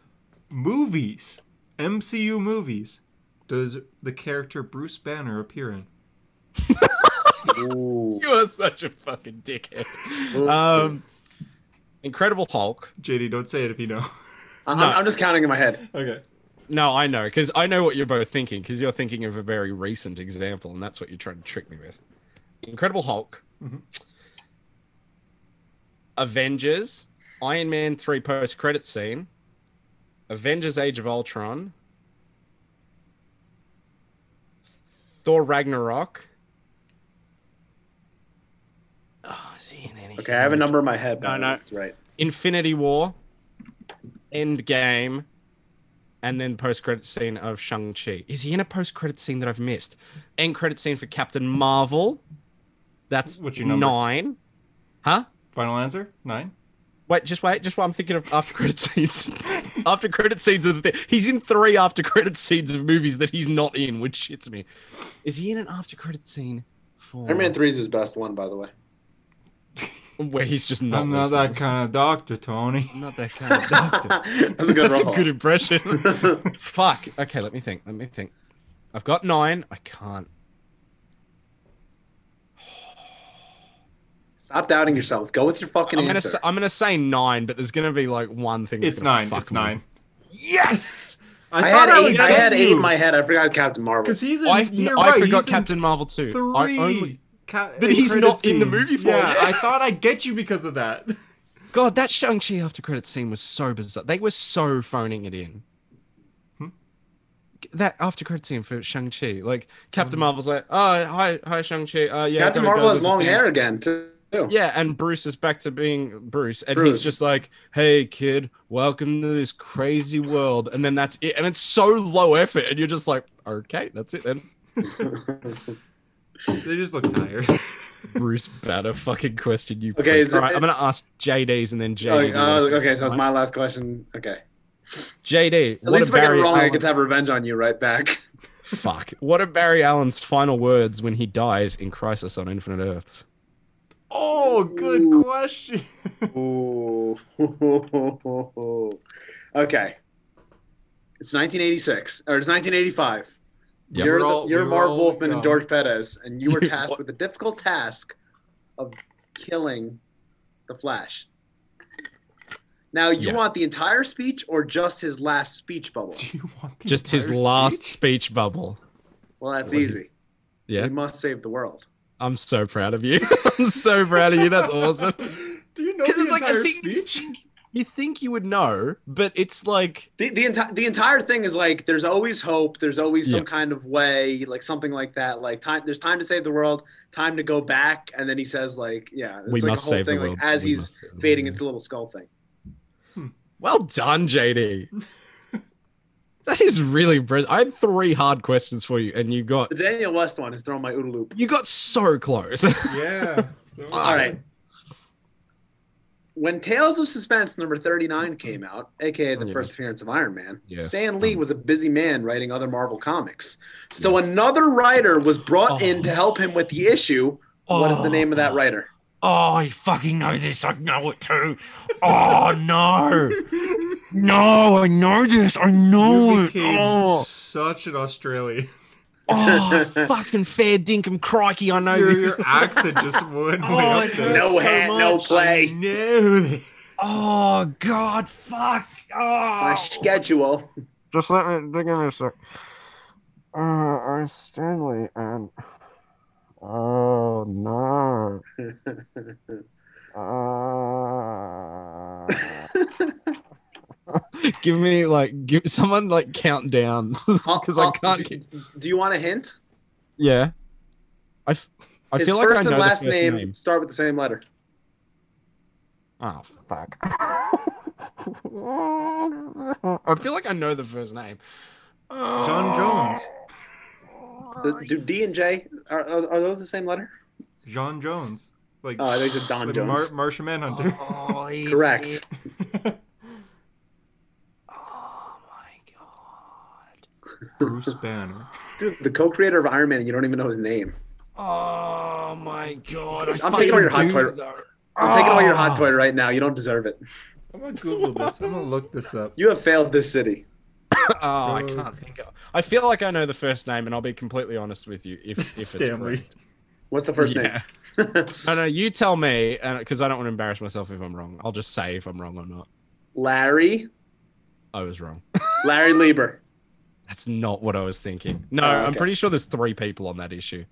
S1: movies, MCU movies, does the character Bruce Banner appear in?
S3: Ooh.
S2: You are such a fucking dickhead. um, Incredible Hulk.
S1: JD, don't say it if you know.
S3: I'm,
S2: No.
S3: I'm just counting in my head.
S1: okay.
S2: No, I know because I know what you're both thinking because you're thinking of a very recent example, and that's what you're trying to trick me with. Incredible Hulk,
S1: Mhm.
S2: Avengers, Iron Man three post credit scene, Avengers Age of Ultron, Thor Ragnarok. Oh, is he in any?
S3: Okay, I have a number in my head.
S2: No,
S3: but
S2: no.
S3: That's right.
S2: Infinity War, Endgame, and then post credit scene of Shang Chi. Is he in a post credit scene that I've missed? End credit scene for Captain Marvel. That's
S1: What's your number?
S2: nine. Huh?
S1: Final answer? Nine?
S2: Wait, just wait. Just what I'm thinking of after credit scenes. after credit scenes of the thing. He's in three after credit scenes of movies that he's not in, which shits me. Is he in an after credit scene for
S3: Iron Man Three is his best one, by the way.
S2: where he's just not?
S1: I'm not
S2: listening?
S1: that kind of doctor, Tony.
S2: I'm not that kind of doctor.
S3: That's a good
S2: That's
S3: role.
S2: a good impression. Fuck. Okay, let me think. Let me think. I've got nine. I can't.
S3: Stop doubting yourself. Go with your fucking
S2: I'm gonna.
S3: answer.
S2: Say, I'm gonna say nine, but there's gonna be like one thing. that's
S1: It's
S2: gonna
S1: nine.
S2: fuck
S1: It's
S2: me.
S1: nine.
S2: Yes.
S1: I,
S3: I
S1: thought
S3: had
S1: I would
S3: eight. I
S1: get
S3: had eight
S1: you.
S3: in my head. I forgot Captain Marvel.
S1: Because he's in.
S2: Oh, I,
S1: you're
S2: I
S1: right,
S2: forgot
S1: he's in
S2: Captain Marvel too.
S1: Three.
S2: I only.
S1: ca-
S2: But he's
S1: credit
S2: not in the movie for
S1: Yeah,
S2: it.
S1: I thought I'd get you because of that.
S2: God, that Shang Chi after credit scene was so bizarre. They were so phoning it in.
S1: Hmm?
S2: That after credit scene for Shang Chi, like
S1: Hmm.
S2: Captain Marvel's like, oh hi hi Shang Chi, uh, yeah.
S3: Captain
S2: gotta go,
S3: Marvel has
S2: there's a
S3: long
S2: thing."
S3: hair again too.
S2: Yeah, and Bruce is back to being Bruce, and
S3: Bruce.
S2: he's just like, "Hey, kid, welcome to this crazy world," and then that's it, and it's so low effort, and you're just like, "Okay, that's it." Then
S1: They just look tired.
S2: Bruce, better fucking question you.
S3: Okay,
S2: prick.
S3: is it-
S2: Alright, I'm gonna ask JD's and then
S3: Oh,
S2: JD.
S3: uh, okay, so it's my last question. Okay.
S2: JD.
S3: At
S2: what
S3: least if
S2: are
S3: I get it
S2: Barry
S3: wrong, I
S2: Allen-
S3: get to have revenge on you right back.
S2: Fuck. What are Barry Allen's final words when he dies in Crisis on Infinite Earths?
S1: Oh, good
S3: Ooh.
S1: question.
S3: Ooh. okay. It's 1986, or it's 1985.
S2: Yep.
S3: You're,
S1: We're
S3: the-
S1: all-
S3: you're
S1: we're
S3: Marv
S1: all
S3: Wolfman
S1: gone.
S3: and George Perez, and you were
S2: You-
S3: tasked with the difficult task of killing the Flash. Now, you
S2: Yeah.
S3: want the entire speech or just his last speech bubble?
S1: Do you want the
S2: Just his
S1: entire
S2: last
S1: speech?
S2: speech bubble.
S3: Well, that's
S2: Wait.
S3: easy.
S2: Yeah,
S3: We must save the world.
S2: I'm so proud of you. I'm so proud of you. That's awesome.
S1: Do you know
S2: 'Cause
S1: the
S2: it's like, I
S1: entire
S2: think-
S1: speech?
S2: You think you would know, but it's like
S3: The, the, entire the entire thing is like there's always hope there's always some
S2: Yeah.
S3: kind of way like something like that like time there's time to save the world time to go back and then he says like yeah it's
S2: we
S3: like
S2: must save the world
S3: like, as
S2: We
S3: he's
S2: must Mm-hmm. save the
S3: fading
S2: world.
S3: into the little skull thing
S2: Well done, JD. that is really impressive. I had three hard questions for you, and you got
S3: the Daniel West one is throwing my OODA loop
S2: you got so close.
S1: Yeah.
S3: all right when Tales of Suspense number 39 came out aka the
S2: Yes.
S3: first appearance of Iron Man
S2: Mm-hmm. Oh, Yes.
S3: Stan Lee
S2: Um,
S3: was a busy man writing other Marvel comics so another writer was brought
S2: Oh.
S3: in to help him with the issue what is the name of that writer
S5: Oh, I fucking know this. I know it too. Oh no, no, I know this. I know
S1: You
S5: it.
S1: became
S5: Oh,
S1: such an Australian.
S2: oh, fucking fair dinkum crikey! I know
S1: Your,
S2: this.
S1: your accent just went
S5: Oh,
S1: way up
S5: it
S1: there.
S5: hurts.
S3: no
S5: so
S3: hat no
S5: much.
S3: play
S1: No.
S5: oh God, fuck.
S3: my
S5: Oh.
S3: schedule.
S5: Just let me dig in a sec. Uh, I Stanley and. Oh no. Uh...
S2: give me like give someone like countdown because I
S3: I'll-
S2: can't.
S3: Do,
S2: keep-
S3: do you want a hint?
S2: Yeah, I, f- I
S3: His
S2: feel like
S3: first
S2: I know
S3: and last
S2: the first
S3: name,
S2: name.
S3: start with the same letter.
S2: Oh,
S5: Fuck.
S2: I feel like I know the first name.
S1: John Jones.
S3: The- do D and J are, are, are those the same letter?
S1: John Jones. Like,
S3: Oh, they said Don
S1: like
S3: Jones.
S1: Mar- Martian Manhunter.
S2: Oh, it's
S3: Correct.
S2: it. Oh my god.
S1: Bruce Banner.
S3: Dude, the co-creator of Iron Man, and you don't even know his name.
S2: Oh my god. I
S3: I'm taking away your hot
S2: fucking
S3: toy-
S2: do-
S3: I'm taking away your hot
S2: Ah.
S3: toy right now. You don't deserve it.
S1: I'm gonna Google this. I'm gonna look this up.
S3: You have failed this city.
S2: Oh, I
S1: Joe-
S2: can't think of. I feel like I know the first name, and I'll be completely honest with you. If, if it's
S1: Stanley.
S2: correct.
S3: What's the first
S2: Yeah.
S3: name?
S2: No, no, you tell me, because I don't want to embarrass myself if I'm wrong. I'll just say if I'm wrong or not.
S3: Larry.
S2: I was wrong.
S3: Larry Lieber.
S2: That's not what I was thinking. No,
S3: Oh,
S2: I'm
S3: okay.
S2: pretty sure there's three people on that issue.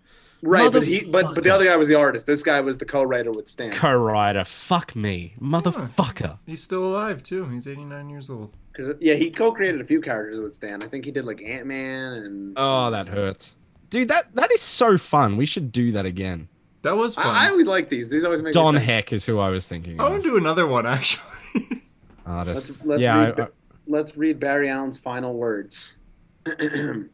S3: Right, but he but but the other guy was the artist. This guy was the co-writer with Stan.
S2: Co-writer, fuck me, motherfucker.
S1: He's still alive too. He's 89 years old.
S3: 'Cause- yeah, he co-created a few characters with Stan. I think he did like Ant Man and.
S2: Oh, that hurts, dude. That that is so fun. We should do that again.
S1: That was fun.
S3: I, I
S1: I,
S3: always like these. These always make. me
S2: Don
S3: think.
S2: Heck is who I was thinking.
S1: want
S2: Of.
S1: to do another one actually.
S2: Artist.
S3: Let's- let's
S2: yeah,
S3: read
S2: I- I-
S3: Let's read Barry Allen's final words. there,
S2: I'm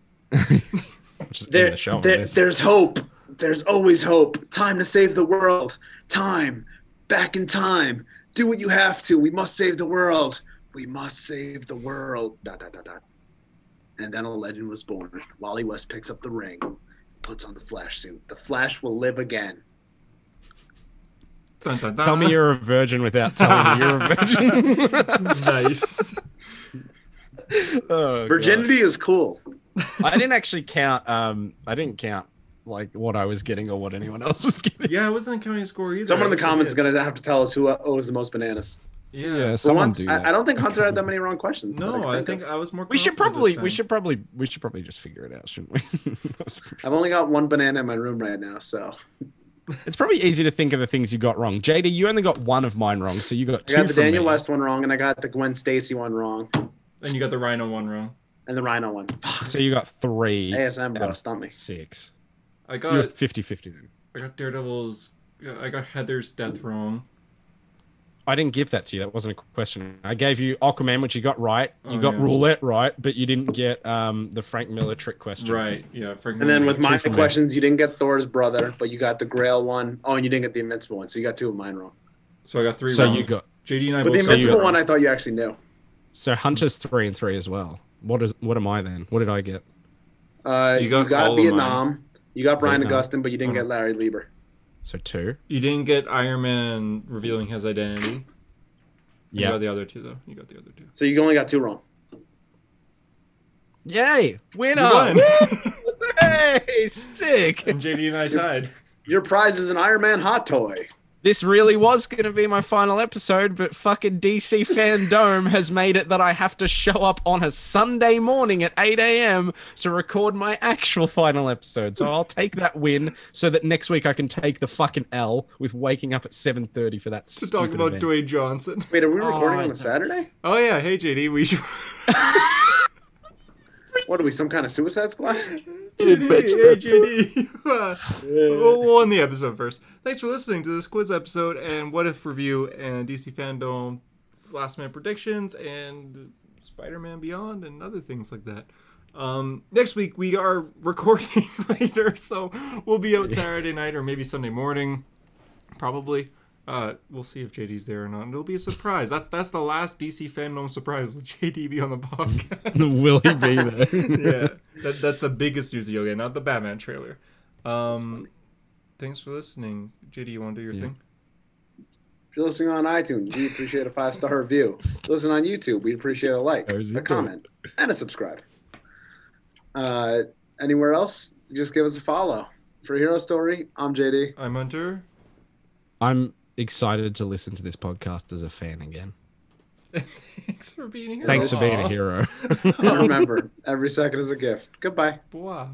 S2: just gonna show him
S3: there
S2: this.
S3: there's hope. There's always hope. Time to save the world. Time, back in time. Do what you have to. We must save the world. We must save the world. Dot dot dot dot. And then a legend was born. Wally West picks up the ring, puts on the Flash suit. The Flash will live again.
S1: Dun, dun, dun.
S2: Tell me you're a virgin without telling me you're a virgin.
S1: nice.
S2: Oh, God.
S3: Virginity is cool.
S2: I didn't actually count. Um, I didn't count like what I was getting or what anyone else was getting.
S1: Yeah, I wasn't counting score either.
S3: Someone in the
S1: I
S3: comments is
S1: did.
S3: gonna have to tell us who owes the most bananas.
S1: Yeah.
S3: For once, I, I don't think Hunter had that many wrong questions. that
S1: No,
S3: can
S1: I
S3: of.
S1: think I was more.
S2: we should
S1: confident
S2: probably
S1: this
S2: we
S1: time.
S2: should probably we should probably just figure it out, shouldn't we? That was pretty-
S3: I've only got one banana in my room right now, so
S2: it's probably easy to think of the things you got wrong. JD, you only got one of mine wrong, so you got
S3: I
S2: two.
S3: got the
S2: from
S3: Daniel
S2: me.
S3: West one wrong, and I got the Gwen Stacy one wrong,
S1: And you got the Rhino one wrong.
S3: and the Rhino one. Fuck.
S2: So you got three,
S3: ASM bro, stump me.
S2: six.
S1: I
S2: You're
S1: got
S2: 50-50 then.
S1: I got Daredevil's. I got Heather's death wrong.
S2: I didn't give that to you. That wasn't a question. I gave you Aquaman, which you got right. You
S1: Oh,
S2: got
S1: yeah.
S2: roulette right, but you didn't get um, the Frank Miller trick question.
S1: Right. Yeah. Frank
S3: And
S1: Miller.
S3: then with my
S2: for me.
S3: questions, you didn't get Thor's brother, but you got the Grail one. Oh, and you didn't get the Invincible one, so you got two of mine wrong.
S1: so I got three
S2: So
S1: wrong.
S2: you got
S1: JD and I
S3: But
S1: both. got
S3: the
S2: you
S3: Invincible
S1: it wrong.
S3: one, I thought you actually knew.
S2: So Hunter's three and three as well. What is what am I then? What did I get?
S3: Uh,
S1: You
S3: you
S1: got
S3: got,
S1: all of mine.
S3: Vietnam. You got Brian
S2: Vietnam. Uh-huh.
S3: Augustin, but you didn't
S1: Hold
S3: get Larry Lieber.
S2: So two.
S1: You didn't get Iron Man revealing his identity. You got
S2: Yeah.
S1: the other two though. You got the other two.
S3: So you only got two wrong.
S2: Yay! Winner!
S1: You won.
S2: Hey, sick!
S1: and JD and I tied.
S3: Your prize is an Iron Man hot toy.
S2: This really was gonna be my final episode, but fucking DC fandom has made it that I have to show up on a Sunday morning at 8 a.m. to record my actual final episode. So I'll take that win so that next week I can take the fucking L with waking up at 7:30 for that.
S1: to talk about Dwayne Johnson.
S3: Wait, are we
S2: Oh,
S3: recording
S2: I
S3: on
S2: know.
S3: a Saturday?
S1: Oh yeah, hey JD, we should.
S3: What are we, some kind of Suicide Squad?
S1: JD, hey JD. Uh, we'll, we'll end the episode first. Thanks for listening to this quiz episode and what if review and DC fandom, last minute predictions and Spider Man Beyond and other things like that. Um, next week we are recording later, so we'll be out Saturday night or maybe Sunday morning, probably. Uh, we'll see if JD's there or not. It'll be a surprise. That's that's the last DC fandom surprise. Will JD be on the podcast?
S2: Will he be there?
S1: yeah, that, that's the biggest news you'll get, not the Batman trailer. Um, thanks for listening, JD. You want to do your thing?
S3: If you're listening on iTunes, we appreciate a five star review. Listen on YouTube, we appreciate a like,
S2: There's
S3: a
S2: YouTube.
S3: comment, and a subscribe. Uh, anywhere else, just give us a follow. For Hero Story, I'm JD.
S1: I'm Hunter.
S2: I'm excited to listen to this podcast as a fan again.
S1: thanks for being here.
S2: Thanks for being
S1: Aw.
S2: a hero.
S3: And remember, every second is a gift. Goodbye.
S1: Blah.